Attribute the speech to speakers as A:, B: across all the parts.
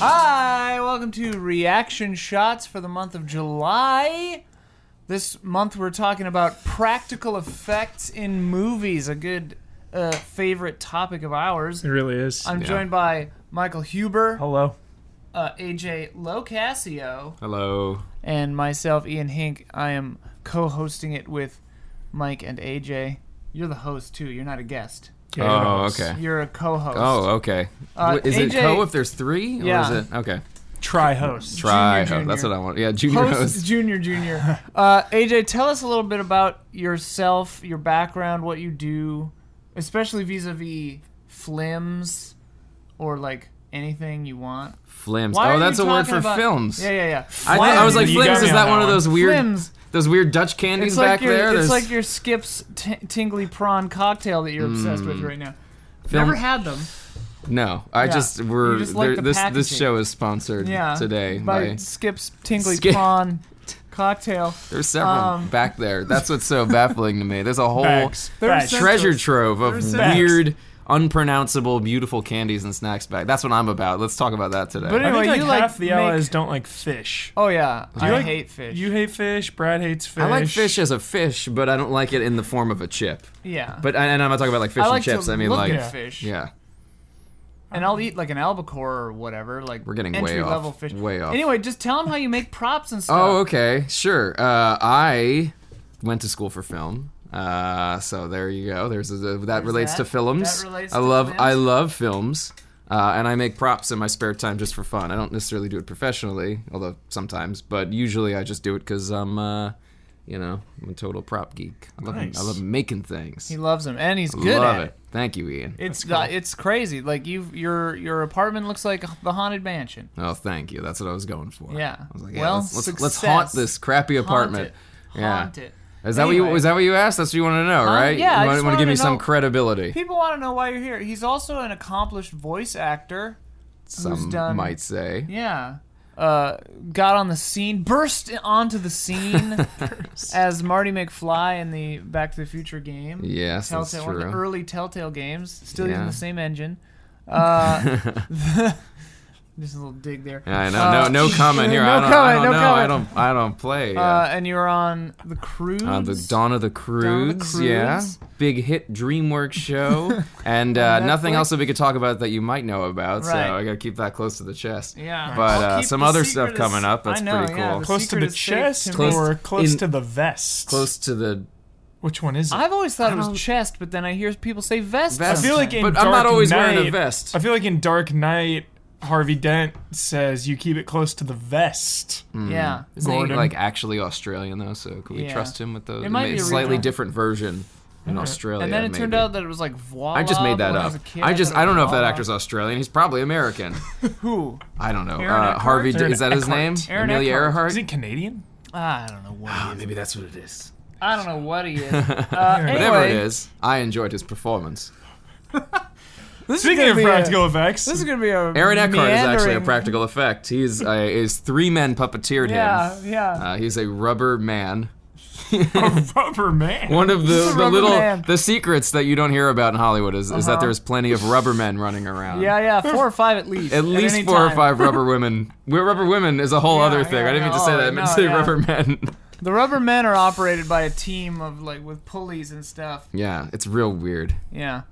A: Hi, welcome to Reaction Shots for the month of July. This month we're talking about practical effects in movies, a good uh, favorite topic of ours.
B: It really is.
A: I'm joined by Michael Huber,
B: Hello.
A: uh, AJ Locasio,
C: Hello.
A: and myself, Ian Hink. I am co hosting it with Mike and AJ. You're the host too, you're not a guest.
C: Oh,
B: Yes.
C: okay.
A: You're a co host.
C: Oh, okay.
A: Uh,
C: Wh- is it
A: AJ
C: co if there's three?
A: Yeah.
C: Or is it okay?
B: Try host.
C: Try.
A: Junior,
C: ho- That's
A: junior.
C: what I want. Yeah, junior
A: Post
C: host.
A: junior, junior. Uh, AJ, tell us a little bit about yourself, your background, what you do, especially vis-a-vis flims or like anything you want.
C: Flims.
A: Why are
C: oh, that's
A: you
C: a word
A: talking
C: for
A: about-
C: films.
A: Yeah, yeah, yeah.
C: I, thought- I was like,
B: You got
C: flims. Is
B: me on
C: that
B: that
C: one of
B: one.
C: those weird,
A: Flims.
C: those weird Dutch candies
A: It's
C: back
A: like your,
C: there?
A: it's
C: There's
A: like your Skips t- tingly prawn cocktail that you're obsessed with right now. Never
C: Mm. film-
A: had them.
C: no. I
A: Yeah.
C: just we're
A: You just like
C: there-
A: the
C: this this
A: packaging.
C: show is sponsored
A: Yeah.
C: today.
A: by
C: by-
A: Skips tingly
C: Skip-
A: prawn cocktail.
C: there's several
A: um,
C: back there. That's what's so baffling to me. There's a whole
B: Bags.
A: There's
B: Bags.
A: some-
C: treasure trove of
A: There's some-
C: weird, unpronounceable, beautiful candies and snacks back. That's what I'm about. Let's talk about that today.
A: But
B: I
A: Anyway,
B: think like
A: you, like,
B: half the
A: make-
B: allies don't like fish.
A: Oh yeah, I
B: you like-
A: hate fish.
B: You hate fish. Brad hates fish.
C: I like fish as a fish, but I don't like it in the form of a chip.
A: yeah,
C: But and I'm not talking about like fish
A: I like
C: and chips.
A: to
C: I mean
A: look
C: like
A: at fish.
C: yeah,
A: and I'll eat like an albacore or whatever. Like
C: We're getting way
A: entry level
C: off-
A: fish.
C: way off.
A: Anyway, just tell them how you make props and stuff.
C: Oh, okay, sure. Uh, I went to school for film. Uh, so there you go. There's a, that relates
A: that.
C: to films.
A: That relates
C: I
A: to
C: love
A: films.
C: I love films. Uh, and I make props in my spare time just for fun. I don't necessarily do it professionally, although sometimes, but usually I just do it cuz I'm uh, you know, I'm a total prop geek. I love I
B: Nice.
C: love making things.
A: He loves them, and he's good
C: love
A: at
C: it. Thank you, Ian.
A: It's uh, it's crazy. Like you, your your apartment looks like the haunted mansion.
C: Oh, thank you. That's what I was going for.
A: Yeah.
C: I was like, yeah,
A: Well,
C: let's, let's, let's
A: success.
C: haunt this crappy apartment.
A: Haunt it.
C: Yeah.
A: Haunt it.
C: Is that what
A: Anyway.
C: you is that what you asked? That's what you want to know, right?
A: yeah, I
C: You
A: just
C: want to
A: wanted
C: give me
A: to
C: some
A: know-
C: credibility.
A: People want to know why you're here. He's also an accomplished voice actor.
C: Some
A: done-
C: might say.
A: Yeah. Uh, got on the scene, burst onto the scene as Marty McFly in the Back to the Future game.
C: Yes, that's
A: Telltale, one of the
C: true.
A: early Telltale games, still using
C: Yeah.
A: the same engine. Uh, just a little dig there.
C: Yeah, I know. no, no comment here.
A: Uh, no
C: I don't, I
A: comment,
C: don't
A: no
C: know. I
A: comment.
C: don't. I don't play.
A: Uh,
C: yeah.
A: and you were on the cruise.
C: Uh, the Dawn of the Crudes, yeah,
A: Croods.
C: big hit DreamWorks show, and uh,
A: On
C: nothing
A: Netflix.
C: else that we could talk about that you might know about.
A: Right.
C: So I got to keep that close to the chest.
A: yeah,
C: But,
A: I'll
C: uh,
A: keep
C: some
A: the
C: other
A: secret
C: stuff coming up.
A: I
C: That's
A: know,
C: pretty
A: yeah,
C: cool.
B: close to
A: secret
B: the
A: is safe
B: chest
A: to
C: me.
B: or close
C: In-
B: to the vest.
C: Close to the
B: Which one is it?
A: I've always thought it was
C: don't-
A: chest, but then I hear people say vest.
C: Vest.
B: I feel like
A: sometimes.
B: in
C: But
B: Dark
C: I'm not always wearing a
B: Knight-
C: vest.
B: I feel like in Dark Knight, Harvey Dent says you keep it close to the vest.
C: Mm, Hmm.
A: yeah,
C: Isn't he
B: Gordon.
C: like actually Australian though? So can we
A: Yeah.
C: trust him with those?
A: It might
C: Maybe
A: be
C: a slightly
A: original.
C: different version in Australia.
A: and then it turned
C: maybe.
A: out that it was like voila.
C: I just
A: but
C: made that
A: when I
C: up.
A: was a kid,
C: I just
A: thought it
C: I don't know if that
A: was
C: actor's Australian. He's probably American.
A: who.
C: I don't know.
A: Aaron
C: Uh,
A: Eckhart?
C: Harvey D-
B: Aaron
C: is that his
B: Eckhart.
C: name?
A: Aaron
C: Amelia
A: Eckhart.
C: Earhart.
B: Is he Canadian?
A: I don't know what. He is.
C: Maybe that's what it is.
A: I don't know what he is. Uh, anyway,
C: Whatever it is, I enjoyed his performance.
A: This
B: Speaking
A: is
B: of
A: gonna be
B: practical
A: a,
B: effects,
A: this is gonna be a
C: Aaron Eckhart is actually a
A: meandering-
C: practical effect. He's uh, is three men puppeteered
A: Yeah,
C: him.
A: yeah.
C: Uh, he's a rubber man.
B: a rubber man.
C: One of
A: He's
C: the,
A: a
C: the
A: rubber
C: little
A: man.
C: the secrets that you don't hear about in Hollywood is, is that
A: Uh-huh.
C: there's plenty of rubber men running around.
A: yeah, yeah, four or five at least.
C: At least
A: any
C: four or
A: time.
C: five rubber women. Well, rubber women is a whole
A: Yeah,
C: other thing.
A: yeah,
C: I didn't mean to say
A: no,
C: that. I meant
A: no,
C: to say
A: yeah.
C: rubber men.
A: The rubber men are operated by a team of like with pulleys and stuff.
C: yeah, it's real weird.
A: Yeah.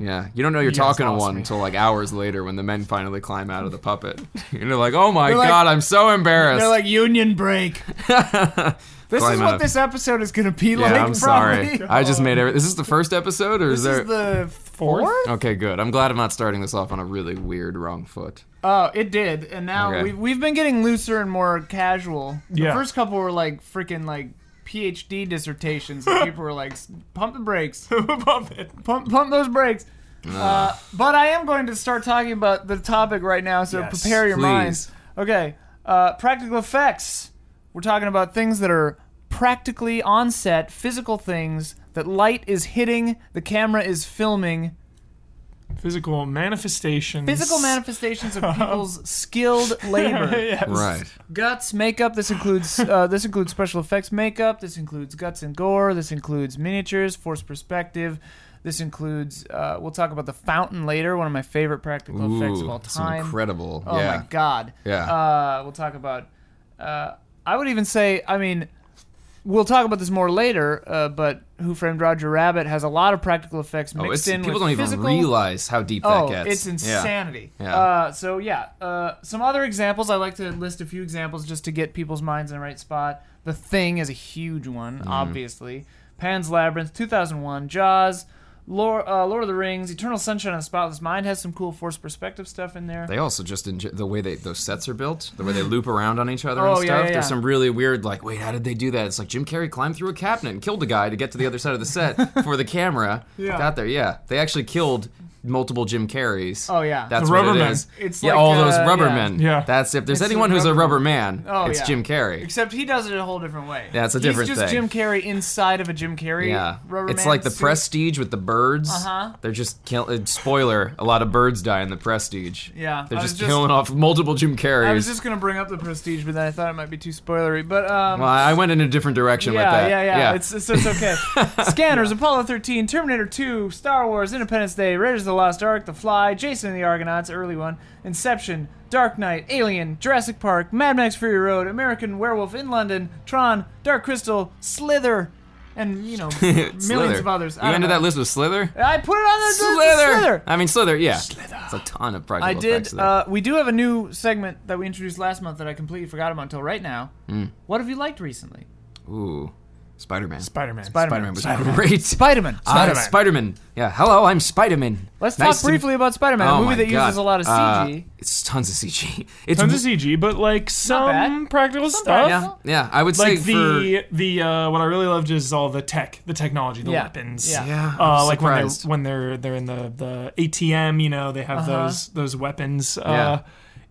C: Yeah, you don't know you're
B: guys
C: talking to
B: lost
C: one
B: me.
C: until like hours later when the men finally climb out of the puppet. and you're like, oh my
A: They're like-
C: god, I'm so embarrassed.
A: They're like union break. This
C: Climb
A: is what
C: out.
A: this episode is gonna be
C: yeah,
A: like.
C: I'm sorry.
A: probably.
C: I just made every. This is the first episode, or
A: This
C: is there?
A: is the fourth.
C: okay, good. I'm glad I'm not starting this off on a really weird wrong foot.
A: Oh, it did, and now
C: Okay.
A: we've we've been getting looser and more casual. The
B: Yeah.
A: first couple were like freaking like PhD dissertations. And people were like, "S- "Pump the brakes,
B: Above it.
A: pump pump those brakes." Uh, but I am going to start talking about the topic right now, so
B: Yes,
A: prepare your
C: please.
A: minds. Okay, uh, practical effects. We're talking about things that are practically on set, physical things that light is hitting, the camera is filming,
B: Physical manifestations.
A: physical manifestations of people's skilled labor.
B: yes.
C: Right.
A: guts makeup this includes uh, this includes special effects makeup this includes guts and gore this includes miniatures forced perspective This includes, uh, we'll talk about The Fountain later, one of my favorite practical effects of all
C: some
A: time.
C: incredible.
A: Oh
C: yeah.
A: my god.
C: Yeah.
A: Uh, we'll talk about. Uh, I would even say. I mean, we'll talk about this more later. Uh, but Who Framed Roger Rabbit has a lot of practical effects
C: Oh, it's,
A: mixed in
C: people
A: with
C: don't even
A: physical.
C: realize how deep
A: Oh,
C: that
A: it's
C: gets. Yeah.
A: insanity.
C: Yeah.
A: Uh, so yeah, uh, some other examples. I like to list a few examples just to get people's minds in the right spot. The Thing is a huge one,
C: Mm.
A: obviously. Pan's Labyrinth, 2001, Jaws, Lord, uh, Lord of the Rings, Eternal Sunshine of the Spotless Mind has some cool forced perspective stuff in there.
C: They also just enjoy the way they those sets are built, the way they loop around on each other and
A: Oh, yeah,
C: stuff.
A: yeah,
C: There's
A: yeah.
C: some really weird, like, wait, how did they do that? It's like Jim Carrey climbed through a cabinet and killed a guy to get to the other side of the set before the camera
A: Yeah.
C: got there. Yeah, they actually killed multiple Jim Carrys.
A: Oh, yeah.
C: that's
B: The
C: what
B: Rubbermen.
C: it is.
A: It's
C: yeah,
A: like,
C: all those
A: uh,
C: rubber
A: yeah.
C: men.
B: Yeah.
C: that's if there's
A: It's
C: anyone
A: the
C: who's a
A: rubber-
C: rubber man,
A: Oh,
C: it's
A: yeah.
C: Jim Carrey.
A: Except he does it a whole different way.
C: Yeah, it's a different
A: He's just Jim
C: thing.
A: Carrey inside of a Jim Carrey.
C: Yeah,
A: Rubber
C: it's
A: Man
C: like the
A: suit.
C: Prestige with the birds.
A: Uh-huh.
C: They're just kill- uh, spoiler. A lot of birds die in the Prestige.
A: Yeah,
C: they're
A: I was
C: just,
A: just-
C: killing off multiple Jim Carreys.
A: I was just gonna bring up the Prestige, but then I thought it might be too spoilery. But um,
C: Well, I went in a different direction
A: yeah,
C: with that.
A: yeah, yeah, It's it's, it's okay. Scanners, Apollo 13, Terminator 2, Star Wars, Independence Day, Raiders of the Lost Ark, The Fly, Jason and the Argonauts, early one, Inception, Dark Knight, Alien, Jurassic Park, Mad Max: Fury Road, American Werewolf in London, Tron, Dark Crystal, Slither, and you know millions
C: Slither.
A: of others.
C: You
A: I don't
C: ended
A: know.
C: that list with Slither.
A: I put it on the
C: Slither.
A: Slither.
C: I mean Slither. Yeah. Slither. It's a ton of practical
A: I
C: effects
A: did.
C: there.
A: Uh, we do have a new segment that we introduced last month that I completely forgot about until right now.
C: Hmm.
A: What have you liked recently?
C: Ooh, Spider-Man.
B: Spider-Man.
C: Spider-Man was
B: Spider-Man.
C: great.
A: Spider-Man.
C: Ah,
B: Spider-Man.
C: Spider-Man. Yeah. Hello, I'm Spider-Man.
A: Let's
C: Nice
A: talk
C: to-
A: briefly about Spider-Man, a
C: Oh my
A: movie that
C: God.
A: uses a lot of CG.
C: Uh, it's tons of CG. It's
B: Tons of CG, but like some
A: bad.
B: practical
A: bad.
B: stuff.
C: yeah, yeah. I would say
B: Like
C: for
B: the the uh, what I really loved is all the tech, the technology, the
A: Yeah.
B: weapons.
A: Yeah.
C: yeah,
B: Uh,
C: I'm
B: like when they're
C: surprised.
B: when they're they're in the the ATM, you know, they have
A: Uh-huh.
B: those those weapons. Uh,
C: Yeah.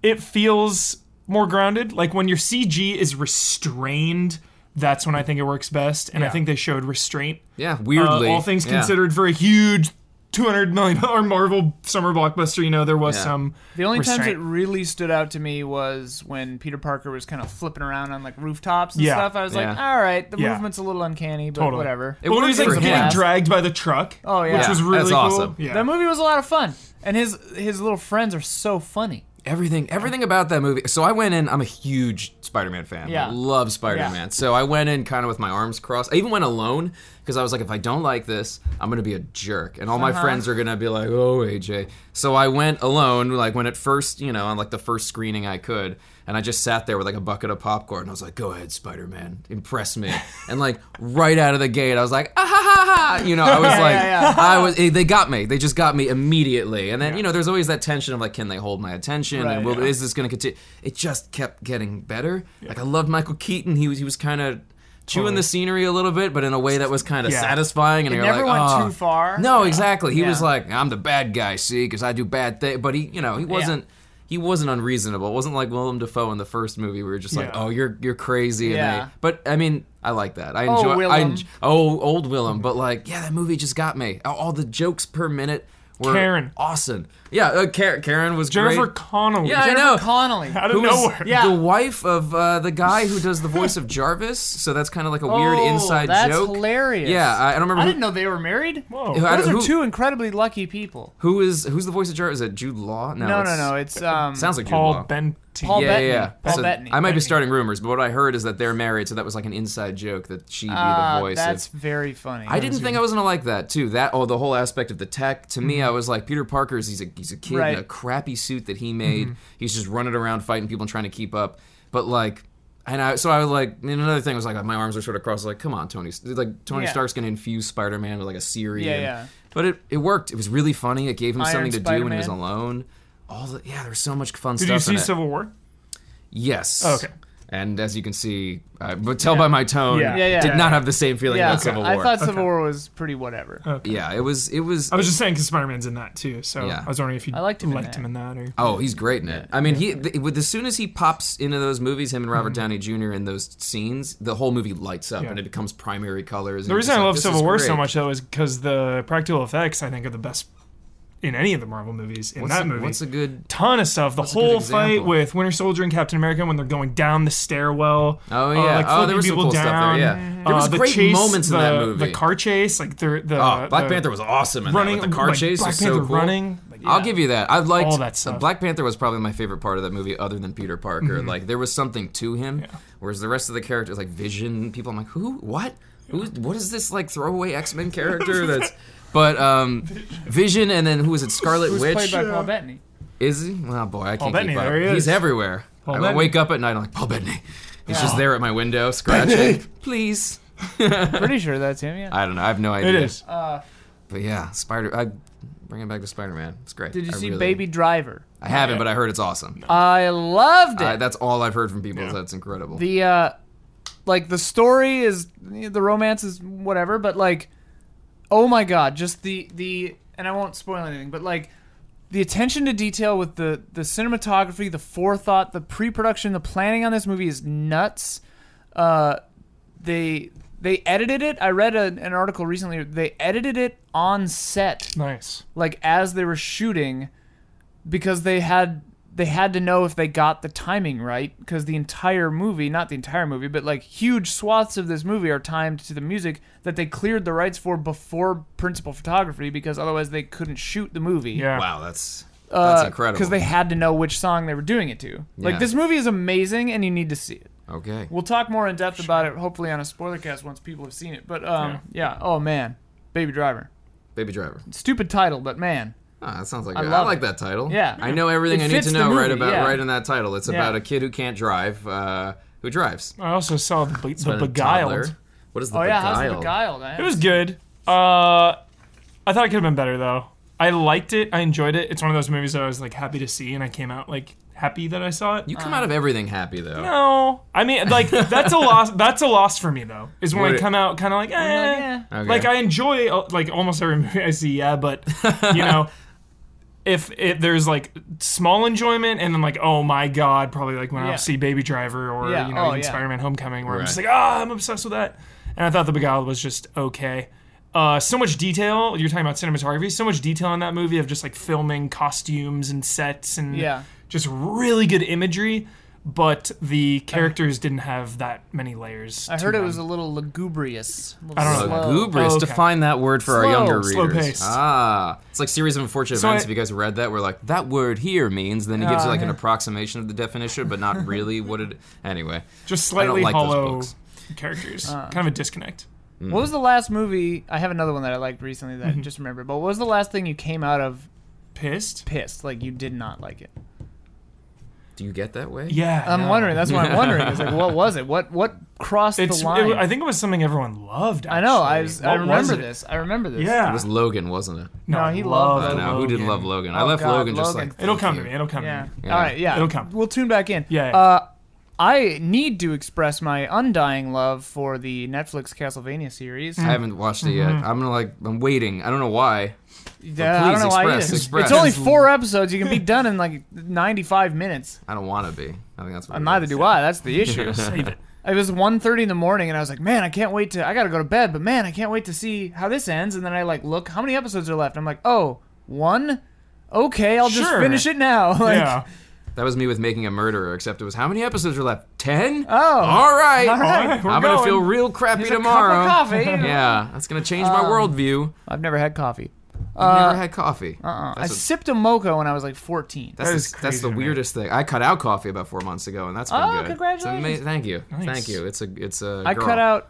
B: It feels more grounded. Like when your CG is restrained, that's when I think it works best. And I
A: Yeah.
B: think they showed restraint.
C: yeah,
B: Uh,
C: weirdly,
B: all things
C: yeah.
B: considered, for a huge two hundred million dollar Marvel summer blockbuster, you know, there was
C: Yeah.
B: some.
A: The only times it
B: restraint.
A: really stood out to me was when Peter Parker was kind of flipping around on like rooftops and
B: Yeah.
A: stuff. I was like,
C: Yeah.
A: all right, the
B: Yeah.
A: movement's a little uncanny, but
B: Totally.
A: whatever.
C: It
B: But when he was
C: worked
B: like
C: for him.
B: getting dragged by the truck,
A: Oh, yeah.
B: which was
C: Yeah,
B: really
C: that's
B: cool.
C: awesome.
B: Yeah.
A: That movie was a lot of fun, and his his little friends are so funny.
C: Everything, everything about that movie. So I went in. I'm a huge Spider-Man fan.
A: Yeah.
C: I love Spider-Man.
A: Yeah.
C: So I went in kind of with my arms crossed. I even went alone because I was like, if I don't like this, I'm gonna be a jerk, and all
A: Uh-huh.
C: my friends are gonna be like, oh AJ. So I went alone, like when it first, you know, on like the first screening I could, and I just sat there with like a bucket of popcorn, and I was like, go ahead, Spider-Man, impress me. and like right out of the gate, I was like, ah ha ha ha, you know, I was like,
A: yeah, yeah.
C: I was. eh, They got me. They just got me immediately. And then you know, there's always that tension of like, can they hold my attention?
A: Right,
C: and will,
A: yeah.
C: is this going to continue? It just kept getting better. Like I loved Michael Keaton. He was he was kind of chewing the scenery a little bit, but in a way that was kind of
B: Yeah.
C: satisfying. And
A: It
C: you're
A: never
C: like,
A: went
C: "Oh."
A: too far.
C: No, exactly. He was
A: Yeah.
C: like, I'm the bad guy, see, because I do bad things. But he, you know, he wasn't. He wasn't unreasonable. It wasn't like Willem Dafoe in the first movie. We were just like,
B: Yeah.
C: "Oh, you're you're crazy."
A: Yeah.
C: And they, but I mean, I like that. I enjoy. I
A: Willem.
C: enj- oh, old Willem. But like, yeah, that movie just got me. All- All the jokes per minute were
B: Karen.
C: awesome. Yeah, uh, Karen, Karen was
B: Jennifer
C: great.
B: Connelly.
C: Yeah, I
A: Jennifer
C: know.
A: Connelly.
B: out of
C: Who was
B: nowhere.
A: Yeah.
C: the wife of uh, the guy who does the voice of Jarvis? So that's kind of like a weird
A: Oh,
C: inside
A: that's
C: joke.
A: hilarious.
C: Yeah, I, I don't remember.
A: I
C: who-
A: didn't know they were married.
B: Whoa.
C: Who- I
A: Those
C: don't-
A: are two incredibly lucky people.
C: who is who's the voice of Jarvis? Is it Jude Law? No,
A: No, no,
C: it's-
A: no. It's um.
C: Sounds like Jude
B: Paul
C: Law.
B: Benty.
A: Paul
C: yeah,
A: Bettany.
C: yeah, yeah.
A: Paul
C: So
A: Bettany.
C: I might
A: Bettany.
C: be starting rumors, but what I heard is that they're married, so that was like an inside joke that she'd be
A: Ah,
C: the voice.
A: that's
C: of,
A: very funny.
C: I didn't think I was gonna like that too. That oh, the whole aspect of the tech. To me, I was like, Peter Parker's he's a he's a kid
A: Mm-hmm. Right. Mm-hmm.
C: in a crappy suit that he made. He's just running around fighting people and trying to keep up. But like, and I so I was like, and another thing was like my arms are sort of crossed. Like, come on, Tony. Like Tony
A: Yeah.
C: Stark's gonna infuse Spider-Man with like a series.
A: Yeah, yeah.
C: But it, it worked. It was really funny. It gave him
A: Iron
C: something to do when he was
A: Spider-Man.
C: alone. All the yeah, there was so much fun
B: Did
C: stuff.
B: you
C: in
B: see
C: it.
B: Civil War?
C: Yes.
B: Oh, okay.
C: And as you can see, uh, but tell by my tone,
B: Yeah.
A: Yeah, yeah.
C: did not have the same feeling
A: Yeah,
C: about Civil War.
A: I thought Civil War was pretty whatever.
C: yeah, it was it was.
B: I was just saying because Spider Man's in that too. So
C: Yeah.
B: I was wondering if you
A: I liked him in that.
B: liked him in that or.
C: Oh, he's great in it. I mean, he th- with as soon as he pops into those movies, him and Robert Downey Jr. in those scenes, the whole movie lights up
B: Hmm. Yeah.
C: and it becomes primary colors.
B: The reason I love Civil War so much though is because the practical effects I think are the best in any of the Marvel movies. In
C: What's
B: that
C: a-
B: movie,
C: What's a good?
B: ton of stuff. The
C: a good
B: whole fight
C: example.
B: with Winter Soldier and Captain America when they're going down the stairwell.
C: Oh,
B: uh,
C: yeah.
B: like
C: Oh,
B: flipping
C: there was some
B: people
C: cool stuff there,
B: down.
C: yeah. There was
B: Uh, the
C: great
B: chase,
C: moments in
B: the,
C: that movie.
B: The car chase, like the, the
C: Oh, Black
B: Uh, the
C: Panther was awesome in that,
B: running
C: with The car
B: like,
C: chase
B: Black
C: was
B: Panther
C: so cool.
B: running. Like,
C: I'll
B: yeah.
C: give you that. I liked
B: All that stuff. Mm-hmm.
C: Black Panther was probably my favorite part of that movie, other than Peter Parker. Like there was something to him, whereas the rest of the characters, like Vision, people, I'm like, who, what, who, what is this like throwaway X Men character? That's but um, Vision, and then who is it? Scarlet
A: Who's
C: Witch
A: played by Paul Bettany?
C: is he? Oh boy, I can't
B: Bettany,
C: keep up.
B: there he
C: He's
B: is.
C: everywhere. I
B: Bettany.
C: wake up at night, I'm like Paul Bettany. He's just
A: Yeah.
C: there at my window scratching. Please.
A: Pretty sure that's him. Yeah.
C: I don't know. I have no
B: It
C: idea.
B: is.
C: But yeah, Spider. I bring it back to Spider Man. It's great.
A: Did you
C: I
A: see
C: really-
A: Baby Driver?
C: I haven't, but I heard it's awesome.
A: I loved it.
C: I, that's all I've heard from people. is That's incredible.
A: the uh like the story is the romance is whatever but like oh my god just the the and i won't spoil anything but like the attention to detail with the the cinematography the forethought the pre-production the planning on this movie is nuts uh they they edited it i read an an article recently they edited it on set
B: Nice.
A: like as they were shooting because they had they had to know if they got the timing right because the entire movie not the entire movie but like huge swaths of this movie are timed to the music that they cleared the rights for before principal photography because otherwise they couldn't shoot the movie
B: Yeah.
C: wow, that's that's incredible.
A: because Uh, they had to know which song they were doing it to
C: Yeah.
A: like this movie is amazing and you need to see it
C: okay.
A: we'll talk more in depth about it hopefully on a spoiler cast once people have seen it but um yeah, oh man baby driver
C: Baby Driver.
A: stupid title but man
C: Ah, that sounds like I, I
A: love
C: like
A: it.
C: that title.
A: Yeah.
C: I know everything
A: It
C: I need
A: fits
C: to
A: the
C: know right
A: movie,
C: about
A: yeah.
C: right in that title. It's
A: Yeah.
C: about a kid who can't drive, uh, who drives.
B: I also saw the, Be- the
C: About a
B: Beguiled.
C: toddler. What is the
A: oh yeah
C: beguiled?
A: how's the beguiled eh?
B: It was good. Uh, I thought it could have been better though. I liked it. I enjoyed it. It's one of those movies that I was like happy to see, and I came out like happy that I saw it.
C: You come out
A: Uh,
C: of everything happy though.
B: no, I mean like that's a loss. That's a loss for me though. Is when
C: What-
B: I come out kind of like, eh.
A: yeah.
C: Okay.
B: Like I enjoy uh, like almost every movie I see. Yeah, but you know. If it, there's like small enjoyment and then like oh my god probably like when
A: Yeah.
B: I see Baby Driver or
A: Yeah,
B: you know
A: oh,
B: even
A: yeah.
B: Spider-Man Homecoming where I'm just
C: Right.
B: like ah I'm obsessed with that and I thought the Beguiled was just okay uh, so much detail you're talking about cinematography so much detail in that movie of just like filming costumes and sets and
A: Yeah.
B: just really good imagery but the characters didn't have that many layers
A: I
B: to
A: heard it
B: them.
A: was a little lugubrious. A little
B: I don't know.
A: slow.
C: Lugubrious.
B: Oh, okay.
C: Define that word for our
B: Slow,
C: younger readers.
B: slow paced.
C: Ah, it's like series of unfortunate
B: So I-
C: events. if you guys read that, we're like that word here means. Then it gives you like an approximation of the definition, but not really what it. Anyway,
B: just
C: I don't
B: slightly
C: like those
B: hollow
C: books.
B: characters.
A: Uh.
B: kind of a disconnect.
A: What was the last movie? I have another one that I liked recently that
B: Mm-hmm.
A: I just remembered. But what was the last thing you came out of
B: Pissed.
A: pissed? Like you did not like it.
C: do you get that way?
B: Yeah,
A: I'm
B: no.
A: wondering. That's what I'm wondering. It's like, what was it? What what crossed
B: It's.
A: the
B: It,
A: line?
B: I think it was something everyone loved.
A: I know. I, was,
B: actually.
A: I
B: What was
A: remember
B: it?
A: this. I remember this.
B: Yeah.
C: It was Logan, wasn't it?
A: No, he loved
C: I
A: Oh,
C: know. Who didn't love Logan? I
A: Oh,
C: left
A: God,
C: Logan just
A: Logan.
C: like.
B: It'll
C: thank
B: come to
C: you.
B: me. It'll come
A: Yeah.
B: to me.
C: Yeah.
A: All right. Yeah.
B: It'll come.
A: We'll tune back in.
B: Yeah, yeah.
A: Uh, I need to express my undying love for the Netflix Castlevania series.
C: I haven't watched it
A: Mm-hmm.
C: yet. I'm gonna like. I'm waiting. I don't know why.
A: Yeah, I
C: please
A: don't know why
C: express,
A: either.
C: express.
A: It's only four episodes. You can be done in like 95 minutes.
C: I don't want to be. I think that's. What it
A: Uh, Neither
C: is.
A: do I. That's the issue.
B: Save it.
A: it was 1.30 in the morning, and I was like, man, I can't wait to. I gotta go to bed, but man, I can't wait to see how this ends. And then I like look, how many episodes are left? I'm like, oh, one. Okay, I'll just
B: Sure.
A: finish it now. Like,
B: yeah.
C: That was me with making a murderer. Except it was how many episodes are left? Ten.
A: Oh,
C: All right.
A: All right.
B: All right, we're
C: I'm gonna
B: going.
C: feel real crappy
A: here's a cup of
C: tomorrow.
A: coffee. Um,
C: Yeah, that's gonna change my worldview.
A: I've never had coffee.
C: I've never had coffee.
A: Uh, I
C: That's, what-
A: sipped a mocha when I was like 14.
C: that's,
B: That
C: the-
B: is
C: that's
B: crazy
C: the
B: to me.
C: weirdest thing. I cut out coffee about four months ago, and that's been
A: Oh,
C: good. It's
A: congratulations.
C: ama- thank you, thank
B: Nice.
C: you. It's a it's a.
A: I
C: girl.
A: cut out.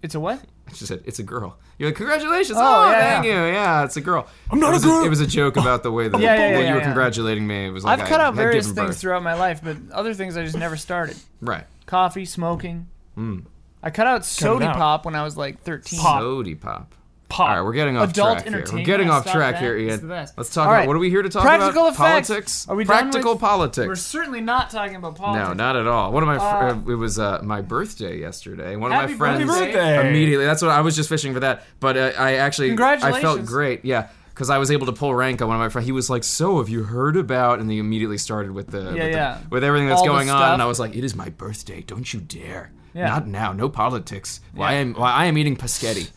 A: It's a what?
C: She said it's a girl. You're like congratulations.
A: Oh,
C: Oh,
A: yeah,
C: thank
A: yeah.
C: you. Yeah, it's a girl.
B: I'm not
C: it
B: a
C: was
B: girl.
C: it was a joke about the way that,
A: Yeah, yeah,
C: that
A: yeah,
C: you were
A: yeah.
C: congratulating me. It was like
A: I've
C: I
A: cut out
C: had given
A: various things
C: birth.
A: throughout my life, but other things I just never started.
C: Right.
A: Coffee, smoking.
C: Hmm.
A: I cut out sody
B: out.
A: pop when I was like 13.
B: Pop.
C: Sody pop.
B: Pop.
C: All right, we're getting off
A: Oh. Adult
C: track here. We're
A: entertainment,
C: getting off
A: stop
C: track
A: that.
C: here,
A: It's the
C: Ian.
A: best.
C: Let's talk
A: All right.
C: about what are we here to talk
A: Practical
C: about?
A: effects.
C: Politics.
A: Are we done
C: Practical
A: with-
C: politics.
A: We're certainly not talking about politics.
C: No, not at all. One of my fr- uh, it was uh, my birthday yesterday. One of
A: Happy
C: my friends
B: Happy birthday.
C: immediately. That's what I was just fishing for that. But uh, I actually I felt
A: Congratulations.
C: great. Yeah. Because I was able to pull rank on one of my friends. He was like, "So have you heard about?" And he immediately started with the, with, the-
A: yeah.
C: with everything that's
A: All the
C: going on.
A: stuff.
C: And I was like, "It is my birthday. Don't you dare!
A: Yeah.
C: Not now. No politics. Why am why I am eating paschetti.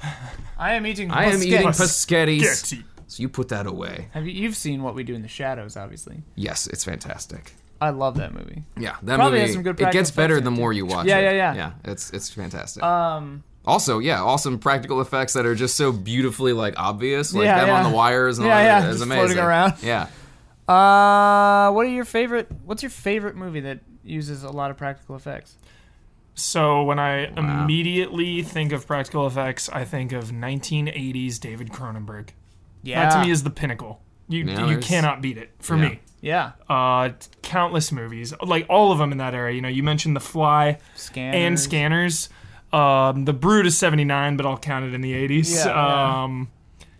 A: I am eating.
C: I am eating
A: biscuits.
C: paschetti.
B: Get it.
C: So you put that away.
A: Have you? You've seen what we do in the shadows, obviously.
C: Yes, it's fantastic.
A: I love that movie.
C: Yeah, that
A: Probably
C: movie.
A: has some good
C: it
A: practical
C: gets better
A: effects
C: the
A: in it,
C: more you watch
A: Yeah,
C: it.
A: yeah, yeah.
C: Yeah, it's it's fantastic.
A: Um,
C: also, yeah, awesome practical effects that are just so beautifully like obvious, like
A: Yeah,
C: them on
A: yeah.
C: the wires and
A: Yeah,
C: all
A: yeah,
C: that. It's
A: just
C: amazing.
A: floating around.
C: Yeah.
A: uh, what are your favorite? What's your favorite movie that uses a lot of practical effects?
B: So when I
C: Wow.
B: immediately think of practical effects, I think of 1980s David Cronenberg.
A: Yeah,
B: That to me is the pinnacle. You
C: Yeah,
B: you
C: there's-
B: cannot beat it for
C: Yeah.
B: me.
A: yeah.
B: Uh, t- countless movies, like all of them in that era. You know, you mentioned The Fly
A: Scanners.
B: and Scanners. Um, the Brood is 79, but I'll count it in the 80s.
A: Yeah, yeah.
B: Um,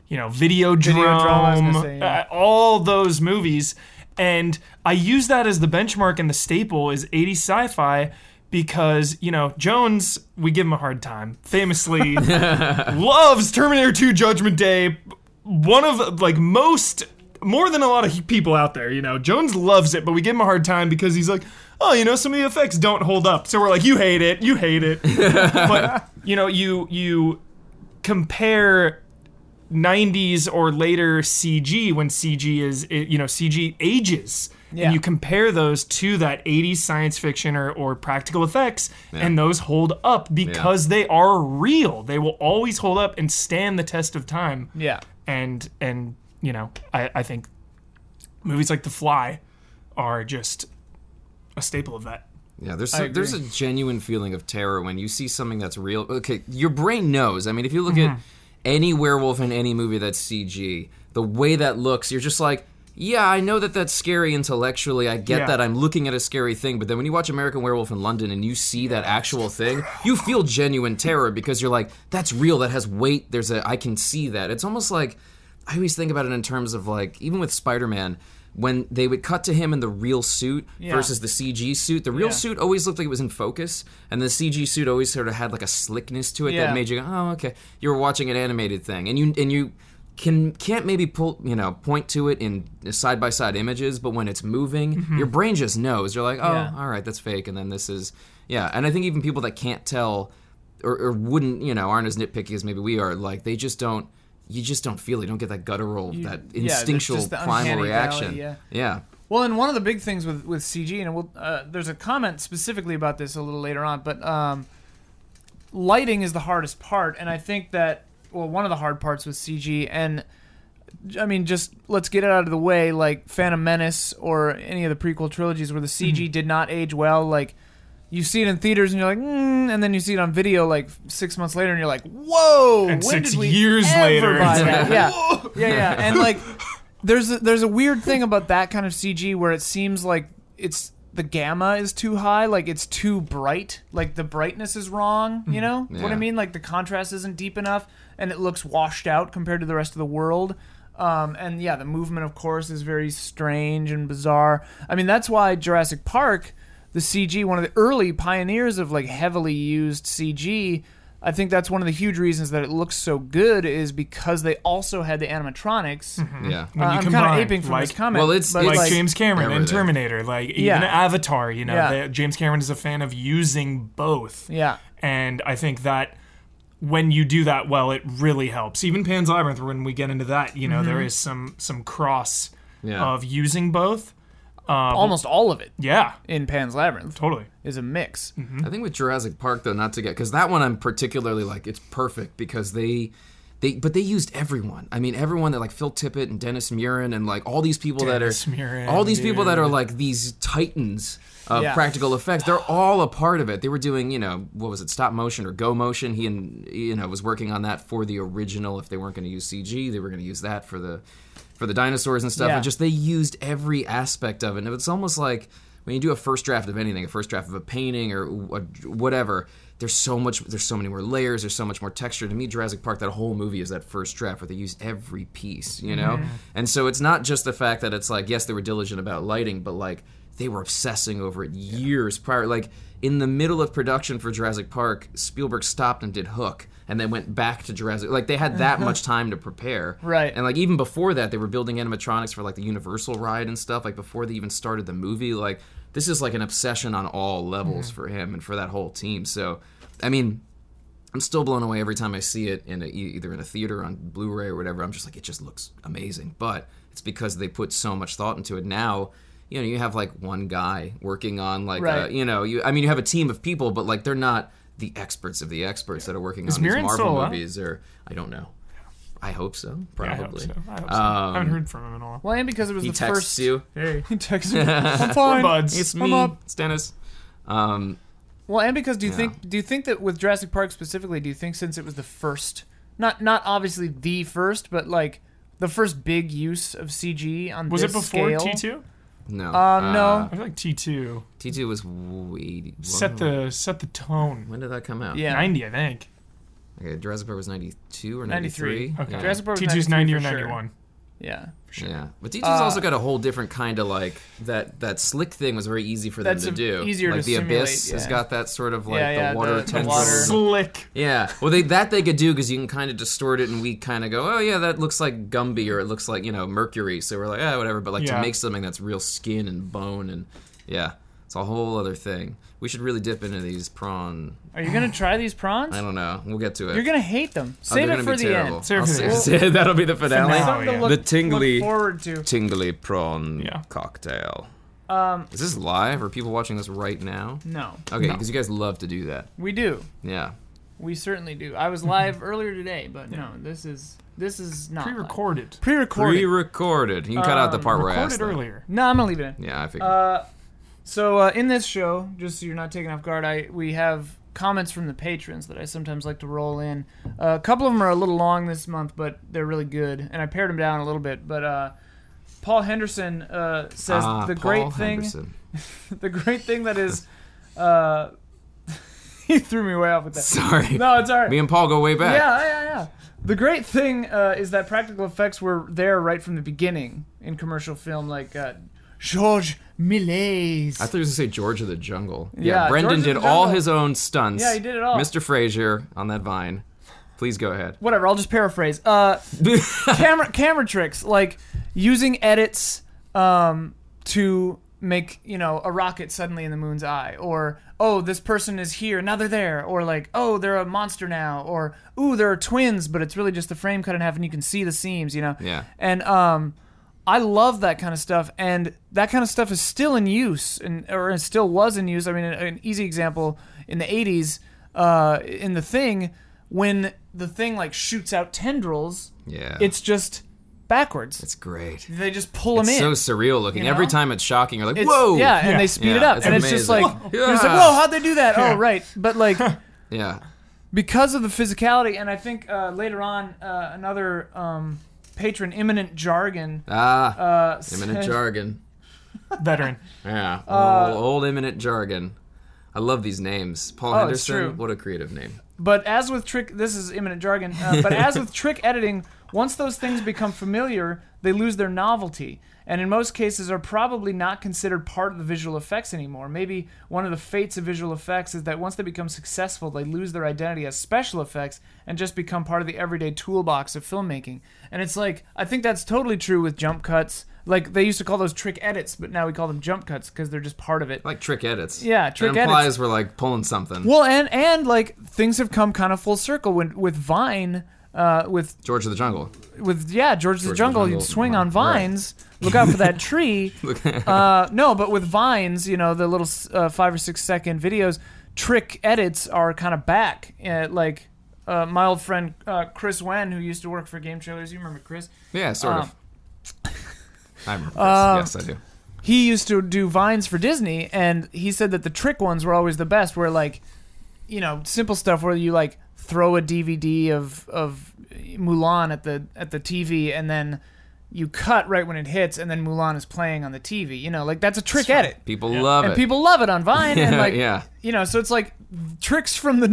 B: you know, Video
A: I was
B: Drome,
A: gonna say, yeah.
B: uh, all those movies. And I use that as the benchmark and the staple is 80s sci fi because, you know, Jones, we give him a hard time. Famously loves Terminator 2 Judgment Day. One of, like, most, more than a lot of he- people out there, you know. Jones loves it, but we give him a hard time because he's like, oh, you know, some of the effects don't hold up. So we're like, you hate it, you hate it. but, you know, you, you compare 90s or later CG when CG is it- you know CG ages
A: Yeah.
B: and you compare those to that 80s science fiction or, or practical effects and those hold up because they are real they will always hold up and stand the test of time
A: Yeah,
B: and and you know I, I think movies like The Fly are just a staple of that
C: Yeah, there's some, there's a genuine feeling of terror when you see something that's real. Okay, your brain knows. I mean, if you look
A: Mm-hmm.
C: at any werewolf in any movie that's CG, the way that looks, you're just like, yeah, I know that that's scary intellectually. I get
B: Yeah.
C: that. I'm looking at a scary thing. But then when you watch American Werewolf in London and you see that actual thing, you feel genuine terror because you're like, that's real. That has weight. There's a I can see that. It's almost like I always think about it in terms of like even with Spider-Man when they would cut to him in the real suit versus the CG suit. The real
A: Yeah.
C: suit always looked like it was in focus, and the CG suit always sort of had like a slickness to it
A: Yeah.
C: that made you go, "Oh, okay." You were watching an animated thing, and you and you can can't maybe pull you know point to it in side by side images, but when it's moving, your brain just knows. You're like, "Oh,
A: Mm-hmm. Yeah.
C: all right, that's fake," and then this is yeah. And I think even people that can't tell or, or wouldn't you know aren't as nitpicky as maybe we are, like they just don't. You just don't feel it. You don't get that guttural, that
A: yeah, there's
C: instinctual
A: just the
C: primal
A: uncanny
C: reaction.
A: valley, yeah.
C: yeah.
A: Well, and one of the big things with with CG, and we'll, uh, there's a comment specifically about this a little later on, but um, lighting is the hardest part, and I think that well, one of the hard parts with CG, and I mean, just let's get it out of the way, like Phantom Menace or any of the prequel trilogies where the CG
B: Mm-hmm.
A: did not age well, like. You see it in theaters and you're like, mm, and then you see it on video like six months later and you're like, whoa! when
B: And six
A: did we
B: years
A: ever
B: later,
A: buy
B: it's
A: that?
B: like,
A: yeah, yeah, yeah. And like, there's a, there's a weird thing about that kind of CG where it seems like it's the gamma is too high, like it's too bright, like the brightness is wrong. You know what I
C: Yeah.
A: mean? Like the contrast isn't deep enough, and it looks washed out compared to the rest of the world. Um, and yeah, the movement, of course, is very strange and bizarre. I mean, that's why Jurassic Park, the CG, one of the early pioneers of like heavily used CG, I think that's one of the huge reasons that it looks so good is because they also had the animatronics.
C: Yeah.
B: when
A: Uh,
B: Mm-hmm. you
A: I'm kind
B: combine
A: of aping from
B: like,
A: this comment.
C: Well, it's-
A: but,
C: it's
B: like,
A: like-
B: James Cameron and
C: Everything.
B: Terminator, like even
A: Yeah.
B: Avatar. You know,
A: Yeah.
B: that James Cameron is a fan of using both.
A: Yeah.
B: and I think that when you do that well, it really helps. Even Pan's Labyrinth, when we get into that, you know,
A: Mm-hmm.
B: there is some some cross
C: Yeah.
B: of using both.
A: Almost all of it
B: Yeah,
A: in Pan's Labyrinth
B: totally.
A: is a mix.
B: Mm-hmm.
C: I think with Jurassic Park though, not to get because that one I'm particularly like it's perfect because they. They, but they used everyone. I mean, everyone that like Phil Tippett and Dennis Murin and like all these people
B: Dennis
C: that are
B: Murin,
C: all these people that
B: dude.
C: are like these titans of
A: Yeah.
C: practical effects. They're all a part of it. They were doing, you know, what was it, stop motion or go motion? He and you know was working on that for the original. If they weren't going to use CG, they were going to use that for the for the dinosaurs and stuff.
A: Yeah.
C: And just they used every aspect of it. And it's almost like when you do a first draft of anything, a first draft of a painting or a, whatever, there's so much, there's so many more layers, there's so much more texture. To me, Jurassic Park, that whole movie is that first draft where they used every piece, you know? And so it's not just the fact that it's like, yes, they were diligent about lighting, but like, they were obsessing over it years prior. Like in the middle of production for Jurassic Park, Spielberg stopped and did Hook, and then went back to Jurassic. Like they had that much time to prepare,
A: Right.
C: And like even before that, they were building animatronics for like the Universal ride and stuff. Like before they even started the movie, like
B: Mm-hmm.
C: this is like an obsession on all levels for him and for that whole team. So, I mean, I'm still blown away every time I see it in a, e- either in a theater on Blu-ray or whatever. I'm just like, it just looks amazing. But it's because they put so much thought into it. Now, you know, you have like one guy working on like,
A: Right.
C: a, you know, you. I mean, you have a team of people, but like they're not the experts of the experts that are working on
B: Mirren
C: these
B: still
C: Marvel
B: alive?
C: movies. Or I don't know. I hope so.
B: I
C: Probably.
B: hope so. I, hope so.
C: Um,
B: I haven't heard from him in a while.
A: Well, and because it was
C: He
A: the
C: texts
A: first.
C: you.
B: Hey,
A: He texts me. I'm fine.
B: buds.
C: It's
A: I'm
C: me,
A: up.
C: it's Dennis. Um,
A: Well, and because do you
C: Yeah.
A: think do you think that with Jurassic Park specifically, do you think since it was the first, not not obviously the first, but like the first big use of CG on
B: was it
A: this
B: before
A: scale?
B: T two?
C: no. Uh,
A: Um, no.
B: I feel like T two
C: T two was way
B: set the set the tone.
C: When did that come out?
A: Yeah.
B: Ninety, I think.
C: Okay, Jurassic Park was ninety two or ninety three.
A: 93.
B: Okay.
C: Yeah.
A: Jurassic Park was
B: T two's ninety or
A: 93 for
B: ninety
A: sure.
B: one.
A: Yeah.
C: Yeah, but T two's
A: Uh,
C: also got a whole different kind of like that. That slick thing was very easy for them
A: That's
C: to
A: a-
C: do.
A: easier
C: like
A: to
C: the abyss
A: simulate, yeah.
C: has got that sort of like
A: Yeah, yeah,
C: the water
A: the- the
C: tendrils.
A: water.
B: Slick.
C: Yeah, well, they, that they could do because you can kind of distort it, and we kind of go, oh yeah, that looks like Gumby or it looks like you know Mercury. So we're like, ah, whatever. But like
B: Yeah.
C: to make something that's real skin and bone, and yeah, it's a whole other thing. We should really dip into these prawn.
A: Are you gonna try these prawns?
C: I don't know. We'll get to it.
A: You're gonna hate them.
C: Oh,
A: Save
C: they're
A: it
C: gonna
A: for
C: be
A: the
C: terrible.
A: end.
B: Save it
C: I'll
B: for the
C: save- That'll be the finale.
B: Finale.
A: Something to
B: yeah.
A: look,
C: The tingly-
A: look forward to.
C: Tingly prawn
B: Yeah.
C: cocktail. Um, Is this live? Are people watching this right now?
A: No,
C: Okay, because you guys love to do that.
A: we do.
C: Yeah.
A: We certainly do. I was live earlier today, but no, this is this is not live.
B: Pre-recorded.
A: Pre-recorded.
C: Pre-recorded. You can
A: Um,
C: cut out the part where I asked
B: Recorded
C: that.
B: earlier.
A: no, I'm gonna leave it in.
C: Yeah, I figured.
A: Uh, so uh, in this show, just so you're not taken off guard, I we have comments from the patrons that I sometimes like to roll in. Uh, a couple of them are a little long this month, but they're really good, and I pared them down a little bit. But uh, Paul Henderson uh, says
C: Ah,
A: the
C: Paul
A: great thing,
C: Henderson.
A: the great thing that is, uh, he threw me way off with that.
C: Sorry.
A: No, it's alright.
C: Me and Paul go way back.
A: Yeah, yeah, yeah. The great thing uh, is that practical effects were there right from the beginning in commercial film, like uh, Georges Millet's.
C: I thought you were gonna say George of the Jungle.
A: Yeah,
C: Yeah, Brendan
A: George of
C: did
A: the
C: all
A: Jungle.
C: his own stunts.
A: Yeah, he did it all.
C: Mr. Frazier on that vine. Please go ahead.
A: Whatever, I'll just paraphrase. Uh, camera camera tricks like using edits um, to make you know a rocket suddenly in the moon's eye or oh this person is here now they're there or like oh they're a monster now or ooh there are twins but it's really just the frame cut in half and you can see the seams you know
C: Yeah.
A: and um I love that kind of stuff, and that kind of stuff is still in use, and or it still was in use. I mean, an, an easy example in the '80s, uh, in the Thing, when the Thing like shoots out tendrils,
C: Yeah.
A: it's just backwards.
C: it's great.
A: they just pull them
C: It's
A: in.
C: so surreal looking.
A: you
C: Every
A: know?
C: time it's shocking, you're like,
A: It's-
C: whoa.
A: Yeah, and
B: Yeah.
A: they speed it
C: Yeah,
A: up,
C: it's
A: and it's just like,
C: amazing.
A: you're just like,
C: Yeah.
A: whoa, how'd they do that?
B: Yeah.
A: Oh, right. But like,
C: Yeah.
A: because of the physicality, and I think uh, later on, uh, another um, patron, imminent jargon,
C: Ah.
A: uh,
C: imminent
A: said-
C: jargon.
B: Veteran.
C: Yeah,
A: Uh,
C: old, old imminent jargon. I love these names. Paul
A: Oh, it's true.
C: Henderson, what a creative name.
A: But as with trick, this is imminent jargon. Uh, but as with trick editing, once those things become familiar, they lose their novelty, and in most cases are probably not considered part of the visual effects anymore. Maybe one of the fates of visual effects is that once they become successful, they lose their identity as special effects and just become part of the everyday toolbox of filmmaking. And it's like I think that's totally true with jump cuts. Like they used to call those trick edits, but now we call them jump cuts because they're just part of it.
C: Like trick edits.
A: Yeah, trick
C: it
A: edits.
C: implies we're like pulling something.
A: Well, and and like things have come kind of full circle when with Vine, uh, with
C: George of the Jungle.
A: with yeah, George, the
C: George
A: Jungle,
C: the
A: you
C: Jungle,
A: swing on
C: right.
A: vines. Look out for that tree. uh, no, but with vines, you know the little uh, five or six second videos. Trick edits are kind of back. Uh, like uh, my old friend uh, Chris Wen, who used to work for Game Trailers. You remember Chris?
C: Yeah, sort
A: Um,
C: of. I remember this. yes, I do.
A: he used to do vines for Disney, and he said that the trick ones were always the best. Where like, you know, simple stuff where you like throw a DVD of of Mulan at the at the TV, and then you cut right when it hits, and then Mulan is playing on the TV. You know, like that's a trick edit,
C: People love
A: and
C: it.
A: people love it on Vine, and like,
C: yeah.
A: you know, so it's like tricks from the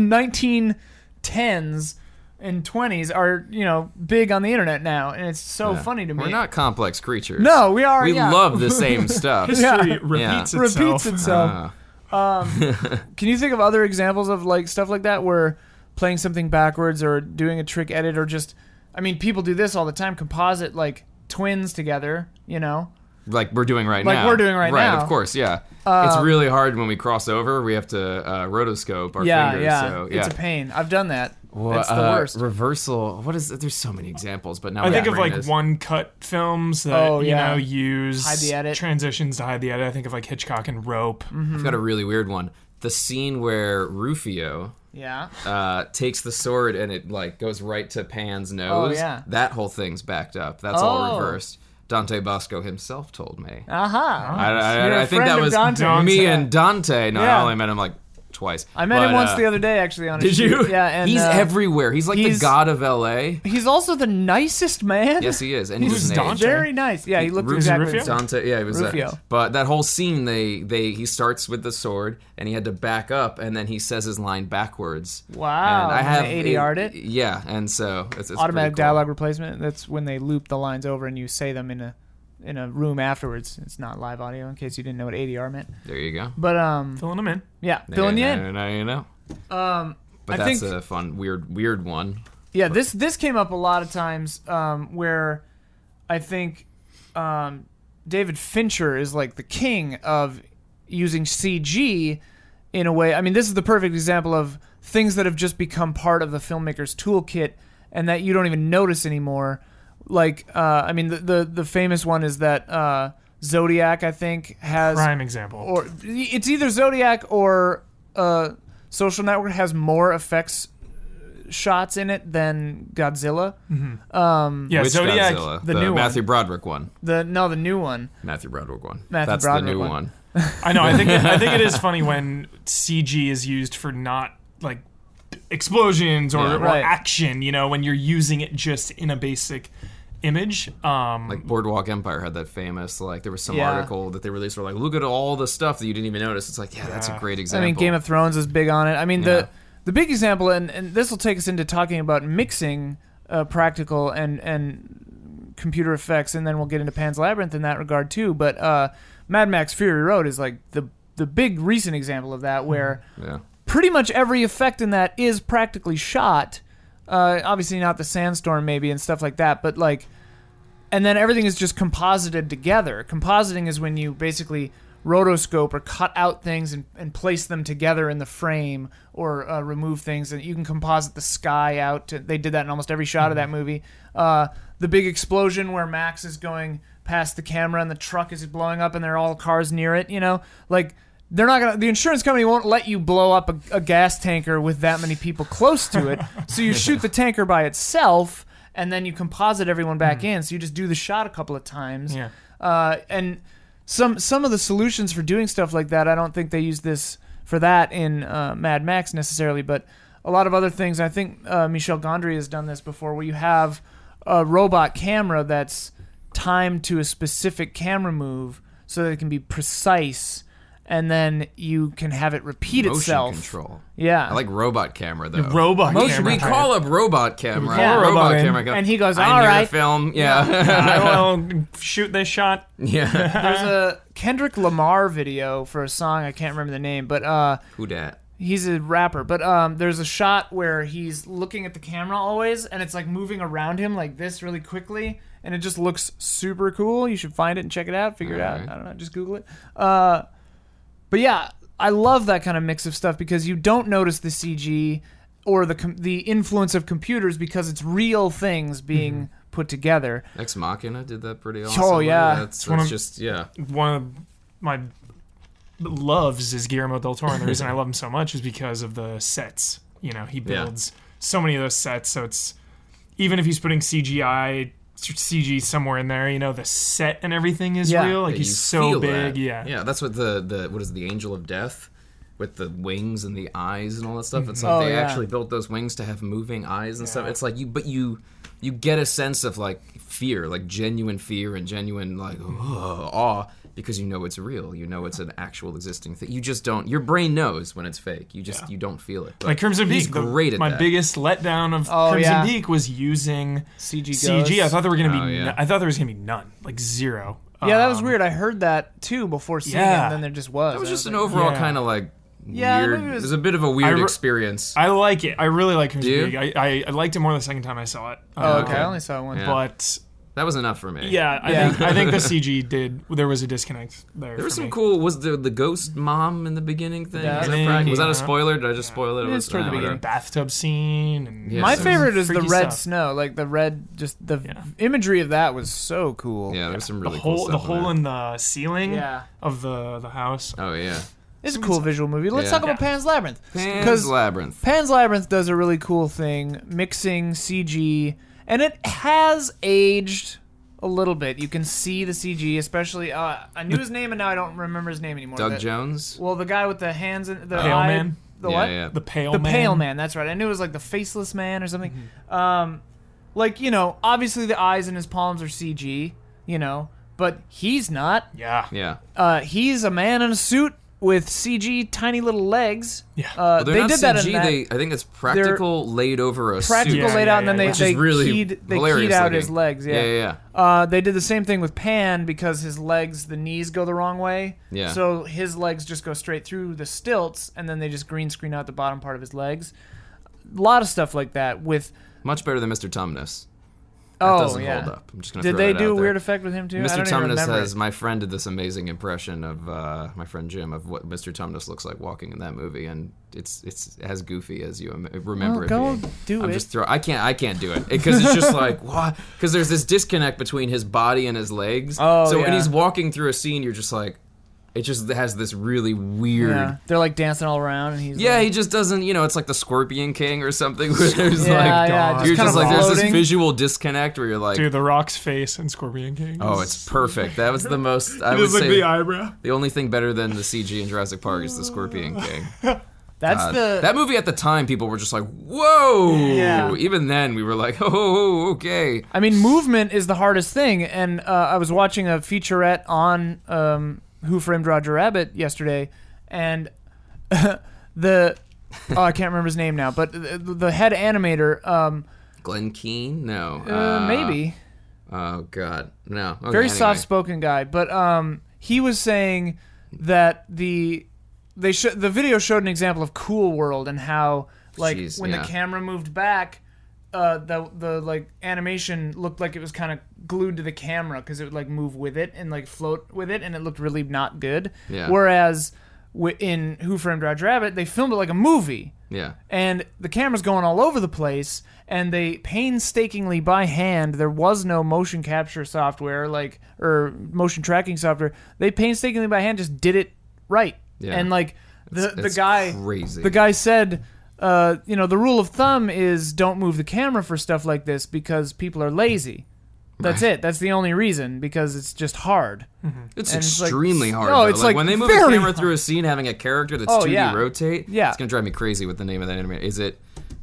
A: 1910s and 20s are you know big on the internet now, and it's so
C: Yeah.
A: funny to me.
C: We're not complex creatures.
A: No, we are.
C: We
A: yeah.
C: love the same stuff.
B: History
A: Yeah.
B: repeats
A: repeats
B: itself.
A: itself.
C: Ah,
A: Can you think of other examples of like stuff like that where playing something backwards or doing a trick edit or just I mean people do this all the time composite like twins together, you know.
C: like we're doing right
A: Like
C: now.
A: we're doing right now. Um,
C: Right, of course, yeah. it's really hard when we cross over. We have to uh, rotoscope our
A: yeah,
C: fingers.
A: yeah.
C: So, yeah.
A: It's a pain. I've done that.
C: Well,
A: it's the
C: uh,
A: worst.
C: Reversal. What is? There's so many examples, but now
B: I
C: my
B: think of
C: brain
B: like
C: is-
B: one cut films that
A: Oh,
B: you
A: yeah.
B: know use
A: Hide the edit. Mm.
B: transitions to hide the edit. I think of like Hitchcock and Rope.
C: I've got a really weird one. The scene where Rufio
A: yeah.
C: uh, takes the sword and it like goes right to Pan's nose.
A: Oh, yeah.
C: That whole thing's backed up. That's
A: Oh.
C: all reversed. Dante Bosco himself told me.
A: Aha.
C: I, I-
A: You're a
C: I think
A: friend
C: that
A: of
C: was
A: Dante.
C: me
A: Dante.
C: and Dante. No,
A: Yeah.
C: I only met him like twice. uh,
A: I met him once the other day, actually. On a
C: Did
A: shoot.
C: you?
A: Yeah, and
C: he's
A: uh,
C: everywhere. He's like
A: he's-
C: the god of L.A.
A: He's also the nicest man.
C: Yes, he is. And he's
B: Who's
C: an
B: Dante?
C: age.
A: Very nice. Yeah, he looked
C: Rufio?
A: exactly.
B: Rufio?
A: the same.
C: Dante, yeah, it was
A: Rufio.
C: that. But that whole scene, they they he starts with the sword, and he had to back up, and then he says his line backwards.
A: Wow,
C: And I
A: and
C: have
A: they 80 'd it?
C: Yeah, and so it's, it's
A: Automatic
C: pretty cool.
A: dialogue replacement. That's when they loop the lines over and you say them in a in a room afterwards. It's not live audio, in case you didn't know what ADR meant.
C: There you go.
A: But um,
B: Filling them in.
A: yeah, filling you
C: Now-
A: in.
C: Now, now you know.
A: Um,
C: But
A: I
C: that's
A: think-
C: a fun, weird, weird one.
A: yeah this this came up a lot of times um, where i think um, david fincher is like the king of using cg in a way i mean this is the perfect example of things that have just become part of the filmmaker's toolkit and that you don't even notice anymore like uh, i mean the, the the famous one is that uh, zodiac i think has
B: Prime example.
A: or it's either Zodiac or uh, Social Network has more effects uh, shots in it than Godzilla.
B: yeah,
C: Which
B: Zodiac.
C: Godzilla?
A: the new one.
C: Matthew Broderick one.
A: The no, the new one.
C: Matthew Broderick one.
A: Matthew
C: that's
A: Broderick
C: the new
A: one.
C: one.
B: I know. I think I think it is funny when CG is used for not like explosions or,
C: Yeah.
B: or
A: Right.
B: action. You know, when you're using it just in a basic image. Um,
C: Like Boardwalk Empire had that famous like there was some
A: Yeah.
C: article that they released where like look at all the stuff that you didn't even notice. It's like yeah, that's a
B: Yeah.
C: great
A: I
C: example.
A: mean, Game of Thrones is big on it. I mean,
C: Yeah.
A: the the big example, and, and this will take us into talking about mixing uh, practical and and computer effects, and then we'll get into Pan's Labyrinth in that regard too. But uh, Mad Max Fury Road is like the the big recent example of that, where
C: yeah.
A: pretty much every effect in that is practically shot. Uh, obviously not the sandstorm maybe and stuff like that, but like, and then everything is just composited together. Compositing is when you basically rotoscope or cut out things and, and place them together in the frame or uh, remove things and you can composite the sky out to, they did that in almost every shot of that movie uh, the big explosion where max is going past the camera and the truck is blowing up and there are all cars near it you know like they're not gonna the insurance company won't let you blow up a, a gas tanker with that many people close to it so you shoot the tanker by itself and then you composite everyone back
C: Hmm.
A: in so you just do the shot a couple of times
B: yeah.
A: uh, and some some of the solutions for doing stuff like that, I don't think they use this for that in uh, Mad Max necessarily, but a lot of other things. I think uh, Michel Gondry has done this before, where you have a robot camera that's timed to a specific camera move, so that it can be precise, and then you can have it repeat
C: Motion
A: itself.
C: control.
A: Yeah,
C: I like robot camera though.
B: Robot
C: Motion,
B: camera.
C: we call up robot camera.
A: Yeah.
C: Robot,
B: Robot
C: camera.
A: And he goes,
C: I
A: "All
C: knew the
A: right."
C: film. Yeah.
B: I will shoot this shot.
C: yeah.
A: There's a Kendrick Lamar video for a song I can't remember the name, but uh,
C: Who dat?
A: he's a rapper but um there's a shot where he's looking at the camera always and it's like moving around him like this really quickly and it just looks super cool you should find it and check it out figure it out
C: Alright.
A: i don't know just google it uh but yeah i love that kind of mix of stuff because you don't notice the cg or the com- the influence of computers because it's real things being
C: Mm-hmm.
A: put together
C: Ex Machina did that pretty awesome.
A: Oh, yeah.
C: That's,
B: one
C: that's
B: of-
C: just yeah.
B: One of my loves is Guillermo del Toro, and the reason I love him so much is because of the sets. You know, he
C: Yeah.
B: builds so many of those sets, so it's even if he's putting CGI CG somewhere in there, you know, the set and everything is
A: Yeah.
B: real. Like
C: Yeah, you
B: he's so
C: feel
B: big,
C: that.
B: yeah.
C: Yeah, that's what the the what is it, the Angel of Death with the wings and the eyes and all that stuff.
B: Mm-hmm.
C: It's like
A: Oh,
C: they
A: yeah.
C: actually built those wings to have moving eyes and stuff. It's like you but you you get a sense of like fear, like genuine fear and genuine like "Ugh," awe because you know it's real. You know it's an actual existing thing. You just don't your brain knows when it's fake. You just you don't feel it. But
B: Like Crimson
C: he's
B: Peak, the-
C: great at
B: my
C: that.
B: biggest letdown of
A: Oh,
B: Crimson
A: yeah.
B: Peak was using
A: cg goes.
B: CG. I thought there were gonna be,
C: Oh, yeah.
B: no- I thought there was gonna be none, like zero.
A: yeah that was
B: Um,
A: weird i heard that too before seeing it
B: Yeah.
A: and then there just was
C: That was
A: I
C: just an
A: like,
C: overall
B: Yeah.
C: kind of like
A: Yeah,
C: weird.
A: maybe it
C: it,
A: was-
C: was, a bit of a weird
B: re-
C: experience.
B: I like it. I really like Crimson
C: Do you?
B: Peak. I, I, I liked it more the second time I saw it.
A: oh,
B: Uh,
A: okay. i only saw it once
C: Yeah.
B: But
C: That was enough for me.
B: Yeah, I
A: Yeah.
B: think I think the CG did. There was a disconnect there.
C: There was some cool. Was the the ghost mom in the beginning thing?
A: Yeah.
C: Was, that pra- was that
B: Yeah.
C: a spoiler? Did I just spoil it? It was
B: toward the
C: nah,
B: beginning
C: whatever.
B: bathtub scene. And
C: Yeah.
A: My
C: some
A: favorite is the
B: freaky
A: red
B: stuff.
A: snow, like the red, just the
B: Yeah.
A: imagery of that was so cool.
C: Yeah, there was some
B: the
C: really
B: hole,
C: cool
B: the
C: stuff.
B: hole in the ceiling
A: Yeah.
B: of the the house.
C: there. Oh yeah,
A: It's a cool visual movie. Let's
C: Yeah.
A: talk about
B: Yeah.
A: Pan's Labyrinth.
C: Pan's Labyrinth.
A: Pan's Labyrinth does a really cool thing, mixing CG, and it has aged a little bit. You can see the CG, especially uh, I knew his name and now I don't remember his name anymore.
C: Doug
A: The-
C: Jones.
A: Well, the guy with the hands and the
B: Pale
A: eye-
B: man?
A: The
C: yeah,
A: what?
C: yeah.
B: The pale
A: The
B: Oh, man.
A: pale man. That's right. I knew it was like the faceless man or something. Um, like you know, obviously the eyes and his palms are CG. You know, but he's not.
B: Yeah.
C: Yeah.
A: Uh, he's a man in a suit with CG tiny little legs.
B: Yeah.
A: Uh,
C: Well, they're
A: they
C: not
A: did
C: CG.
A: that in that
C: They, I think it's practical laid over a
A: practical
C: suit.
B: Yeah,
A: laid
B: yeah,
A: out, and then
B: yeah,
A: they,
B: which is
A: they
C: really
A: keyed, they
C: hilarious
A: keyed out
C: looking.
A: his legs. Yeah.
C: Yeah, yeah,
A: Uh, they did the same thing with Pan because his legs, the knees go the wrong way.
C: Yeah.
A: So his legs just go straight through the stilts, and then they just green screen out the bottom part of his legs. A lot of stuff like that with.
C: Much better than Mr. Tumnus. That
A: Oh
C: doesn't
A: yeah.
C: hold up. I'm just gonna
A: Did
C: throw
A: they
C: that
A: do a
C: out there.
A: weird effect with him too? I
C: Mr.
A: don't even
C: Tumnus
A: remember
C: says
A: it.
C: my friend did this amazing impression of uh, my friend Jim of what Mr. Tumnus looks like walking in that movie, and it's it's as goofy as you im-
A: Well,
C: remember it.
A: go
C: being.
A: do
C: I'm
A: it.
C: just throw. I can't. I can't do it because it's just like what? Because there's this disconnect between his body and his legs.
A: Oh,
C: so when
A: yeah.
C: he's walking through a scene, you're just like, it just has this really weird.
A: Yeah. They're like dancing all around, and he's
C: Yeah,
A: like,
C: he just doesn't. You know, it's like the Scorpion King or something. Where there's
A: yeah, yeah,
C: like,
B: God.
A: just
C: you're
A: kind
C: just
A: of
C: like, there's this
A: floating.
C: visual disconnect where you're like,
B: Dude, The Rock's face and Scorpion King.
C: oh,
B: is-
C: it's perfect. That was the most. I
B: It
C: would
B: is like
C: say
B: the eyebrow.
C: the only thing better than the CG in Jurassic Park is the Scorpion King.
A: That's
C: Uh,
A: the
C: that movie at the time, people were just like, "Whoa!"
A: Yeah.
C: Even then, we were like, "Oh, okay."
A: I mean, movement is the hardest thing. And uh, I was watching a featurette on um, Who Framed Roger Rabbit yesterday, and the oh, I can't remember his name now, but the, the head animator, um,
C: Glenn Keane? No.
A: uh, maybe
C: Oh God, no. Okay,
A: Uh, very
C: anyway.
A: soft-spoken guy, but um, he was saying that the they sho- the video showed an example of Cool World and how like
C: Jeez,
A: when
C: yeah.
A: the camera moved back, uh, the the like animation looked like it was kind of glued to the camera because it would like move with it and like float with it, and it looked really not good.
C: Yeah.
A: Whereas wi- in Who Framed Roger Rabbit, they filmed it like a movie
C: Yeah.
A: and the camera's going all over the place and they painstakingly by hand there was no motion capture software like or motion tracking software they painstakingly by hand just did it right
C: Yeah.
A: and like the the
C: It's
A: guy
C: crazy.
A: the guy said uh, you know the rule of thumb is don't move the camera for stuff like this because people are lazy that's it that's the only reason because it's just hard
C: It's
A: And it's like-
C: extremely hard.
A: No,
C: though.
A: it's like
C: when they move
A: very
C: the camera
A: hard.
C: through a scene, having a character that's
A: Oh,
C: 2D
A: yeah.
C: rotate.
A: Yeah.
C: it's gonna drive me crazy with the name of that animator. Is it?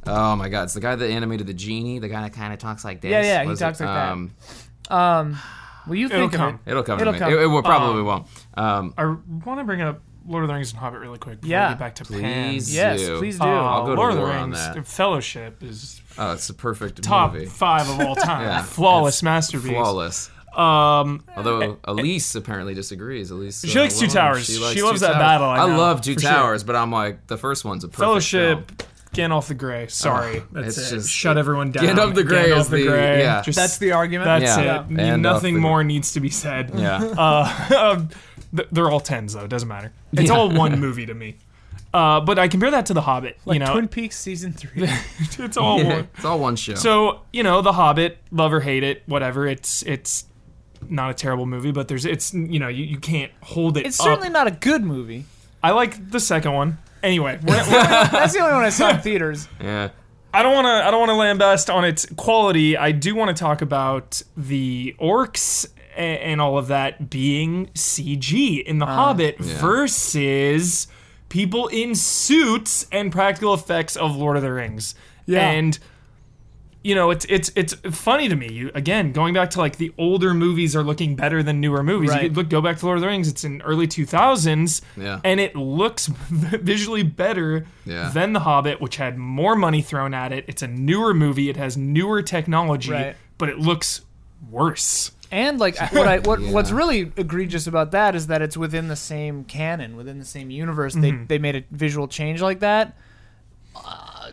C: Oh my God, it's the guy that animated the genie. The guy that kind of talks like this.
A: Yeah, yeah, he
C: Was
A: talks
C: it?
A: like that.
C: Um,
A: will you
B: It'll
A: think of
B: come.
A: it
C: It'll come
A: It'll
C: to me.
A: come.
C: It, it will probably won't. Um,
B: I want to bring up Lord of the Rings and Hobbit really quick. Before
A: Yeah.
B: we get back to
C: please,
B: Pan.
A: Yes,
C: do.
A: please do.
B: Uh,
A: I'll
C: go to
B: Lord of the
C: war on
B: Rings,
C: that.
B: Fellowship is
C: Oh, it's the perfect
B: top
C: movie.
B: five of all time.
C: Yeah.
B: Flawless
C: It's
B: masterpiece.
C: Flawless.
B: Um,
C: Although Elise apparently disagrees. Elise. uh,
B: She likes Two
C: alone,
B: Towers. She loves that battle, I know,
C: love Two
B: for sure.
C: Towers, but I'm like the first one's a perfect
B: Fellowship,
C: film.
B: Gandalf the Grey. Sorry, that's
C: it's
B: it.
C: just-
B: Shut everyone down.
C: Gandalf the Grey
B: Gandalf
C: is the- yeah.
B: Just-
A: that's the argument
B: that's
C: Yeah.
B: it.
C: Gandalf
B: Nothing
C: the-
B: more needs to be said.
C: Yeah.
B: Uh, th- they're all tens though. It doesn't matter. It's all one movie to me. Uh, but I compare that to The Hobbit.
A: like
B: you know,
A: Twin Peaks season three
B: it's all one.
C: it's all one show.
B: So you know, The Hobbit, love or hate it, whatever. It's it's not a terrible movie, but there's it's you know you, you can't hold it.
A: it's
B: up.
A: certainly not a good movie
B: I like the second one. Anyway, we're, we're-
A: That's the only one I saw in theaters.
C: yeah.
B: I don't want to. I don't want to lambast on its quality. I do want to talk about the orcs and, and all of that being CG in
A: Ah,
B: The Hobbit versus people in suits and practical effects of Lord of the Rings.
A: Yeah.
B: and you know it's it's it's funny to me. You again going back to like the older movies are looking better than newer movies. You
A: Right.
B: could look go back to Lord of the Rings. It's in early two thousands.
C: Yeah.
B: and it looks visually better
C: Yeah.
B: than The Hobbit, which had more money thrown at it. It's a newer movie. It has newer technology,
A: Right.
B: but it looks worse.
A: And like I- what I what
C: Yeah.
A: what's really egregious about that is that it's within the
C: Mm-hmm.
A: same canon, within the same universe. They they made a visual change like that. Uh,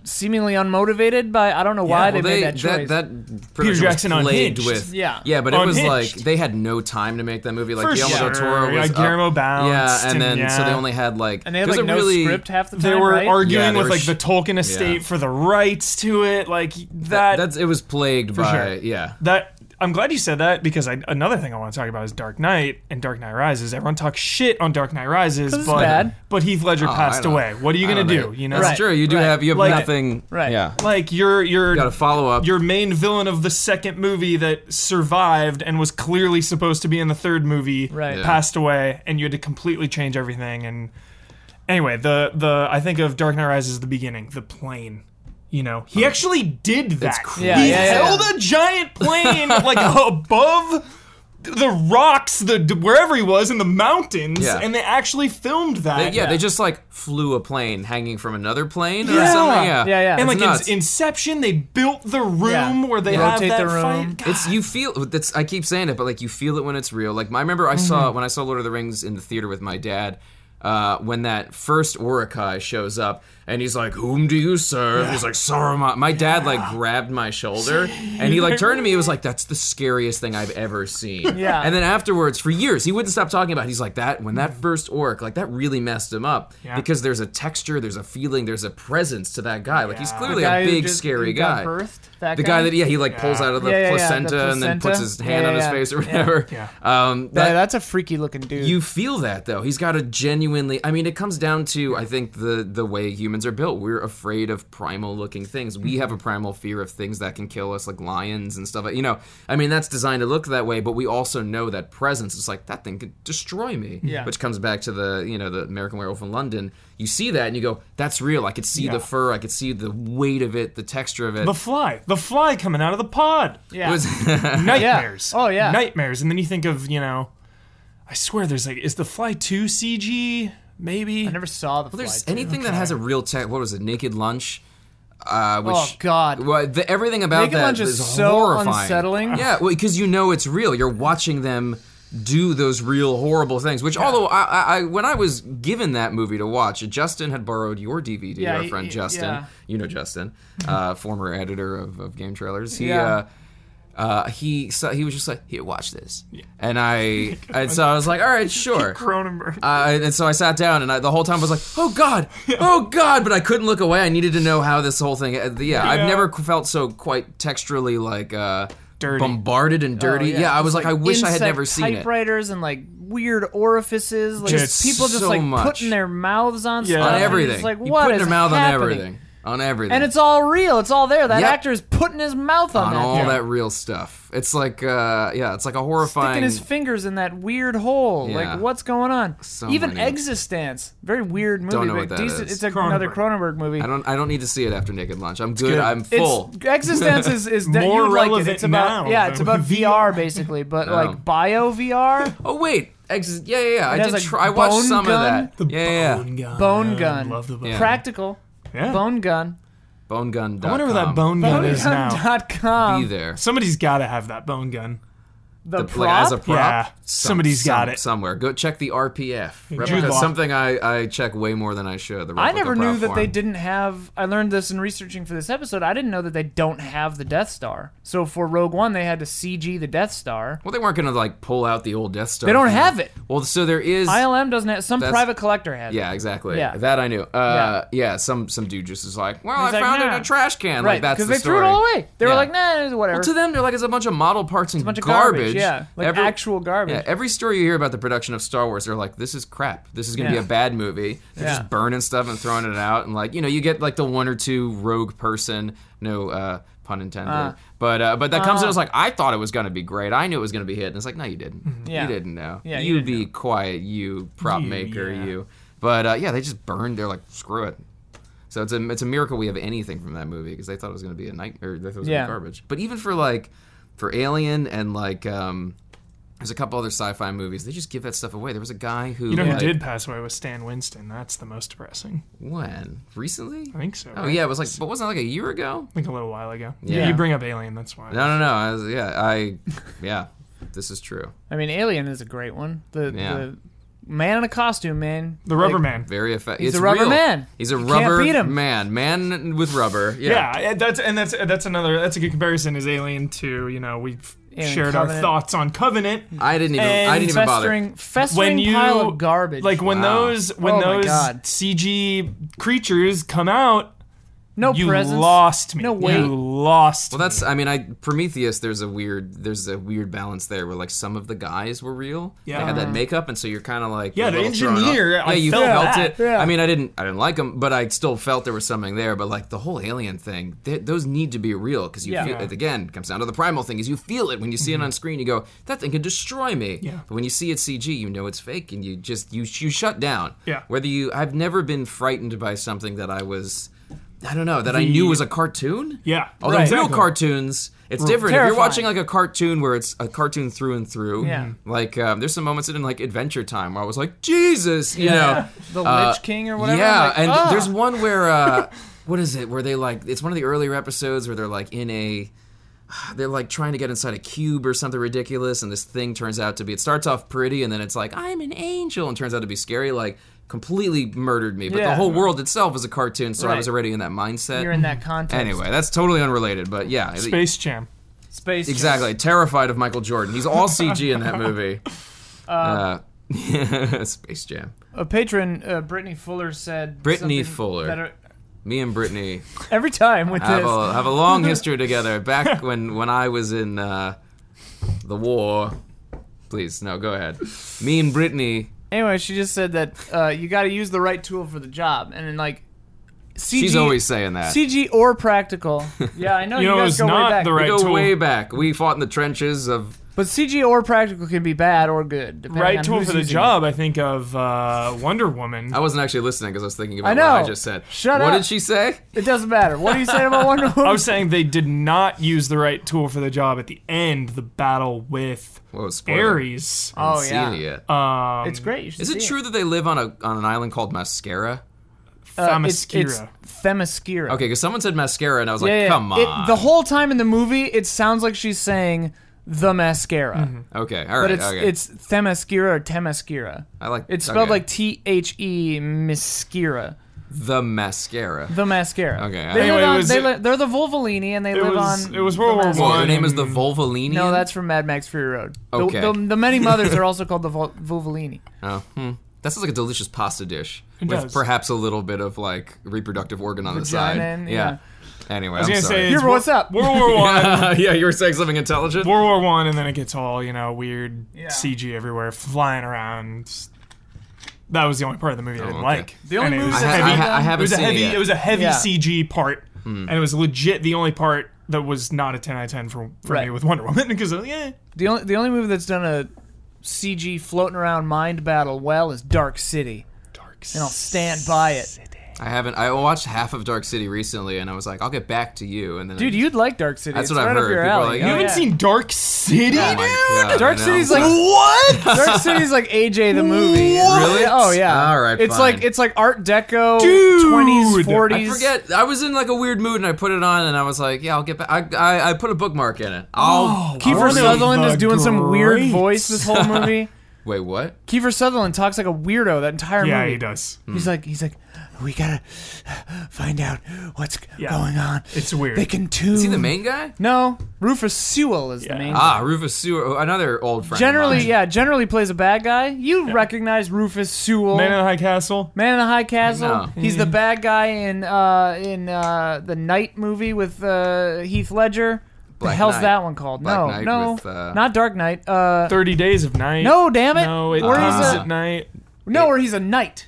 A: seemingly unmotivated by I don't know why
B: Yeah,
A: they,
B: well,
A: made that choice.
C: That, that pretty
B: Peter
C: much
B: Jackson
C: was plagued
B: unhinged.
C: with.
A: Yeah.
C: Yeah, but it was like
B: Unhinged.
C: they had no time to make that movie. Like
B: For
C: Guillermo
B: sure.
C: del Toro was
B: Yeah,
C: up-
B: Guillermo bounced
C: Yeah, and then
B: and
C: so they
B: yeah.
C: only had like
A: and they had
C: there's
A: like
C: a
A: no
C: really,
A: script half the time.
B: They were
A: right?
B: arguing
C: Yeah, they
B: with
C: were
B: like
C: sh-
B: the Tolkien estate for the rights to it. Like that.
C: That's it was plagued by
B: sure.
C: yeah.
B: that I'm glad you said that because I, another thing I want to talk about is Dark Knight and Dark Knight Rises. Everyone talks shit on Dark Knight Rises,
A: it's
B: but
A: bad.
B: but Heath Ledger
C: Oh, I
B: passed
C: don't-
B: away. What are you
C: I
B: gonna
C: don't
B: do? You know,
C: That's
A: Right,
C: true. You do
A: right.
C: have you have
B: Like-
C: nothing.
A: Right.
C: Yeah.
B: like you're you're
C: Got a follow up.
B: your main villain of the second movie that survived and was clearly supposed to be in the third movie
A: Right. Yeah.
B: passed away and you had to completely change everything and anyway the the i think of dark knight rises the beginning the plane you know he actually did that
C: crazy.
A: Yeah,
B: he
A: yeah, yeah.
B: held a giant plane like above the rocks the wherever he was in the mountains
C: Yeah.
B: and they actually filmed that
C: yeah, they just like flew a plane hanging from another plane or
B: Yeah.
C: something. Yeah.
A: Yeah, yeah.
B: and
A: It's
B: like in
C: nuts.
B: Inception, they built the room
A: Yeah.
B: where they
A: Yeah.
B: have
A: Rotate
B: that
A: the room.
B: fight. God.
C: It's you feel that's I keep saying it, but like you feel it when it's real. Like I remember I
A: Mm-hmm.
C: saw when I saw Lord of the Rings in the theater with my dad. Uh, when that first Orakai shows up and he's like, "Whom do you serve?" He's like, "Saruman." My dad like grabbed my shoulder and he like turned to me. He was like, "That's the scariest thing I've ever seen."
A: Yeah.
C: And then afterwards, for years, he wouldn't stop talking about. It. He's like, "That when
A: Mm-hmm.
C: that first orc, like that really messed him up
B: Yeah.
C: because there's a texture, there's a feeling, there's a presence to that guy. Like he's
B: Yeah.
C: clearly
A: guy
C: a
A: who
C: big
A: just-
C: scary
A: who got
C: guy."
A: birthed, that
C: The guy that yeah he like pulls out of the
A: Yeah, yeah, yeah, the
C: placenta and then puts
A: placenta.
C: his hand
A: Yeah,
C: on his
A: yeah,
C: face or
A: yeah.
C: whatever.
B: Yeah.
C: Um,
A: Yeah,
C: that,
A: that's a freaky looking dude.
C: you feel that though. He's got a genuinely. I mean, it comes down to I think the the way humans are built. We're afraid of primal looking things. We have a
A: Mm-hmm.
C: primal fear of things that can kill us, like lions and stuff. You know, I mean, that's designed to look that way. But we also know that presence is like that thing could destroy me.
A: Yeah.
C: Which comes back to the you know the American Werewolf in London. You see that and you go, that's real. I could see
B: Yeah.
C: the fur. I could see the weight of it, the texture of it.
B: The fly. The fly coming out of the pod.
A: yeah.
C: It was-
B: Nightmares.
A: Yeah. Oh, yeah.
B: Nightmares. And then you think of, you know, I swear there's like, is the fly 2 CG? Maybe.
A: I never saw the. Well,
C: There's anything that has a real tech. What was it? Naked Lunch. Uh, which,
A: Oh, God.
C: Well, the, everything about
A: Naked
C: that
A: Lunch is
C: is
A: so
C: horrifying.
A: unsettling.
C: Yeah, well, because you know it's real. You're watching them do those real horrible things. Which, although I, I, I, when I was given that movie to watch, Justin had borrowed your DVD.
A: Yeah,
C: our
A: he-
C: friend
A: he-
C: Justin,
A: yeah.
C: you know Justin, uh, former editor of, of Game Trailers. He.
A: Yeah.
C: Uh, uh, he so he was just like here, watch this, and I and so I was like, all right, sure.
B: Cronenberg.
C: Uh, and so I sat down, and I, the whole time I was like, "Oh God, oh God!" But I couldn't look away. I needed to know how this whole thing. Uh, yeah, I've
B: Yeah.
C: never qu- felt so quite texturally like uh,
B: Dirty.
C: bombarded and dirty.
A: Oh, yeah.
C: yeah. I was like, I wish I had
A: Insect
C: never seen it.
A: typewriters and like weird orifices, like
B: Just
A: people just
C: so
A: like
C: much.
A: putting their mouths on
B: Yeah.
A: stuff.
C: on
A: and it's
C: everything.
A: like
C: You
A: what
C: put
A: is
C: your mouth
A: happening?
C: on everything, on everything,
A: And it's all real. It's all there. That
C: Yep.
A: actor is putting his mouth on,
C: on
A: that
C: all
A: thing.
C: that real stuff. It's like uh, yeah, it's like a
A: sticking
C: horrifying.
A: his fingers in that weird hole.
C: Yeah.
A: Like, what's going on?
C: So
A: Even
C: many.
A: Existence, very weird movie.
C: know
A: but
C: what that
A: decent, It's
C: is.
A: a, another Cronenberg movie.
C: I don't. I don't need to see it after Naked Lunch. I'm good.
B: good.
C: I'm
A: It's-
C: full.
A: Existence is, is that
B: More
A: you would like it.
B: relevant
A: It's about
B: now
A: yeah,
B: than
A: it's about
B: VR.
A: VR basically, but
C: No.
A: like bio VR,
C: oh wait, Ex- yeah, yeah, yeah. I
A: has
C: did.
A: a
C: Try, I watched
A: bone
C: some
A: gun?
C: of that.
B: The
C: yeah, yeah, yeah.
B: bone gun.
A: bone gun,
B: Love the bone.
C: Yeah.
A: practical
B: Yeah.
A: bone gun.
C: Bone gun.
B: I wonder where that bone gun is now.
A: Bonegun.com.
C: be there.
B: Somebody's got to have that bone gun.
A: The,
C: like, as a
A: prop?
C: prop.
B: Yeah, somebody's got it.
C: somewhere. Go check the RPF.
B: Jude
C: Replica,
B: Law.
C: something I, I check way more than I should. The
A: I
C: replica
A: never knew that
C: platform.
A: they didn't have. I learned this in researching for this episode. I didn't know that they don't have the Death Star. So for Rogue One, they had to CG the Death Star.
C: Well, they weren't gonna like pull out the old Death Star.
A: They don't
C: thing.
A: have it.
C: Well, so there is.
A: ILM doesn't have. Some
C: That's-
A: private collector has. it.
C: yeah, exactly.
A: Yeah.
C: that I knew. Uh, yeah. some some dude just is like, well,
A: He's
C: I
A: like,
C: found it
A: nah.
C: in a trash can.
A: right.
C: Like that's
A: Because
C: the
A: they
C: story.
A: threw it all away. They
C: Yeah.
A: were like, nah, it's whatever.
C: Well, to them, they're like it's a bunch of model parts and
A: bunch of
C: garbage.
A: garbage, yeah. Like actual garbage.
C: Yeah, e every story you hear about the production of Star Wars, they're like, this is crap. This is gonna
A: Yeah.
C: be a bad movie. They're
A: Yeah.
C: just burning stuff and throwing it out, and like you know, you get like the one or two rogue person, no uh, pun intended, but uh, but that comes in as like I thought it was gonna be great. I knew it was gonna be hit, and it's like no, you didn't.
A: Yeah.
C: You didn't know.
A: Yeah, you
C: you, be quiet, you prop
B: You,
C: maker,
B: yeah.
C: you. But uh, yeah, they just burned. They're like, screw it. So it's a it's a miracle we have anything from that movie because they thought it was gonna be a nightmare. They thought it was
A: Yeah.
C: gonna be garbage. But even for like for Alien and like um, there's a couple other sci-fi movies, they just give that stuff away. There was a guy who
B: You know who
C: like,
B: did pass away was Stan Winston. That's the most depressing.
C: when recently.
B: I think so.
C: Oh
B: right?
C: yeah, it was like, but wasn't it like a year ago?
B: I think a little while ago.
C: Yeah.
B: You bring up Alien, that's why.
C: No, no, no. I was, yeah, I, yeah, this is true.
A: I mean, Alien is a great one. The
C: Yeah.
A: the Man in a costume, man.
B: The Rubber Man.
C: Very effective.
A: a rubber man.
C: He's a
A: You can't
C: rubber
A: beat him.
C: man. Man with rubber.
B: Yeah, and that's and that's that's another that's a good comparison is Alien to you know we have
A: Alien
B: shared our
A: Covenant.
B: thoughts on Covenant.
C: I didn't even. I
B: And
C: didn't even bother.
A: Festering, festering pile of garbage.
B: like when
C: Wow.
B: those when
A: Oh my
B: those
A: God.
B: CG creatures come out,
A: no
B: you
A: presents.
B: lost me.
A: No weight.
B: You lost.
C: Well,
B: me.
C: that's. I mean, I Prometheus. There's a weird. There's a weird balance there where like some of the guys were real. They
B: Yeah.
C: had that makeup, and so you're kind of like.
B: Yeah,
C: a
B: the
C: little thrown off.
B: engineer, I
C: Yeah, you
B: felt
C: felt
B: that.
C: it.
A: Yeah.
C: I mean, I didn't. I didn't like them, but I still felt there was something there. But like the whole alien thing, th- those need to be real because you
A: Yeah.
C: feel it again. Comes down to the primal thing is you feel it when you see it on screen. You go, that thing could destroy me.
B: Mm-hmm. Yeah.
C: But when you see it CG, you know it's fake, and you just you you shut down.
B: Yeah.
C: Whether you, I've never been frightened by something that I was. I don't know that I knew was a cartoon.
B: Yeah,
C: Although
B: right.
C: real
B: Exactly.
C: cartoons, it's different. If
A: Terrifying.
C: you're watching like a cartoon where it's a cartoon through and through,
A: Yeah.
C: like um, there's some moments in like Adventure Time where I was like, Jesus, you know,
A: the
C: uh,
A: Lich King or whatever.
C: Yeah,
A: I'm like,
C: and
A: ah.
C: there's one where uh, what is it? Where they like it's one of the earlier episodes where they're like in a they're like trying to get inside a cube or something ridiculous, and this thing turns out to be it starts off pretty and then it's like I'm an angel and turns out to be scary, like completely murdered me. But the
A: Yeah.
C: whole world itself is a cartoon, so I
A: Right.
C: was already in that mindset.
A: you're in that context.
C: Anyway, that's totally unrelated, but yeah,
B: Space Jam.
A: space Jam.
C: Exactly. Terrified of Michael Jordan. He's all CG in that movie. Uh, Space Jam.
A: A patron, uh, Brittany Fuller said.
C: Brittany
A: something
C: Fuller.
A: that are-
C: Me and Brittany
A: every time with
C: have
A: this.
C: a, have a long history together. Back when, when I was in uh, the war. Please, no, go ahead. Me and Brittany.
A: Anyway, she just said that uh, you got to use the right tool for the job, and then like. CG,
C: She's always saying that.
A: CG or practical. Yeah, I know you,
B: You know,
A: guys
B: it's
A: go way
B: not
A: back.
B: the right
C: we go
B: tool.
C: way back. We fought in the trenches of.
A: But CG or practical can be bad or good. depending
B: Right
A: on
B: tool
A: who's
B: for the
A: using
B: job. I think of uh, Wonder Woman.
C: I wasn't actually listening because I was thinking about
A: I
C: what I
A: know.
C: just said.
A: Shut
C: what
A: up.
C: did she say?
A: It. It doesn't matter. What are you saying about Wonder Woman?
B: I was saying they did not use the right tool for the job at the end. The battle with
C: Whoa, spoiler.
B: Ares.
C: I haven't
A: Oh,
C: seen
A: yeah.
C: it yet.
B: Um,
A: it's great. You should
C: Is it
A: see
C: true that they live on a on an island called Mascara?
A: Uh, it's-
B: Themyscira.
A: It's, Themyscira.
C: Okay, because someone said mascara, and I was
A: Yeah,
C: like,
A: yeah,
C: come
A: it-
C: on.
A: the whole time in the movie, it sounds like she's saying the mascara,
B: Mm-hmm.
C: okay, all right,
A: but it's
C: okay.
A: it's Themyscira or Temescira.
C: I like
A: It's spelled
C: okay.
A: like T H E Miscira.
C: the mascara.
A: The mascara.
C: Okay, I-
A: They
B: Anyway,
A: live
B: it
A: on,
B: was-
A: they li- they're the Volvolini, and they
B: it
A: live
B: was-
A: on.
B: it was World
A: the
B: War
A: Mas-
B: One.
C: Well, their name is the
B: Mm.
C: Volvolini.
A: No, that's from Mad Max Fury Road. The,
C: Okay.
A: the, the many mothers are also called the Vol- Volvolini.
C: Oh, hmm. That sounds like a delicious pasta dish
B: It
C: with
B: does.
C: perhaps a little bit of like reproductive organ on
A: Vagina
C: the side.
A: and-
C: Anyway,
B: I was
C: am
B: gonna say
C: sorry.
B: it's
A: Huber,
B: Wor-
A: what's up?
B: World War One.
C: yeah, you were saying something intelligent.
B: World War One, and then it gets all you know weird
A: Yeah.
B: CG everywhere, flying around. That was the only part of the movie I didn't
C: Oh, okay.
B: like.
A: The only
B: And it
A: moves
B: was
A: that Have
C: I, I,
A: you
B: heavy.
A: done-
C: I
B: It
C: haven't
B: was a
C: seen Hmm.
B: heavy.
C: it.
B: It was a heavy
A: Yeah.
B: CG part, and it was legit the only part that was not a ten out of ten for, for me
A: Right.
B: with Wonder Woman because yeah,
A: The only the only movie that's done a CG floating around mind battle well is Dark City,
B: dark.
A: and I'll stand by it.
C: I haven't. I watched half of Dark City recently, and I was like, I'll get back to you. And then
A: Dude, you'd like Dark City.
C: That's
A: it's
C: what I've
A: right
C: heard.
A: Up your
C: People are
A: alley. Oh,
C: like, "You
B: You haven't
A: yeah.
B: seen Dark City?
C: Oh my God, Oh,
A: Dark
C: I know.
A: City's like
B: What?
A: Dark City's like AJ the movie.
C: Really?
A: Oh yeah.
C: All right,
A: It's
C: fine.
A: like it's like Art Deco,
B: Dude! I
A: twenties,
C: I
A: forties.
C: forget. I was in like a weird mood, and I put it on, and I was like, "Yeah, I'll get back." I, I, I put a bookmark in it. I'll
A: Kiefer
B: Really?
A: Sutherland is
B: The
A: doing some weird
B: greats.
A: voice this whole movie.
C: wait. What?
A: Kiefer Sutherland talks like a weirdo that entire
B: Yeah,
A: movie. Hmm.
B: he does.
A: He's like he's like, we gotta find out what's
B: Yeah.
A: going on.
B: It's weird.
A: They can tune.
C: Is he the main guy?
A: No, Rufus Sewell is the main.
C: Ah, Rufus Sewell, another old friend. of
A: generally,
C: mine.
A: yeah, generally plays a bad guy. You recognize Rufus Sewell,
B: Man
A: Man
B: in
A: in,
B: the High Castle.
A: the High Castle.
C: No.
A: He's
B: Mm.
A: the bad guy in uh, in uh, the Night movie with uh, Heath Ledger.
C: Black
A: the hell's
C: Knight.
A: that one called?
C: Black
A: no,
C: Knight
A: no,
C: with, uh,
A: not Dark Knight. Uh,
B: Thirty Days of Night.
A: no, damn it,
B: No, it
A: where he's
B: comes
C: is
A: a
B: at night.
A: no, where he's a knight.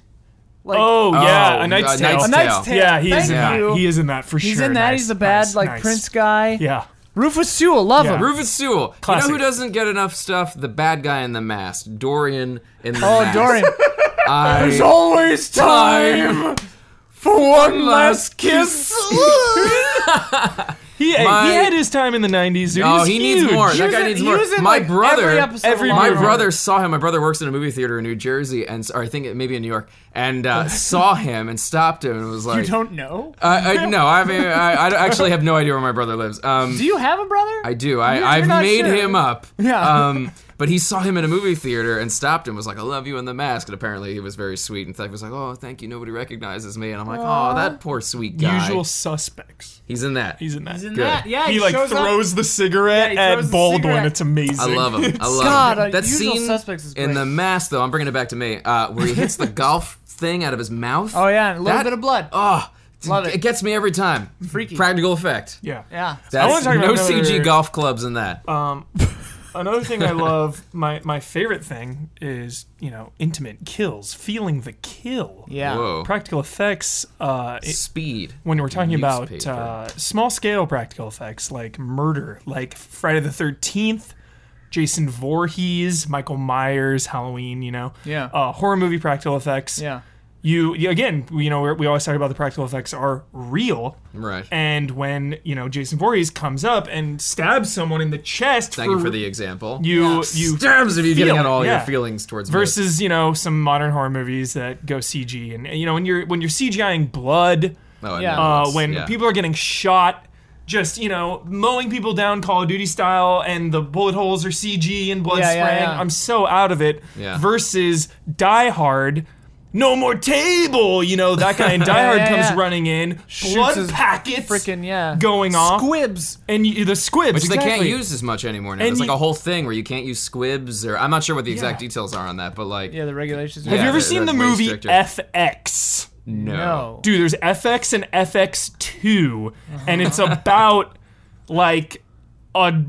A: Like,
B: Oh, yeah,
C: Oh,
B: a Knight's
C: A
B: Tale.
C: Knight's
A: a knight's
C: Tale.
A: tale.
B: Yeah, he is in
A: Thank
C: Yeah.
B: that.
A: you.
B: He is in that for
A: he's
B: sure.
A: in that.
B: Nice,
A: he's the bad
B: nice,
A: like
B: nice.
A: prince guy.
B: Yeah.
A: Rufus Sewell, love
B: Yeah.
A: him.
C: Rufus Sewell.
B: Classic.
C: You know who doesn't get enough stuff? The bad guy in the mask, Dorian in the
A: Oh,
C: mask.
A: Dorian.
C: I-
A: always
C: time
A: for
C: one last kiss.
B: He, hey,
C: My-
B: he had his time in the 90s, dude.
C: Oh,
B: was
C: he
B: huge.
C: needs more.
A: He
C: that
A: was
C: guy
A: in-
C: needs
A: he
C: more.
A: was in,
C: my
A: like,
C: brother,
A: every episode of
C: my
A: Law and
C: brother saw him. My brother works in a movie theater in New Jersey, and s- or I think it- maybe in New York. and uh, saw him and stopped him and was like,
A: You don't know?
C: I, I, no, I mean, I, I actually have no idea where my brother lives. Um,
A: Do you have a brother?
C: I do. I,
A: You're-
C: I've
A: you're not
C: made
A: sure.
C: him up.
A: Yeah.
C: Um, but he saw him in a movie theater and stopped him. Was like, "I love you in the mask." And apparently, he was very sweet. And Thug was like, "Oh, thank you. Nobody recognizes me." And I'm like, "Oh, that poor sweet guy."
B: Usual suspects.
C: He's in that.
B: He's in that.
A: He's in
C: Good.
A: that. Yeah,
B: he, like
A: shows up-
B: throws the cigarette
A: Yeah, he throws
B: at
A: the
B: Baldwin.
A: cigarette.
B: It's amazing.
C: I love him. I love
A: God,
C: him.
A: uh,
C: that
A: Usual
C: scene
A: Suspects is
C: in
A: great.
C: the mask, though. I'm bringing it back to me, uh, where he hits the golf thing out of his mouth.
A: Oh, yeah, and a little
C: That-
A: bit of blood.
C: Oh,
A: Love
C: it.
A: it.
C: gets me every time.
A: Freaky.
C: Practical effect.
B: Yeah.
A: yeah.
C: That's,
B: wanna talk about
C: no
B: another-
C: CG golf clubs in that.
A: Uh,
B: Um, another thing I love, my my favorite thing is you know intimate kills, feeling the kill.
A: yeah.
C: Whoa.
B: Practical effects. Uh, it-
C: Speed.
B: when we're talking about
C: Newspaper.
B: uh, small scale practical effects like murder, like Friday the Thirteenth, Jason Voorhees, Michael Myers, Halloween. You know.
A: Yeah.
B: Uh, horror movie practical effects.
A: Yeah.
B: You, you again. You know, we're, we always talk about the practical effects are real.
C: Right.
B: And when you know Jason Voorhees comes up and stabs someone in the chest,
C: Thank you for the example.
B: you
A: Yeah.
B: you
C: stabs of you
B: feel
C: getting
B: it,
C: out all
B: yeah.
C: your feelings towards me.
B: versus you know some modern horror movies that go CG and you know when you're when you're CGIing blood,
C: Oh, I
A: Yeah.
C: know,
B: uh,
C: that's-
B: when
C: yeah.
B: people are getting shot. Just you know, mowing people down Call of Duty style, and the bullet holes are CG and blood
A: Yeah, yeah,
B: spraying.
A: yeah.
B: I'm so out of it.
C: Yeah.
B: Versus Die Hard, no more table. You know that guy in Die Hard
A: yeah,
B: comes
A: yeah.
B: running in,
A: Shoots
B: blood
A: his
B: packets,
A: Freaking, yeah.
B: going off,
A: Squibs.
B: and you, the squibs.
C: Which
B: exactly.
C: they can't use as much anymore now.
B: And
C: There's like
B: you-
C: a whole thing where you can't use squibs or I'm not sure what the exact
B: Yeah.
C: details are on that, but like
A: Yeah, the regulations.
B: Have
C: Yeah,
B: you ever
C: they're-
B: seen the
C: they're way
B: movie
C: stricter.
B: FX?
C: no.
A: No.
B: Dude, there's FX and FX2, and it's about like a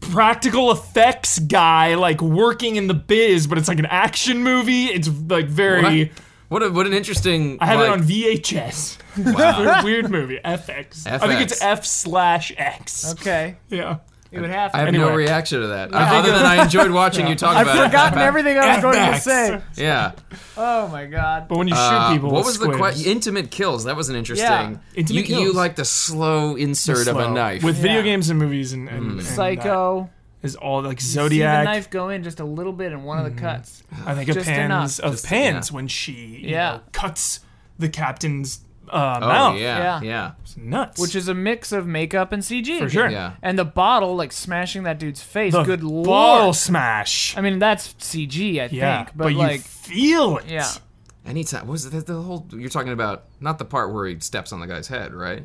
B: practical effects guy like working in the biz, but it's like an action movie. It's like very.
C: What, what a, what an interesting
B: I had
C: like,
B: it on VHS.
C: wow.
B: Weird- Weird movie. FX. I think it's
C: FX.
B: F slash X.
A: Okay.
B: Yeah.
A: It would have to.
C: I have no
B: Anyway.
C: reaction to that. Other than I enjoyed watching you talk
A: I've
C: about it.
A: forgotten everything I was going to
B: FX.
A: say.
C: Yeah.
A: Oh my god.
B: But when you shoot
C: Uh,
B: people,
C: what
B: with
C: was the
B: squibs,
C: question? Intimate kills. That was an interesting.
A: Yeah.
B: Intimate
C: you, you
B: kills.
C: like the slow insert of
B: slow.
C: a knife.
B: with video
A: Yeah.
B: games and movies and, and, and that
A: Psycho.
B: is all like
A: See the
B: Zodiac.
A: knife go in just a little bit in one of
C: Mm-hmm.
A: the cuts.
B: I think of
A: Just
B: pans
A: enough.
B: of
C: Just-
B: pans when she you
A: Yeah.
B: know, cuts the captain's uh,
C: oh
B: mouth.
C: yeah,
A: Yeah.
C: yeah,
B: It's nuts.
A: Which is a mix of makeup and CG.
B: for sure.
C: yeah.
A: And the bottle, like smashing that dude's face.
B: The
A: Good
B: ball
A: lord.
B: smash.
A: I mean, that's CG, I
B: yeah,
A: think.
B: but,
A: But,
B: you
A: like,
B: feel it.
A: yeah.
C: Anytime was the, the whole you're talking about not the part where he steps on the guy's head, right?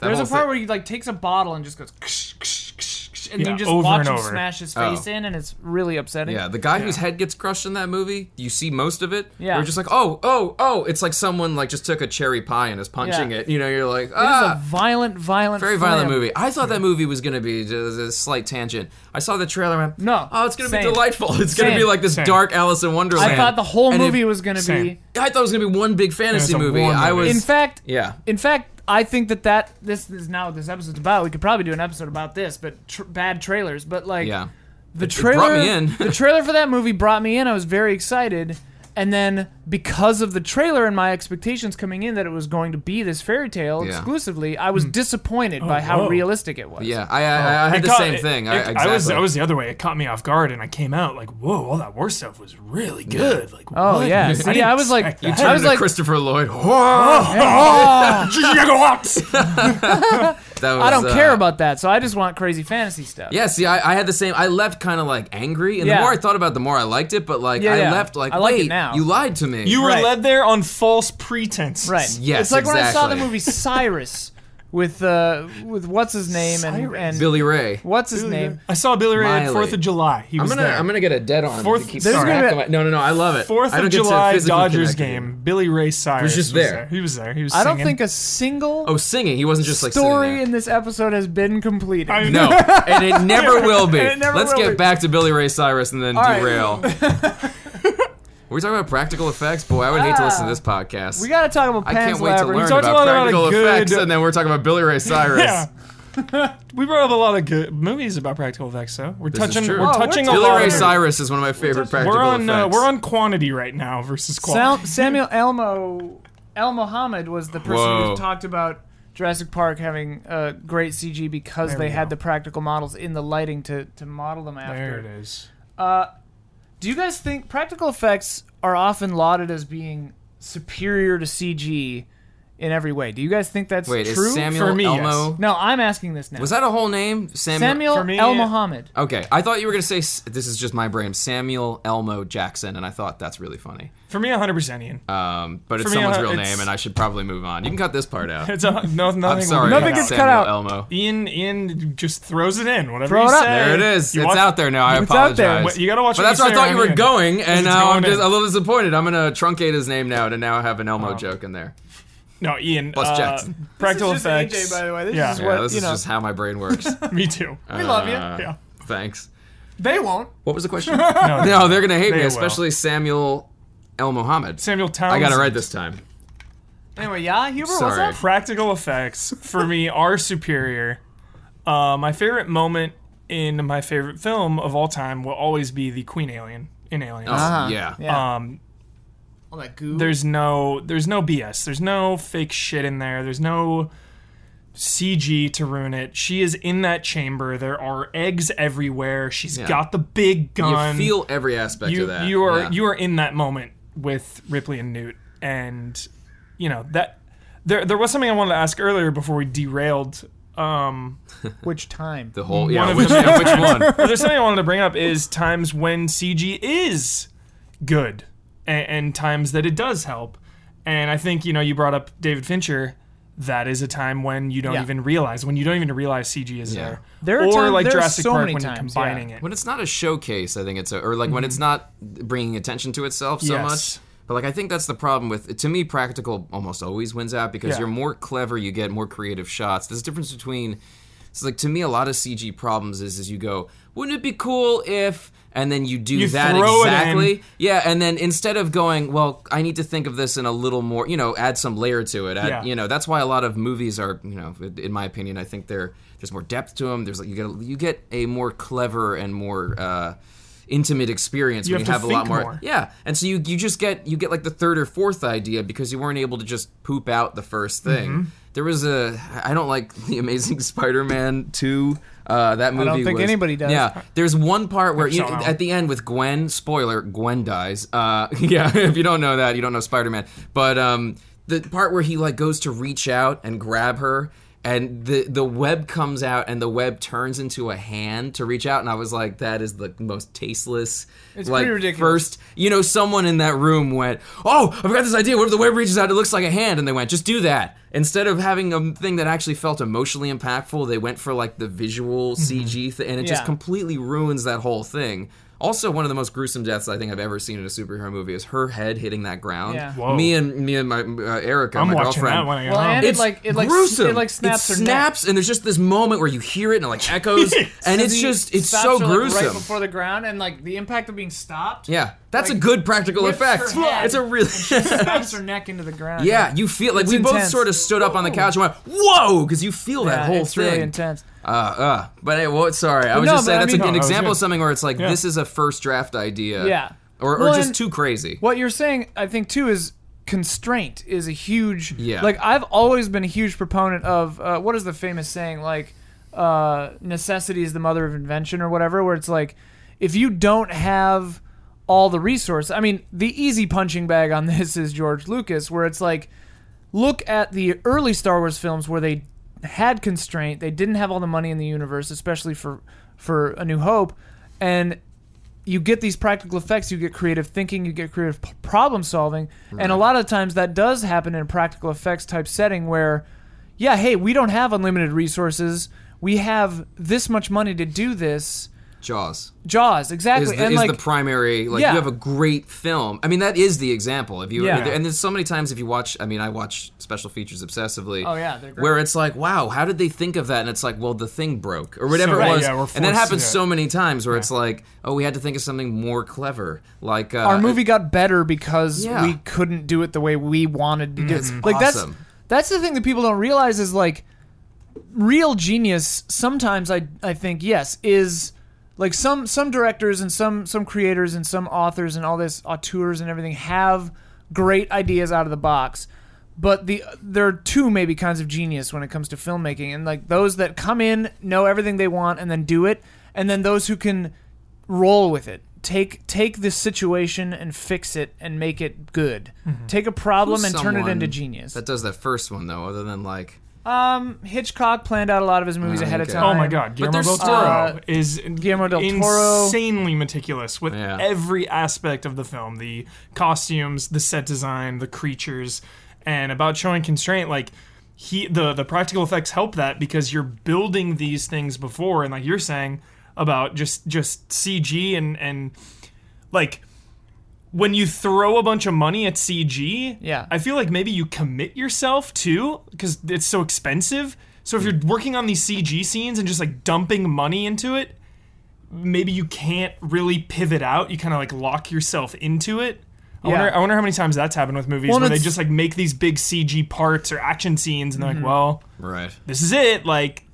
C: That
A: There's a
C: whole
A: part
C: thing-
A: where he like takes a bottle and just goes, ksh, ksh, ksh, ksh, and
B: Yeah,
A: you just
B: over
A: watch
B: and
A: him
B: over.
A: smash his
C: Oh.
A: face in, and it's really upsetting.
C: Yeah, the guy whose head gets crushed in that movie, you see most of it.
A: Yeah.
C: You're just like, oh, oh, oh. It's like someone like just took a cherry pie and is punching
A: Yeah.
C: it. You know, you're like,
A: It is a
C: ah,
A: violent, violent,
C: very violent
A: film.
C: movie. I thought that movie was gonna be just a slight tangent. I saw the trailer. and went,
A: No,
C: oh, it's gonna be
A: same.
C: delightful. It's gonna
A: Same.
C: be like this
B: Same.
C: dark Alice in Wonderland.
A: I thought the whole
C: And it-
A: movie was going to
B: Same.
A: be.
C: I thought it was gonna be one big
B: It
C: fantasy
B: was a
C: movie.
B: war
C: I
B: movie.
C: was
A: In fact,
C: yeah.
A: In fact, I think that that this is now what this episode's about. We could probably do an episode about this, but tr- bad trailers. But like,
C: Yeah.
A: the
C: it
A: trailer
C: brought me in.
A: the trailer for that movie brought me in. I was very excited, and then because of the trailer and my expectations coming in that it was going to be this fairy tale
C: Yeah.
A: exclusively, I was disappointed by how
B: Hmm. Oh, whoa.
A: realistic it was.
C: Yeah, I, I, I had
B: It
C: the
B: caught-
C: same
B: it-
C: thing.
B: it-
C: I, exactly.
B: was I was the other way. It caught me off guard, and I came out like, "Whoa! All that war stuff was really good." Like,
A: Oh
B: what?
A: yeah.
B: I,
A: See,
B: didn't
A: I, was like,
B: expect that. Ah!
A: I was
C: Turn to
A: like,
C: Christopher Lloyd.
B: gigawatts.
C: That was,
A: I don't
C: uh,
A: care about that. So I just want crazy fantasy stuff.
C: Yeah, see, I, I had the same. I left kind of like angry, and
A: Yeah.
C: the more I thought about, it, the more I liked it. But like,
A: Yeah,
C: I
A: yeah.
C: left like,
A: I like it
C: wait,
A: now.
C: you lied to me.
B: You were
A: Right.
B: led there on false pretenses.
A: Right.
C: Yes,
A: It's like when I saw the
C: exactly.
A: movie Cyrus with uh with what's his name and,
B: Cyrus.
A: and
C: Billy Ray.
A: what's his name?
B: I saw Billy Ray at
C: Miley.
B: Fourth of July. He
C: I'm
B: was
C: gonna,
B: there.
C: I'm gonna get a dead on. if
B: Fourth-
C: you keep
B: there's
C: talking
A: gonna
C: back
A: be a-
C: to my- no, no, no. I love it.
B: Fourth
C: I don't
B: of
C: get to
B: July
C: physically
B: Dodgers
C: connect with you.
B: game. Billy Ray Cyrus
C: Was just there.
B: He was there. He was.
A: I don't
B: singing.
A: think a single
C: Oh, singing. He wasn't just like sitting
A: story
C: there.
A: in this episode has been completed.
B: I-
C: No, and it never will be.
A: And it never
C: Let's
A: will
C: get
A: be.
C: back to Billy Ray Cyrus and then
A: right.
C: derail. Were we talking about practical effects? Boy, I would hate to listen to this podcast.
A: Ah. we gotta talk about
C: I
A: Pan's
C: can't wait to
A: Labyrinth.
C: learn
B: talked
C: about
B: a lot about
C: practical
B: a good-
C: effects, and then we're talking about Billy Ray Cyrus.
B: Yeah. we brought up a lot of good movies about practical effects, though. We're
C: This is
B: touching.
C: true.
B: We're
C: Oh,
A: we're
B: touching a
C: Billy
B: lot.
C: Ray
B: of-
C: Cyrus is one of my favorite practical
B: We're on. Uh,
C: effects.
B: we're on quantity right now versus quality.
A: Sal- Samuel Elmo El Mohammed was the person
C: Whoa.
A: who talked about Jurassic Park having uh, great CG because
B: There
A: they
B: we
A: had the
B: go.
A: practical models in the lighting to, to model them after.
B: there it is.
A: Do you guys think practical effects are often lauded as being superior to CG in every way. Do you guys think that's
C: Wait,
A: true?
C: is Samuel
B: For me,
C: Elmo?
B: yes.
A: no, I'm asking this now.
C: Was that a whole name? Samuel.
A: Samuel
B: For me,
A: El
B: yeah.
A: Mohammed.
C: Okay, I thought you were gonna say s- this is just my brain. Samuel Elmo Jackson, and I thought that's really funny.
B: For me, 100% Ian.
C: Um, but it's
B: For me,
C: someone's
B: uh,
C: real
B: it's-
C: name, and I should probably move on. You can cut this part out.
B: It's a, no, nothing
C: I'm sorry.
A: Nothing
C: about
A: gets cut
C: Samuel
A: out.
C: Elmo.
B: Ian, Ian just throws it in. Whatever
A: Throw
B: you
A: it up.
B: say.
C: There it is.
B: You
C: it's
B: want-
C: out there now. I
A: It's out
C: apologize.
A: there.
B: Wait, You gotta watch.
C: But
B: what
C: that's where I
B: say
C: thought you
B: around
C: were
B: Ian.
C: going, and
B: It's
C: now I'm
B: going
C: just
B: in.
C: a little disappointed. I'm gonna truncate his name now to now have an
B: Oh.
C: Elmo joke in there.
B: No, Ian.
C: Plus
B: uh,
C: Jackson.
B: Practical
A: This is just
B: effects.
A: AJ, by the way. This
B: yeah,
A: is
C: Yeah,
A: What-
C: this
A: you
C: is
A: know.
C: just how my brain works.
B: me too.
A: We love you.
C: Uh,
B: yeah.
C: Thanks.
A: They won't.
C: What was the question?
B: No,
C: no, they're gonna hate
B: They
C: me,
B: will.
C: especially Samuel El Mohammed.
B: Samuel Townsend.
C: I got it right this time.
A: Anyway, yeah, Huber, what's
C: Sorry.
A: up?
B: Practical effects for me are superior. Uh, my favorite moment in my favorite film of all time will always be the Queen Alien in Aliens.
A: Uh-huh.
C: Oh, Yeah.
A: Yeah.
B: Um,
A: All that goo.
B: there's no there's no BS. There's no fake shit in there. There's no CG to ruin it. She is in that chamber. There are eggs everywhere. She's
C: Yeah.
B: got the big gun.
C: You feel every aspect
B: you,
C: of that.
B: you are
C: yeah.
B: you are in that moment with Ripley and Newt, and you know that there there was something I wanted to ask earlier before we derailed. Um,
A: Which time?
C: the whole yeah.
B: of
C: Which,
B: the-
C: yeah, which one?
B: but there's something I wanted to bring up is times when CG is good and, and times that it does help. And I think you know you brought up David Fincher. That is a time when you don't
A: Yeah.
B: even realize when you don't even realize CG is
C: Yeah.
B: there.
A: There are
B: or
A: times-
B: like
A: there are
B: Jurassic
A: so
B: Park
A: many
B: when you're
A: times, yeah.
B: combining it. Mm-hmm.
C: When it's not a showcase, I think it's a, or like when it's not bringing attention to itself so
B: Yes.
C: much. But like I think that's the problem with to me practical almost always wins out because
B: Yeah.
C: you're more clever, you get more creative shots. There's a difference between it's like to me a lot of CG problems is is you go, wouldn't it be cool if and then you do
B: You
C: that
B: throw it in.
C: exactly. Yeah, and then instead of going, well, I need to think of this in a little more, you know, add some layer to it. Add,
B: Yeah.
C: You know, that's why a lot of movies are, you know, in my opinion, I think they're there's more depth to them. There's like you get a, you get a more clever and more uh, intimate experience
B: You
C: when
B: have
C: you
B: to
C: have a lot
B: think
C: more.
B: more.
C: Yeah, and so you you just get you get like the third or fourth idea because you weren't able to just poop out the first thing. There was a I don't like the Amazing Spider-Man two. Uh, that movie.
A: don't think
C: was-
A: anybody does.
C: Yeah, there's one part where you
B: saw that
C: at the end with Gwen. Spoiler: Gwen dies. Uh, yeah, if you don't know that, you don't know Spider-Man. But um, the part where he like goes to reach out and grab her. And the, the web comes out and the web turns into a hand to reach out and I was like that is the most tasteless
A: It's
C: like
A: pretty ridiculous.
C: first you know someone in that room went oh I've got this idea what if the web reaches out it looks like a hand and they went just do that instead of having a thing that actually felt emotionally impactful they went for like the visual CG thing and it
A: Mm-hmm.
C: just
A: Yeah.
C: completely ruins that whole thing. Also, one of the most gruesome deaths I think I've ever seen in a superhero movie is her head hitting that ground.
A: Yeah.
B: Whoa.
C: Me and me and my uh, Erica,
B: I'm
C: my
B: watching
C: girlfriend.
B: that when I get
A: Well,
B: home.
A: and-
C: It's
A: like- it like s-
C: gruesome.
A: it like snaps her
C: It
A: neck.
C: snaps, and there's just this moment where you hear it and it like echoes, and it's just it's
A: Stops
C: so
A: her, like,
C: gruesome.
A: right before the ground, and like the impact of being stopped.
C: yeah, that's
A: like,
C: a good practical
A: whips her
C: effect.
A: head.
C: It's a really
A: Snaps her neck into the ground.
C: yeah. You feel like
A: It's
C: we both
A: intense.
C: sort of stood up on the couch and went whoa because you feel that
A: Yeah,
C: whole
A: it's
C: thing.
A: really intense.
C: Uh, uh, but hey, well, sorry. I was
A: no,
C: just
A: but
C: saying
A: I
C: that's
A: mean-
C: a, an
B: No, I was
C: example
B: good.
C: of something where it's like
B: Yeah.
C: this is a first draft idea.
A: Yeah.
C: Or, or
A: Well,
C: just
A: and-
C: too crazy.
A: What you're saying, I think, too, is constraint is a huge.
C: Yeah.
A: Like I've always been a huge proponent of uh, what is the famous saying like uh, necessity is the mother of invention or whatever, where it's like if you don't have all the resource, I mean, the easy punching bag on this is George Lucas, where it's like look at the early Star Wars films where they had constraint, they didn't have all the money in the universe, especially for for A New Hope, and you get these practical effects, you get creative thinking, you get creative p- problem solving, and a lot of times that does happen in a practical effects type setting where, yeah, hey, we don't have unlimited resources, we have this much money to do this.
C: Jaws
A: Jaws, exactly,
C: is, the,
A: and
C: is
A: like
C: the primary. Like
A: Yeah.
C: you have a great film. I mean, that is the example. If you
A: Yeah.
C: and there's so many times if you watch. I mean, I watch special features obsessively.
A: Oh, yeah, they're great.
C: where it's like, wow, how did they think of that? And it's like, well, the thing broke or whatever
B: Right,
C: it was.
B: yeah, we're
C: and that
B: forced
C: happens
B: to-
C: so many times where it's like, oh, we had to think of something more clever. Like uh,
A: our movie got better because
C: Yeah. Mm-hmm.
A: we couldn't do it the way we wanted to do it. Like
C: awesome.
A: that's that's the thing that people don't realize is like real genius sometimes I I think yes is like some some directors and some some creators and some authors and all this auteurs and everything have great ideas out of the box. But the there are two maybe kinds of genius when it comes to filmmaking and like those that come in know everything they want and then do it and then those who can roll with it take take this situation and fix it and make it good.
B: Mm-hmm.
A: Take a problem and turn it
C: Someone
A: into genius.
C: That does that first one though, other than like
A: Um, Hitchcock planned out a lot of his movies
C: Oh,
A: ahead of
C: okay.
A: time.
B: Oh my God, Guillermo
C: there's
B: del
C: still-
B: Toro
A: Uh,
B: is
A: Guillermo del Toro.
B: insanely meticulous with
C: Yeah.
B: every aspect of the film: the costumes, the set design, the creatures, and about showing constraint. Like he, the the practical effects help that because you're building these things before, and like you're saying about just just CG and and like when you throw a bunch of money at CG,
A: Yeah.
B: I feel like maybe you commit yourself too because it's so expensive. So if you're working on these CG scenes and just like dumping money into it, maybe you can't really pivot out. You kind of like lock yourself into it. I,
A: Yeah.
B: wonder, I wonder how many times that's happened with movies
A: Well, and
B: where they
A: it's-
B: just like make these big CG parts or action scenes and they're
A: Mm-hmm.
B: like, well,
C: right.
B: this is it. Like,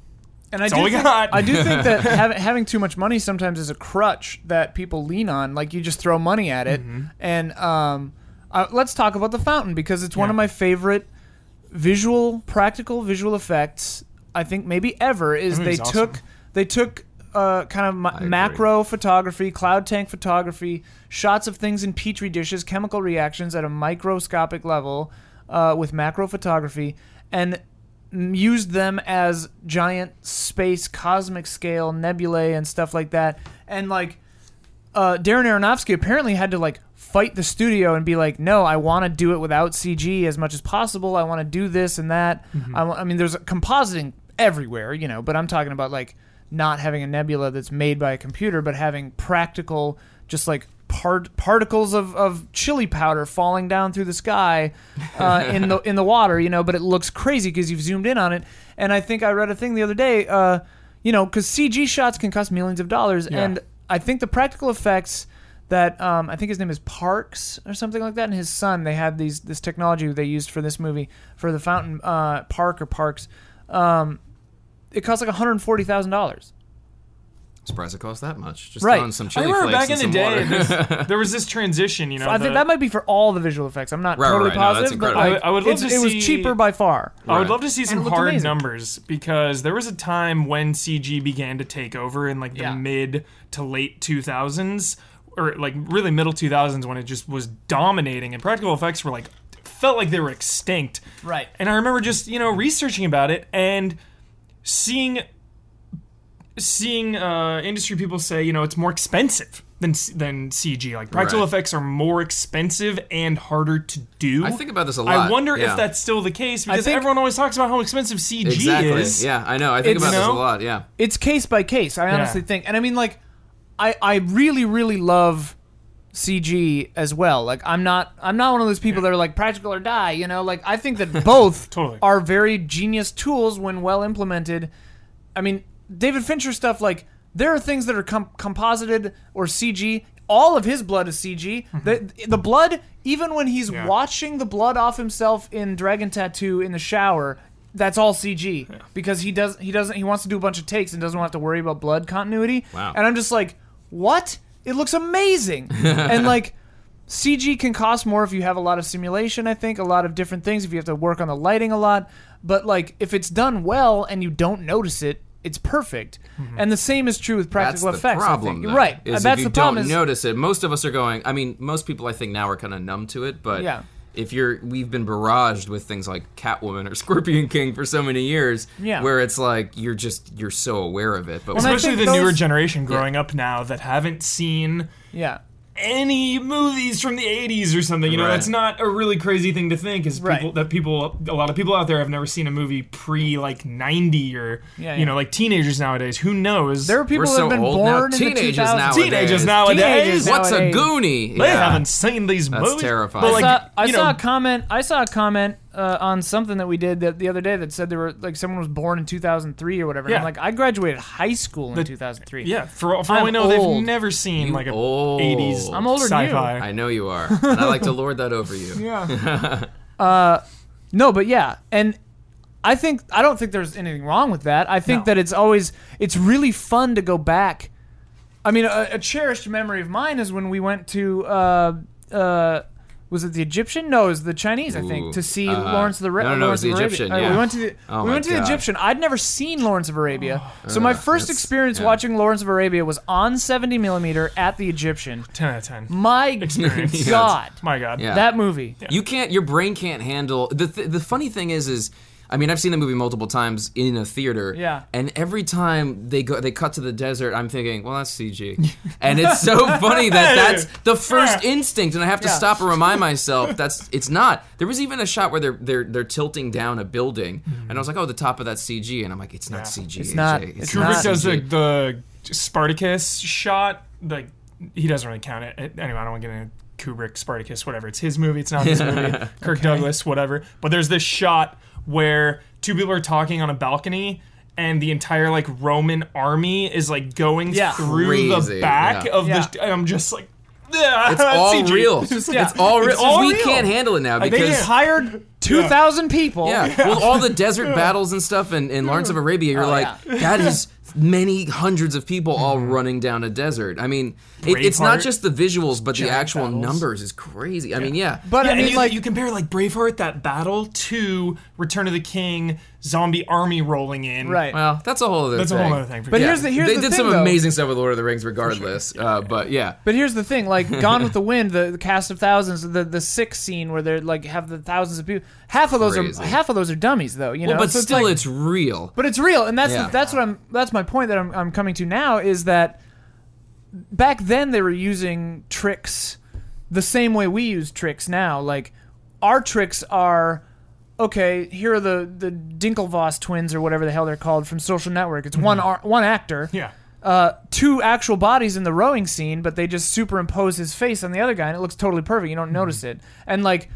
A: And I
B: It's
A: do
B: all we
A: think,
B: got.
A: I do think that hav- having too much money sometimes is a crutch that people lean on. Like you just throw money at it.
B: Mm-hmm.
A: And um, uh, let's talk about the fountain because it's one
B: Yeah.
A: of my favorite visual, practical visual effects. I think maybe ever is they
B: movie's awesome.
A: took they took uh, kind of ma-
C: agree.
A: macro photography, cloud tank photography, shots of things in petri dishes, chemical reactions at a microscopic level uh, with macro photography, and m- used them as giant space cosmic scale nebulae and stuff like that. And like uh, Darren Aronofsky apparently had to like fight the studio and be like, no, I want to do it without CG as much as possible. I want to do this and that. I wa- I mean, there's compositing everywhere, you know, but I'm talking about like not having a nebula that's made by a computer, but having practical, just like part particles of, of chili powder falling down through the sky uh, in the in the water, you know. But it looks crazy because you've zoomed in on it. And I think I read a thing the other day, uh, you know, because CG shots can cost millions of dollars, and I think the practical effects that um, I think his name is Parks or something like that, and his son. They had these this technology they used for this movie for the Fountain uh, Park or Parks. Um, it cost like one hundred forty thousand dollars.
C: I'm surprised it costs that much. Just
A: Right.
C: throwing some chili
B: I remember
C: flakes
B: back in
C: and
B: the day,
C: some water.
B: this- there was this transition, you know.
A: I
B: the-
A: think that might be for all the visual effects. I'm not
C: Right,
A: totally
C: right, no, that's
A: positive, but
C: incredible.
A: like,
B: I- I would love
A: it's-
B: to
A: it
B: see-
A: was cheaper by far.
B: I would
C: Right.
B: love to see some
A: looked
B: hard
A: amazing.
B: numbers because there was a time when CG began to take over in like the
A: Yeah.
B: mid to late 2000s or like really middle 2000s when it just was dominating and practical effects were like felt like they were extinct.
A: Right.
B: And I remember just, you know, researching about it and seeing seeing uh, industry people say, you know, it's more expensive than than CG. Like practical
C: Right.
B: effects are more expensive and harder to do.
C: I think about this a lot.
B: I wonder
C: yeah.
B: if that's still the case because
A: think-
B: everyone always talks about how expensive CG
C: exactly.
B: is.
C: Yeah, I know. I think
A: It's-
C: about this
B: No?
C: a lot. Yeah.
A: it's case by case. I honestly think, and I mean, like, I I really really love CG as well. Like, I'm not I'm not one of those people that are like practical or die. You know, like I think that both
B: Totally.
A: are very genius tools when well implemented. I mean, David Fincher stuff like there are things that are com- composited or CG. All of his blood is CG. The, the blood, even when he's
B: Yeah.
A: watching the blood off himself in Dragon Tattoo in the shower, that's all CG because he does he doesn't he wants to do a bunch of takes and doesn't want to worry about blood continuity.
C: Wow.
A: And I'm just like, what? It looks amazing. and like CG can cost more if you have a lot of simulation, I think, a lot of different things, if you have to work on the lighting a lot. But like if it's done well and you don't notice it, it's perfect. And the same is true with
C: Mm-hmm. That's
A: practical
C: the
A: effects. I
C: problem.
A: think.
C: though,
A: right.
C: Is
A: that's
C: if you
A: the problem
C: don't
A: is
C: notice it. Most of us are going. I mean, most people I think now are kind of numb to it. But
A: Yeah.
C: if you're, we've been barraged with things like Catwoman or Scorpion King for so many years.
A: Yeah.
C: Where it's like you're just you're so aware of it. But
A: I
B: Especially the
A: think
B: newer
A: those-
B: generation growing up now that haven't seen
A: Yeah.
B: any movies from the 80s or something. You know,
C: Right.
B: that's not a really crazy thing to think is people
A: Right.
B: that people a lot of people out there have never seen a movie pre like 90 or
A: Yeah,
B: you
A: yeah.
B: know, like teenagers nowadays. Who knows?
A: There are people
C: We're
A: that have
C: so
A: been
C: old now.
A: born in the
C: Teenagers
A: 2000s.
C: now are
B: teenagers
C: Nowadays.
B: nowadays.
A: Teenagers now-
C: what's a
A: nowadays.
C: Goonie?
B: They
C: Yeah.
B: haven't seen these
C: That's
B: movies.
C: terrifying.
B: But
C: I
B: like,
A: saw- I
B: you know,
A: saw a comment. I saw a comment uh, on something that we did that the other day that said there were like someone was born in 2003 or whatever. And
B: Yeah.
A: I'm like, I graduated high school in
B: The-
A: 2003.
B: yeah, for, all- for all
A: I'm
B: we know,
A: old.
B: they've never seen like a
C: old.
B: 80s
C: I'm
A: older than you.
B: sci-fi.
C: I know you are. And I like to lord that over you.
B: Yeah.
A: No, but yeah, and I think I don't think there's anything wrong with that. I think
B: No.
A: that it's always it's really fun to go back. I mean, a, a cherished memory of mine is when we went to uh, uh, was it the Egyptian? No, it was the Chinese, I
C: Ooh,
A: think, to see
C: uh,
A: Lawrence of the Ra-
C: no, no, no, it
A: Lawrence
C: was the
A: of Arabia.
C: Egyptian,
A: Uh,
C: yeah.
A: We went to the
C: Oh
A: we
C: my
A: went to the
C: God.
A: Egyptian. I'd never seen Lawrence of Arabia, so my
C: Ugh,
A: first
C: that's-
A: experience
C: yeah.
A: watching Lawrence of Arabia was on 70 millimeter at the Egyptian.
B: 10 out of 10.
A: My
B: Experience.
A: God,
B: My God.
C: Yeah.
A: that movie.
C: You can't. Your brain can't handle the. Th- the funny thing is, is I mean, I've seen the movie multiple times in a theater.
A: Yeah.
C: And every time they go, they cut to the desert. I'm thinking, well, that's CG. and it's so funny that that's the first instinct, and I have to
A: Yeah.
C: stop and remind myself that's it's not. There was even a shot where they're they're they're tilting down a building, and I was like, oh, the top of that CG, and I'm like, it's not CG.
A: Mm-hmm. It's
C: AJ.
A: not- it's
B: Kubrick
A: not
B: does
C: CG.
B: the, the Spartacus shot. Like he doesn't really count it. Anyway, I don't want to get into Kubrick, Spartacus, whatever. It's his movie. It's not his movie. Kirk Douglas, whatever. But there's this shot where two people are talking on a balcony. And the entire like Roman army is like going
A: Yeah.
B: through
C: Crazy,
B: the back
C: yeah.
B: of
A: Yeah.
B: the. And I'm just like, yeah,
C: It's all real.
A: yeah.
C: It's all real.
B: all
C: we
B: real.
C: can't handle it now
B: think
C: because
B: it's
A: Hired 2,000 people.
C: Yeah. Well, all the desert battles and stuff in, in Lawrence of Arabia,
A: Oh,
C: you're like, that is many hundreds of people all running down a desert. I mean, it, it's not
B: Braveheart.
C: just the visuals, but the actual
B: battles.
C: numbers is crazy. I mean, yeah.
A: But
B: yeah,
A: I
B: and
A: mean,
B: you,
A: like,
B: you compare like Braveheart that battle to Return of the King zombie army rolling in.
A: right.
C: well, that's a whole other
B: That's a
C: thing.
B: whole other thing. For
A: But
B: sure.
A: here's the here's
C: they
A: the
C: did
A: thing,
C: some
A: though.
C: amazing stuff with Lord of the Rings, regardless. Uh, but yeah,
A: But here's the thing, like Gone with the Wind, the, the cast of thousands, the the six scene where they're like have the thousands of people. Half of those
C: Crazy.
A: are half of those are dummies, though. You know,
C: but
A: So
C: still,
A: like-
C: it's real.
A: But it's real, and that's
C: Yeah.
A: that's what I'm. That's my point that I'm, I'm coming to now is that back then they were using tricks the same way we use tricks now. Like our tricks are okay. Here are the the Dinkelvoss twins or whatever the hell they're called from Social Network.
C: Mm-hmm.
A: It's one ar one actor
B: yeah.
A: uh, two actual bodies in the rowing scene, but they just superimpose his face on the other guy, and it looks totally perfect. You don't notice it. And like,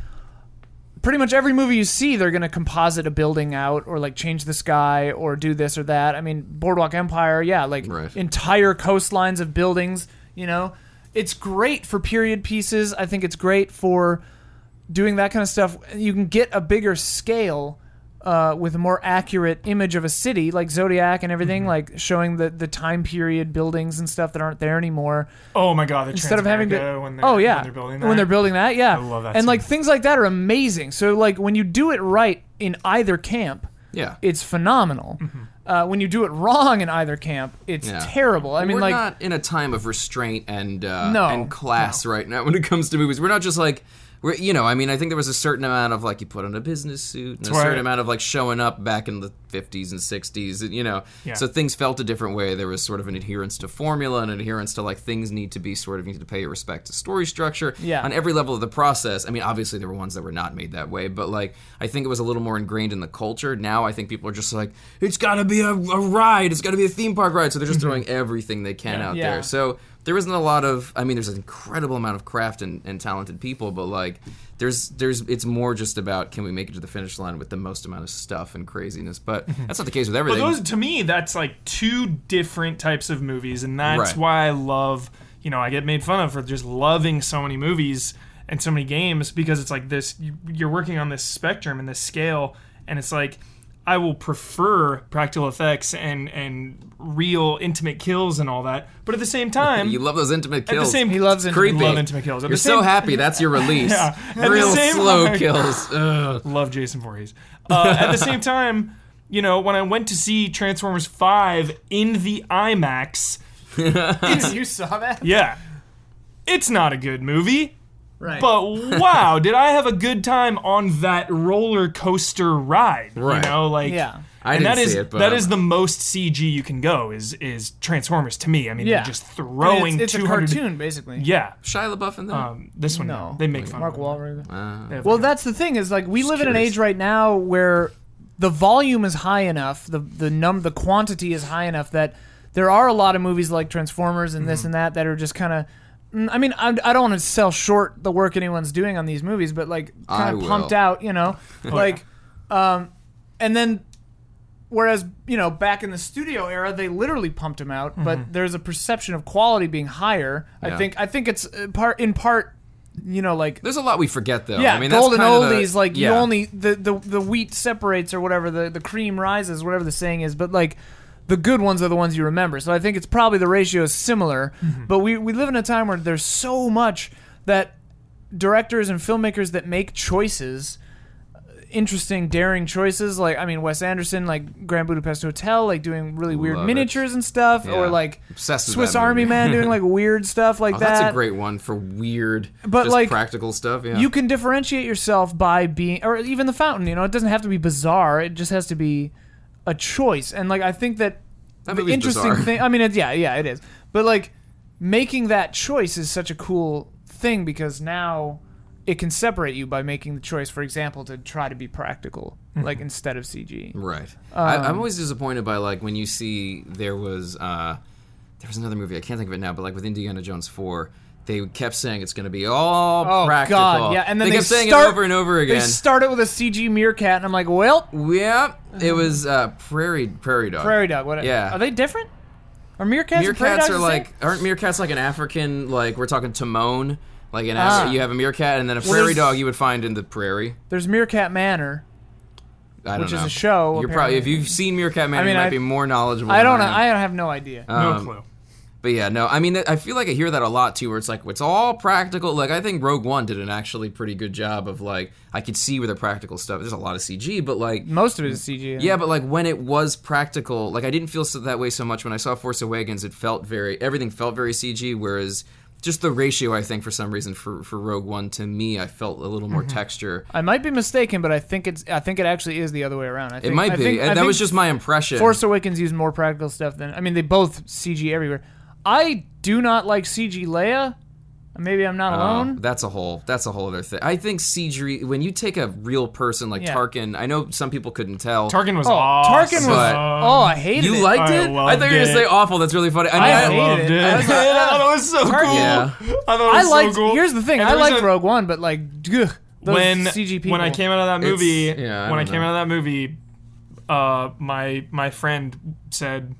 A: pretty much every movie you see, they're gonna composite a building out, or like change the sky, or do this or that. I mean, Boardwalk Empire, yeah, like
C: Right.
A: entire coastlines of buildings. You know, it's great for period pieces. I think it's great for doing that kind of stuff. You can get a bigger scale uh, with a more accurate image of a city, like Zodiac and
B: Mm-hmm.
A: everything, like showing the, the time period buildings and stuff that aren't there anymore.
B: Oh my God. The
A: Instead of having to,
B: When they're,
A: oh yeah,
B: When they're building that.
A: when they're building that, yeah, I
B: love that
A: and like
B: scene.
A: things like that are amazing. So like when you do it right in either camp,
C: Yeah.
A: it's phenomenal.
B: Mm-hmm.
A: Uh, when you do it wrong in either camp, it's
C: Yeah.
A: terrible. I mean,
C: We're
A: like
C: not in a time of restraint and uh,
A: No.
C: and class right now when it comes to movies. We're not just like we're you know. I mean, I think there was a certain amount of like you put on a business suit and a
B: right.
C: certain amount of like showing up back in the fifties and sixties. You know,
B: Yeah.
C: so things felt a different way. There was sort of an adherence to formula and adherence to like things need to be sort of you need to pay your respect to story structure
A: Yeah.
C: on every level of the process. I mean, obviously there were ones that were not made that way, but like I think it was a little more ingrained in the culture. Now I think people are just like it's got to be a, a ride, it's got to be a theme park ride, so they're just throwing everything they can out
A: Mm-hmm. Yeah.
C: there. So there isn't a lot of I mean, there's an incredible amount of craft and, and talented people, but like there's there's it's more just about can we make it to the finish line with the most amount of stuff and craziness. But that's not the case with
B: Mhm. But
C: everything.
B: those to me, that's like two different types of movies, and that's
C: Right.
B: why I love. You know, I get made fun of for just loving so many movies and so many games because it's like this. you- You're working on this spectrum and this scale, and it's like I will prefer practical effects and and real intimate kills and all that, but at the same time,
C: you love those intimate kills.
B: at the same
A: he loves it.
C: creepy.
B: love intimate kills. At
C: You're
B: the same
C: so happy. That's your release.
B: Yeah. At the
C: Real
B: same- Um,
C: slow kills. Ugh.
B: love Jason Voorhees. Uh, at the same time, you know, when I went to see Transformers Five in the IMAX,
A: you saw that,
B: yeah, it's not a good movie.
A: right?
B: But wow, did I have a good time on that roller coaster ride?
C: Right.
B: You know, like
A: Yeah.
C: I
B: and
C: didn't
B: that is
C: see it, but
B: that
C: I'm-
B: is the most CG you can go is is Transformers to me. I mean,
A: Yeah.
B: you're just
A: I mean,
B: throwing
A: it's, it's a
B: 200
A: cartoon basically.
B: Yeah.
C: Shia LaBeouf in that.
B: Um, this one,
A: No.
B: no. they make fun
A: Mark
B: of him.
A: Wahlberg.
C: Uh,
B: They have
A: Well,
B: a-
A: that's the thing is like we live in an
C: curious.
A: age right now where the volume is high enough, the the num the quantity is high enough that there are a lot of movies like Transformers and
C: Mm-hmm.
A: this and that that are just kind of. I mean, I, I don't want to sell short the work anyone's doing on these movies, but like
C: I
A: kind of
C: will.
A: pumped out, you know,
C: Oh,
A: like, um, and then. Whereas you know, back in the studio era, they literally pumped them out, but there's a perception of quality being higher. I
C: Mm-hmm. Yeah.
A: think I think it's uh, part in part, you know, like
C: There's a lot we forget though.
A: yeah,
C: I mean, that's
A: golden
C: kind of the-
A: oldies. Like you
C: yeah.
A: only the, the the wheat separates or whatever the the cream rises, whatever the saying is. But like the good ones are the ones you remember. So I think it's
C: Mm-hmm.
A: probably the ratio is similar. But we we live in a time where there's so much that directors and filmmakers that make choices, uh, interesting, daring choices. Like I mean, Wes Anderson, like Grand Budapest Hotel, like doing really weird
C: Love it.
A: miniatures and stuff,
C: Yeah.
A: or like
C: Obsessed with
A: Swiss
C: that
A: Army
C: movie.
A: Man doing like weird stuff like
C: Oh,
A: that.
C: that's a great one for weird,
A: But,
C: just
A: like,
C: practical stuff. Yeah,
A: You can differentiate yourself by being, or even the fountain. You know, it doesn't have to be bizarre. It just has to be a choice. And like, I think that
C: That
A: the
C: movie's
A: interesting
C: bizarre.
A: thing. I mean, it, yeah, yeah, it is. But like, making that choice is such a cool thing because now it can separate you by making the choice, for example, to try to be practical, like instead of CG.
C: Right. I,
A: Um,
C: I'm always disappointed by like when you see there was uh, there was another movie I can't think of it now, but like with Indiana Jones four, they kept saying it's going to be all
A: Oh
C: practical.
A: God, yeah. And then they,
C: kept saying
A: start
C: it over and over
A: They
C: again.
A: start it with a CG meerkat, and I'm like, well,
C: yeah, it was uh, Prairie Prairie Dog.
A: prairie dog. What?
C: Yeah.
A: Are they different? Are meerkats? and prairie
C: Meerkats
A: dogs
C: are
A: the same?
C: like aren't meerkats like an African like we're talking Timon like an Af-
A: Ah.
C: you have a meerkat and then a prairie
A: there's-
C: dog you would find in the prairie.
A: There's Meerkat Manor.
C: I don't
A: Which
C: know.
A: is a show,
C: You're probably
A: apparently.
C: if you've seen Meerkat Man,
A: I mean,
C: you might
A: I-
C: be more knowledgeable.
A: I
C: than
A: don't.
C: I
A: know.
C: am.
A: I have no idea.
B: No
C: Um,
B: clue.
C: But yeah, no, I mean, I feel like I hear that a lot too, where it's like it's all practical. Like I think Rogue One did an actually pretty good job of like I could see where the practical stuff. There's a lot of CG, but like
A: Most of it is CG.
C: mm, yeah, but like when it was practical, like I didn't feel so, that way so much when I saw Force Awakens. It felt very everything felt very CG, whereas just the ratio I think for some reason for for Rogue One to me I felt a little more texture.
A: Mm-hmm. I might be mistaken, but I think it's. I think it actually is the other way around. I
C: It
A: think,
C: might
A: I
C: be.
A: think-
C: and
A: I
C: that
A: think
C: was just my impression.
A: Force Awakens used more practical stuff than. I mean, they both CG everywhere. I do not like CG Leia. Maybe I'm not
C: Oh,
A: alone.
C: that's a whole that's a whole other thing. I think CG when you take a real person like
A: Yeah.
C: Tarkin, I know some people couldn't tell.
B: Tarkin was
A: Oh,
B: awesome.
A: Tarkin was.
C: But-
A: Oh, I hated
C: you
A: it.
C: liked
B: I
C: it? I
B: loved
C: thought you were gonna
B: it.
C: say awful. That's really funny. I mean,
A: I
C: I-
A: hated
B: loved
A: it.
B: it.
A: I was like,
B: I thought it was so
A: Tarkin-
B: cool.
C: Yeah.
B: I thought it
A: I
B: was
A: liked.
B: so cool.
A: here's the thing.
B: And
A: I
B: there was
A: liked
B: a-
A: Rogue One, but like, duh, those
B: when
A: CG people.
B: when I came out of that movie,
C: It's- yeah, I
B: when I
C: don't
B: came
C: know.
B: out of that movie, uh, my my friend said,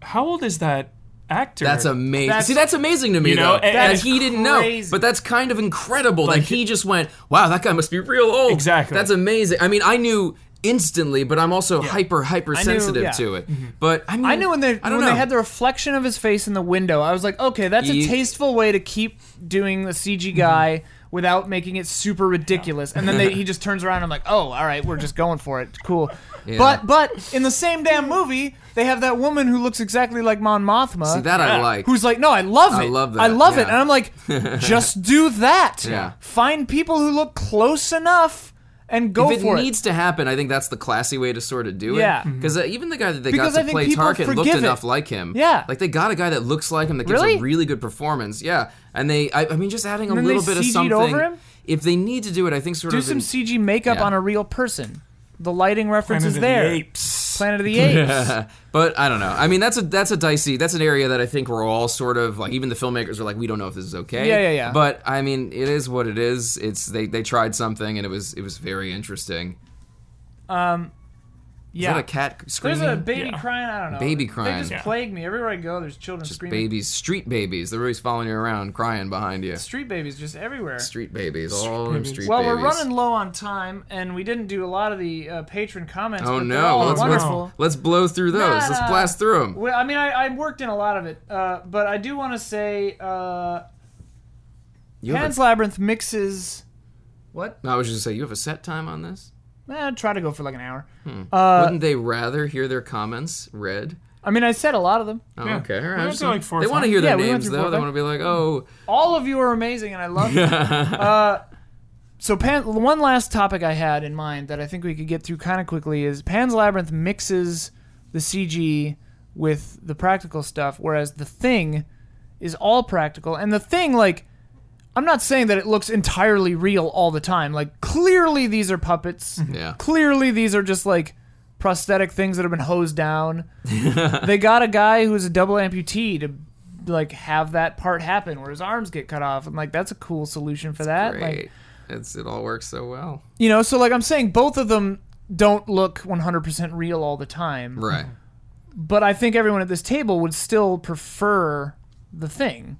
B: "How old is that actor?"
C: That's amazing.
A: That's-
C: See, that's amazing to me,
B: You know,
C: though.
B: and-
C: that
B: and-
C: he didn't
A: crazy.
C: know, but that's kind of incredible
B: Like-
C: that he just went, "Wow, that guy must be real old."
B: Exactly.
C: That's amazing. I mean, I knew instantly, but I'm also hyper hyper sensitive
A: yeah. Mm-hmm.
C: to it. But I mean,
A: I knew when they
C: I don't
A: when they
C: know.
A: had the reflection of his face in the window, I was like, okay, that's a
C: You-
A: tasteful way to keep doing the CG guy without making it super ridiculous. And then they, he just turns around. and I'm like, oh, all right, we're just going for it. Cool. But but in the same damn movie, they have that woman who looks exactly like Mon Mothma.
C: See, that I like.
A: Who's like, no, I love it.
C: I love that,
A: I love it.
C: yeah.
A: And I'm like, just do that.
C: Yeah.
A: Find people who look close enough and go
C: if it
A: for it.
C: needs to happen, I think that's the classy way to sort of do it.
A: Yeah.
C: Because uh, even the guy that they
A: Because I
C: got to
A: think
C: play
A: people
C: Tarkin looked
A: forgive it.
C: enough like him.
A: Yeah.
C: Like they got a guy that looks like him that gives
A: Really?
C: a really good performance. Yeah. And they, I, I mean, just adding a
A: then
C: little
A: they
C: bit of
A: CG'd
C: something.
A: over him?
C: If they need to do it, I think sort
A: do
C: of.
A: some
C: in-
A: CG makeup
C: yeah.
A: on a real person. The lighting reference
B: Planet
A: is
B: of the
A: there.
B: Apes.
A: Planet of the Apes.
C: but I don't know. I mean, that's a that's a dicey. That's an area that I think we're all sort of like. Even the filmmakers are like, we don't know if this is okay.
A: Yeah, yeah, yeah.
C: But I mean, it is what it is. It's they they tried something and it was it was very interesting. Is
A: Um, yeah.
C: that a cat
A: There's
C: screaming?
A: a baby
B: Yeah.
A: crying. I don't know.
C: Baby
A: They
C: crying.
A: just
B: Yeah.
A: plague me everywhere I go. There's children
C: Just
A: screaming.
C: babies, street babies. They're always following you around, crying behind you.
A: Street babies just everywhere.
C: Street babies, all them street
A: well,
C: babies.
A: we're running low on time, and we didn't do a lot of the uh, patron comments.
C: Oh
A: but they're all
C: no! Let's,
A: wonderful.
C: let's let's blow through those.
A: Nah,
C: let's
A: nah.
C: blast through them.
A: Well, I mean, I, I worked in a lot of it, uh, but I do want to say, uh,
C: You have
A: Pan's
C: a,
A: Labyrinth mixes. What?
C: no, I was just gonna say you have a set time on this.
A: Eh, try to go for like an hour.
C: Hmm.
A: Uh,
C: Wouldn't they rather hear their comments read?
A: I mean, I said a lot of them.
C: Oh,
B: Yeah.
C: okay. All right.
B: went
C: Just
B: through, like, four or
C: they
B: five.
C: want to hear
A: Yeah,
C: their
A: we went
C: names,
A: through
C: though.
A: four or
C: They
A: five.
C: want to be like, oh,
A: all of you are amazing and I love you. uh, so Pan, one last topic I had in mind that I think we could get through kind of quickly is Pan's Labyrinth mixes the CG with the practical stuff, whereas The Thing is all practical. And The Thing, like, I'm not saying that it looks entirely real all the time. Like, clearly these are puppets.
C: yeah.
A: Clearly these are just like prosthetic things that have been hosed down. they got a guy who's a double amputee to like have that part happen where his arms get cut off and like that's a cool solution for that
C: Great.
A: like
C: it's it all works so well.
A: you know so like i'm saying both of them don't look 100% real all the time
C: Right.
A: but i think everyone at this table would still prefer the thing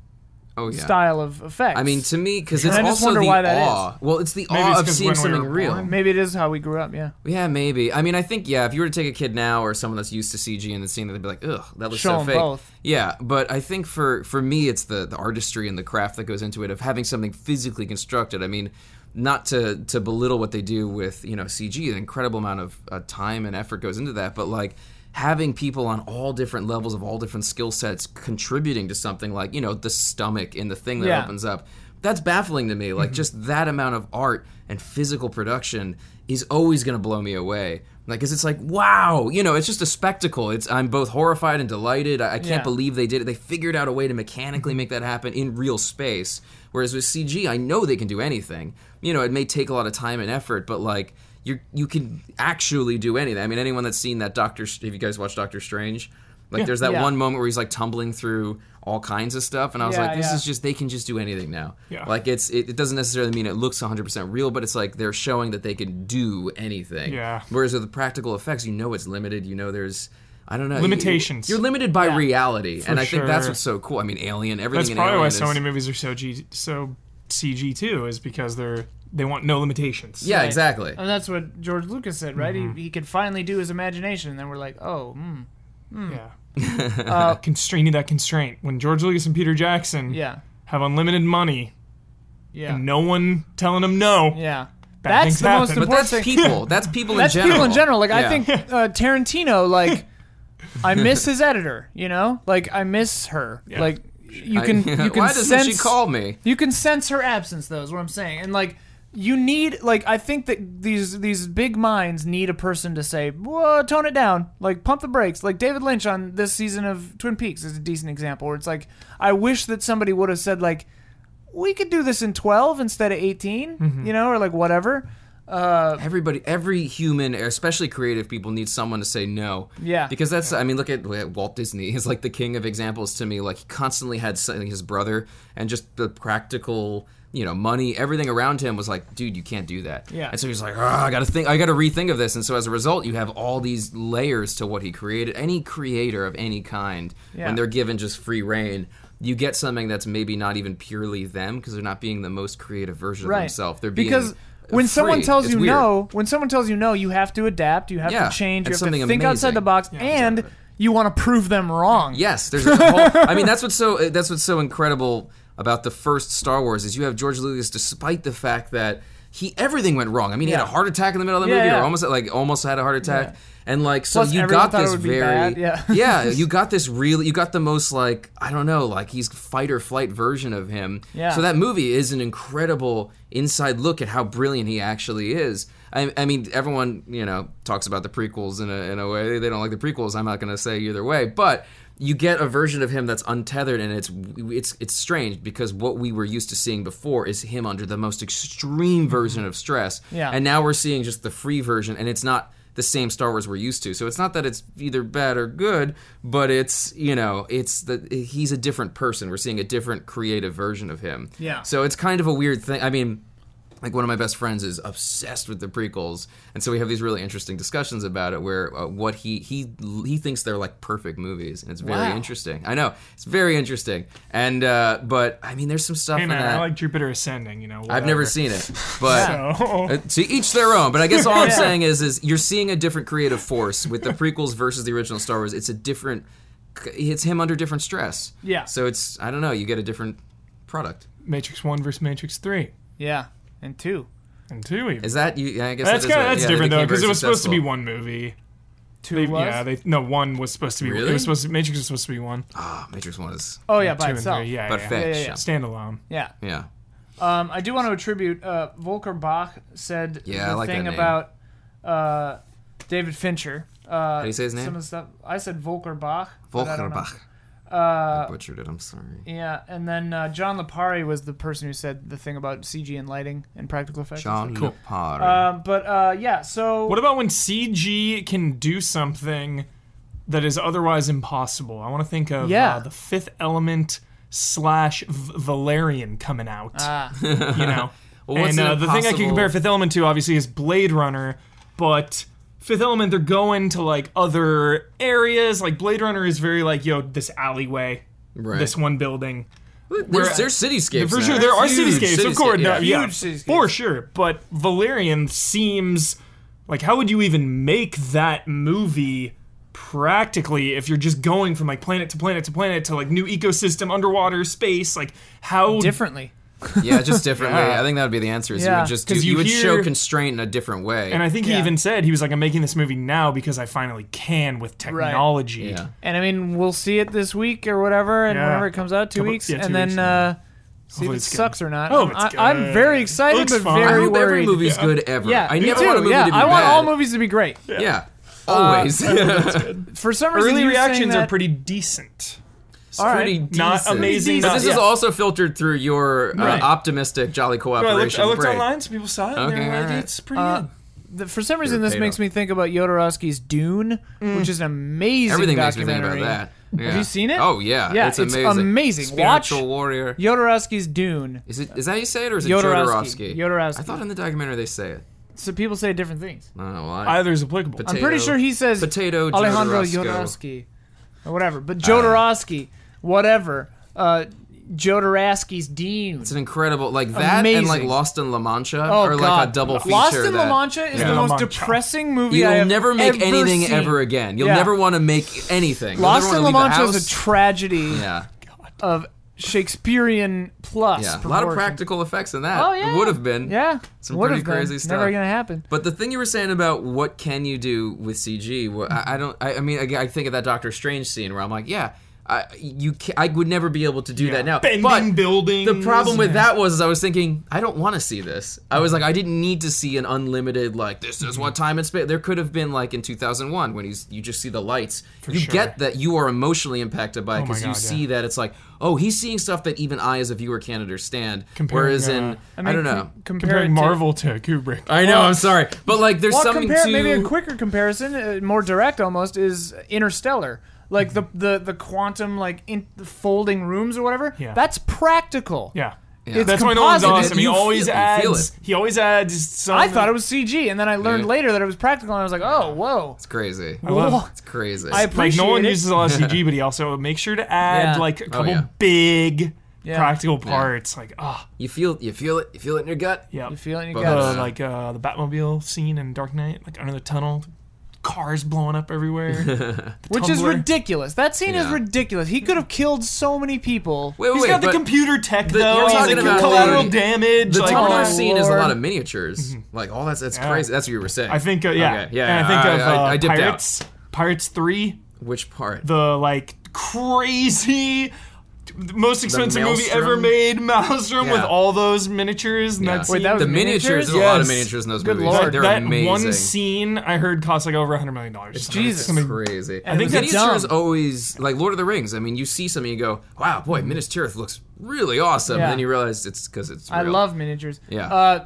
C: Oh, yeah.
A: style of effects.
C: I mean, to me, because
A: And
C: it's
A: I just
C: also
A: wonder
C: the
A: why that is.
C: awe. Well, it's the
B: Maybe
C: awe
B: it's
C: of
B: 'cause
C: seeing
B: when we were
C: something real.
B: born.
A: maybe it is how we grew up. Yeah,
C: Yeah, maybe. I mean, I think yeah. If you were to take a kid now or someone that's used to CG and then seeing that, they'd be like, "Ugh, that looks
A: Show
C: so
A: 'em
C: fake."
A: both.
C: Yeah, but I think for for me, it's the the artistry and the craft that goes into it of having something physically constructed. I mean, not to to belittle what they do with you know CG, an incredible amount of uh, time and effort goes into that, but like. Having people on all different levels of all different skill sets contributing to something like, you know, the stomach in the thing that
A: Yeah.
C: opens opens up. That's baffling to me. Like
A: Mm-hmm.
C: just that amount of art and physical production is always going to blow me away. Like, cause it's like, wow, you know, it's just a spectacle. It's I'm both horrified and delighted. I, I can't
A: Yeah. Mm-hmm.
C: believe they did it. They figured out a way to mechanically make that happen in real space. Whereas with CG, I know they can do anything. You know, it may take a lot of time and effort, but like you you can actually do anything. I mean, anyone that's seen that Doctor, if you guys watch Doctor Strange, like there's that
A: Yeah.
C: one moment where he's like tumbling through all kinds of stuff, and I was
A: Yeah,
C: like, this
A: yeah.
C: is just they can just do anything now.
B: Yeah.
C: Like it's it, it doesn't necessarily mean it looks 100% real, but it's like they're showing that they can do anything.
B: Yeah.
C: Whereas with the practical effects, you know it's limited. You know there's I don't know you-
B: Limitations.
C: You're limited by reality, and I think that's
B: sure.
C: what's so cool. I mean, Alien, everything.
B: That's
C: in
B: probably
C: Alien
B: why
C: is,
B: so many movies are so G- so CG too, is because they're they want no limitations.
C: Yeah,
A: Right.
C: exactly.
B: Uh,
A: and that's what George Lucas said, right? He, he could finally do his imagination, and then we're like, oh, mm,
B: yeah. Constraining that constraint. When George Lucas and Peter Jackson
A: Uh, yeah,
B: have unlimited money
A: yeah,
B: and no one telling them no,
A: yeah.
B: Bad
A: That's
B: things
A: the most
B: happen. But
C: But
A: important
C: that's
A: thing.
C: people. That's people in
A: that's
C: general.
A: people in general. Like I
C: Yeah.
A: think uh, Tarantino, like I miss his editor. You know, like I miss her. Like you
C: I-
A: can you can
C: why
A: sense
C: doesn't she call me?
A: you can sense her absence, though, is what I'm saying. And like, you need like I think that these these big minds need a person to say, "Whoa, tone it down!" Like, pump the brakes. Like David Lynch on this season of Twin Peaks is a decent example. Where it's like, I wish that somebody would have said like, "We could do this in 12 instead of 18,"
C: Mm-hmm.
A: you know, or like whatever.
C: Everybody, every human, especially creative people, need someone to say no.
A: Yeah.
C: Because that's, I mean, look at Walt Disney. He's like the king of examples to me. Like he constantly had s- his brother and just the practical, you know, money, everything around him was like, dude, you can't do that.
A: Yeah.
C: And so he's like, "Ah, I gotta think, I gotta rethink of this. And so as a result, you have all these layers to what he created. Any creator of any kind,
A: Yeah.
C: when they're given just free reign. You get something that's maybe not even purely them because they're not being the most creative version of themselves. They're being
A: because when someone
C: free.
A: tells
C: It's
A: you
C: weird.
A: no, when someone tells you no, you have to adapt, you have
C: Yeah,
A: to change, you
C: and
A: have to think
C: something
A: outside
C: amazing.
A: the box, and you want to prove them wrong.
C: Yes, there's a whole. I mean, that's what's so. That's what's so incredible about the first Star Wars is you have George Lucas, despite the fact that he everything went wrong. I mean, he
A: Yeah.
C: had a heart attack in the middle of the
A: Yeah,
C: movie,
A: yeah.
C: or almost like almost had a heart attack, and like so
A: Plus,
C: you
A: everyone
C: got
A: thought it
C: this
A: would be
C: very
A: bad, yeah.
C: you got this really you got the most like I don't know like he's fight or flight version of him.
A: Yeah.
C: So that movie is an incredible inside look at how brilliant he actually is. I, I mean, everyone you know talks about the prequels in a in a way they don't like the prequels. I'm not going to say either way, but you get a version of him that's untethered and it's it's it's strange because what we were used to seeing before is him under the most extreme version of stress
A: Yeah.
C: and now we're seeing just the free version and it's not the same Star Wars we're used to. So it's not that it's either bad or good, but it's, you know, it's that he's a different person. We're seeing a different creative version of him.
A: Yeah.
C: So it's kind of a weird thing. I mean, like one of my best friends is obsessed with the prequels, and so we have these really interesting discussions about it, where uh, what he he he thinks they're like perfect movies, and it's very
A: Wow.
C: interesting. I know it's very interesting, and uh, but I mean, there's some stuff
B: hey
C: in
B: man,
C: that
B: I like Jupiter Ascending. You know,
C: I've never
B: whatever. Oh.
C: seen it, but
B: So-
C: uh, to each their own. But I guess all I'm
A: Yeah.
C: saying is, is you're seeing a different creative force with the prequels versus the original Star Wars. It's a different. It's him under different stress.
A: Yeah.
C: So it's I don't know. You get a different product.
B: Matrix One versus Matrix Three
A: Yeah, and two,
B: and Two. Even.
C: Is that you? I guess
B: That's kind
C: that is
B: of
C: what-
B: that's
C: yeah, they
B: different though
C: became
B: because
C: very
B: it was supposed to be
C: successful.
B: one movie.
A: two
B: They-
A: was.
B: yeah, they no one was supposed to be. It
C: Really?
B: was supposed to, Matrix was supposed to be one.
C: Ah, Matrix One is
A: oh yeah,
B: Two
A: by
B: and
A: itself.
B: three, yeah, yeah, yeah.
C: perfection.
A: yeah.
B: Standalone.
A: yeah.
C: yeah.
A: Um, I do want to attribute. Uh, Volker Bach said
C: Yeah,
A: the
C: I like that
A: thing
C: name.
A: about uh, David Fincher. Uh, How
C: do you say his name?
A: Some of the stuff I said Volker Bach. but I don't know.
C: Volkerbach. I butchered it. I'm sorry.
A: Yeah, and then uh, John Lapari was the person who said the thing about CG and lighting and practical effects. and
C: John
B: Cool.
C: Lepari.
A: Um, but uh, yeah, so
B: What about when CG can do something that is otherwise impossible? I want to think of
A: Yeah.
B: uh, the Fifth Element slash v- Valerian coming out.
A: Ah.
B: you know,
C: Well, what's
B: and
C: an
B: uh, the thing I can
C: impossible-
B: compare Fifth Element to obviously is Blade Runner, but. Fifth Element, they're going to like other areas. Like Blade Runner is very like, yo, this alleyway,
C: Right.
B: this one building.
C: There's, there's cityscapes.
B: For
C: now.
B: sure, there are
C: Huge
B: cityscapes, of course.
C: yeah.
B: no, yeah,
A: Huge cityscapes.
B: for sure. But Valerian seems like how would you even make that movie practically if you're just going from like planet to planet to planet to like new ecosystem, underwater, space? Like how
A: differently.
C: Yeah, just different way.
B: Yeah.
C: I think that would be the answer. Is you
A: Yeah.
C: would just
B: 'Cause
C: do, you,
B: you
C: would
B: hear-
C: show constraint in a different way.
B: And I think he
A: Yeah.
B: even said he was like, "I'm making this movie now because I finally can with technology."
C: yeah,
A: And I mean, we'll see it this week or whatever, and
B: Yeah.
A: whenever it comes out, two
B: Couple-
A: weeks,
B: yeah, two
A: and then
B: weeks,
A: uh, see if
B: Hopefully
A: it
B: it's good.
A: sucks or not.
B: Oh, it's
A: I, I'm
B: good.
A: very excited,
B: Looks
A: but
B: fun.
C: I
A: very
C: hope every
A: worried.
C: movie's good ever.
A: yeah,
C: I
A: me
C: never
A: too.
C: want a movie
A: yeah,
C: to be
A: I want
C: bad.
A: all movies to be great.
C: Yeah, always.
A: For some reason,
B: Early
A: you were saying
B: reactions are
A: that-
B: pretty decent.
C: It's pretty
B: Not
C: decent.
B: amazing,
C: But
B: not-
C: this is
B: yeah.
C: also filtered through your uh,
B: Right.
C: optimistic jolly
B: I
C: cooperation.
B: looked, I looked
C: brain.
B: online, some people saw it, and
C: Okay,
B: they were like,
C: alright.
B: "It's pretty
A: Uh,
B: good."
A: the- for some reason, this
C: paid
A: makes
C: off.
A: me think about Jodorowsky's Dune, which is an amazing
C: Mm. Everything makes me
A: documentary.
C: think about that. Yeah.
A: you seen it?
C: Oh yeah,
A: Yeah,
C: it's
A: it's
C: amazing.
A: amazing. Watch-
C: Spiritual warrior.
A: Jodorowsky's Dune.
C: Is it? Is that how you say it, or is it
A: Jodorowsky.
C: Jodorowsky?
A: Jodorowsky.
C: I thought in the documentary they say it.
A: So people say different things.
C: I don't know why.
B: Either is applicable.
C: Potato-
A: I'm pretty sure he says
C: Potato
A: Alejandro
C: Jodorowsky.
A: Jodorowsky or whatever, but Jodorowsky, whatever. Uh, Jodorowsky's Dune.
C: It's an incredible, like that, and like
A: Amazing.
C: Lost in La Mancha
A: Oh
C: are like
A: God!
C: a double feature.
A: Lost in La
C: that-
A: Mancha is
B: Yeah.
A: the
B: La
A: most
B: Mancha.
A: depressing movie
C: You'll
A: I have
C: never make
A: ever
C: anything
A: seen.
C: ever again. You'll
A: Yeah.
C: never want to make anything. You'll
A: Lost
C: never
A: in La
C: wanna leave the
A: Mancha is a
C: house.
A: tragedy
C: yeah,
A: of Shakespearean plus.
C: yeah. A lot of
A: proportions.
C: practical effects in that.
A: Oh yeah,
C: it would have been.
A: Yeah,
C: Some
A: would
C: pretty
A: have been.
C: crazy stuff.
A: Never gonna happen.
C: But the thing you were saying about what can you do with CG, wha- I, I don't. I, I mean, I, I think of that Doctor Strange scene where I'm like, yeah, I you ca I would never be able to do that now.
B: Bending
C: but
B: buildings.
C: the problem with that was is I was thinking I don't want to see this. I was like I didn't need to see an unlimited like this is what time and space. There could have been like in 2001 when he's you just see the lights. you
B: sure. Oh
C: get that you are emotionally impacted by it
B: my
C: because you
B: God,
C: see that it's like oh he's seeing stuff that even I as a viewer can't understand.
B: Comparing,
C: Whereas in
B: uh,
C: I,
A: mean,
C: don't know.
A: com- compare it
B: comparing
A: to-
B: Marvel to Kubrick.
C: I know, I'm sorry, but like there's
A: Well,
C: something
A: compare
C: to
A: maybe a quicker comparison, uh, more direct almost, is Interstellar. Like the the the quantum like in, the folding rooms or whatever.
B: Yeah.
A: That's practical.
B: yeah.
A: It's
B: That's why Nolan's
A: composite.
B: awesome. He
C: You feel
B: always
C: it, you feel
B: adds.
C: it.
B: He always adds. Some,
A: I thought it was CG, and then I learned
C: Yeah.
A: later that it was practical, and I was like, oh, whoa.
C: It's crazy.
B: love
A: Whoa.
C: It's crazy.
A: I
B: like
A: appreciate
B: Nolan
A: it.
B: uses a lot of CG, but he also makes sure to add
A: Yeah.
B: like a couple
C: Oh, yeah.
B: big
A: Yeah.
B: practical parts. Like ah,
C: you feel you feel it. You feel it in your gut.
B: yeah.
A: You feel it in your
C: But,
A: guts.
B: Uh, like uh, the Batmobile scene in Dark Knight, like under the tunnel, cars blowing up everywhere.
A: Which is
B: Tumblr.
A: ridiculous. That scene is
C: Yeah.
A: ridiculous. He could have killed so many people.
C: Wait, wait,
B: He's
C: wait,
B: got the
C: but
B: computer tech though.
C: you're
B: He's
C: talking
B: like
C: about
B: collateral
C: the-
B: damage.
C: The
B: like,
C: tunnel
B: all that.
C: scene is a lot
A: Lord.
C: of miniatures. Like all that's that's
B: Yeah.
C: crazy. That's what you were saying.
B: I think uh, yeah.
C: Okay, yeah,
B: And I think
C: yeah,
B: of
C: I-
B: uh,
C: I dipped out.
B: Pirates. Pirates three.
C: Which part?
B: the like crazy most expensive movie
C: Maelstrom?
B: ever made Maelstrom
C: Yeah.
B: with all those miniatures and
C: Yeah.
B: that
C: Wait,
B: scene.
A: that was
C: the miniatures.
A: miniatures?
C: There's a lot of
B: Yes.
C: miniatures in those
A: Good
C: movies.
A: lord.
C: They're
B: that
C: amazing.
B: one scene I heard cost like over a hundred million dollars.
A: Jesus.
B: Something-
C: crazy.
A: it
C: I think
A: was
C: miniatures
A: dumb.
C: always like Lord of the Rings. I mean, you see something, you go, "Wow, boy, Minas Tirith looks really awesome,"
A: Yeah.
C: and then you realize it's because it's. Real.
A: I love miniatures.
C: Yeah.
A: Uh,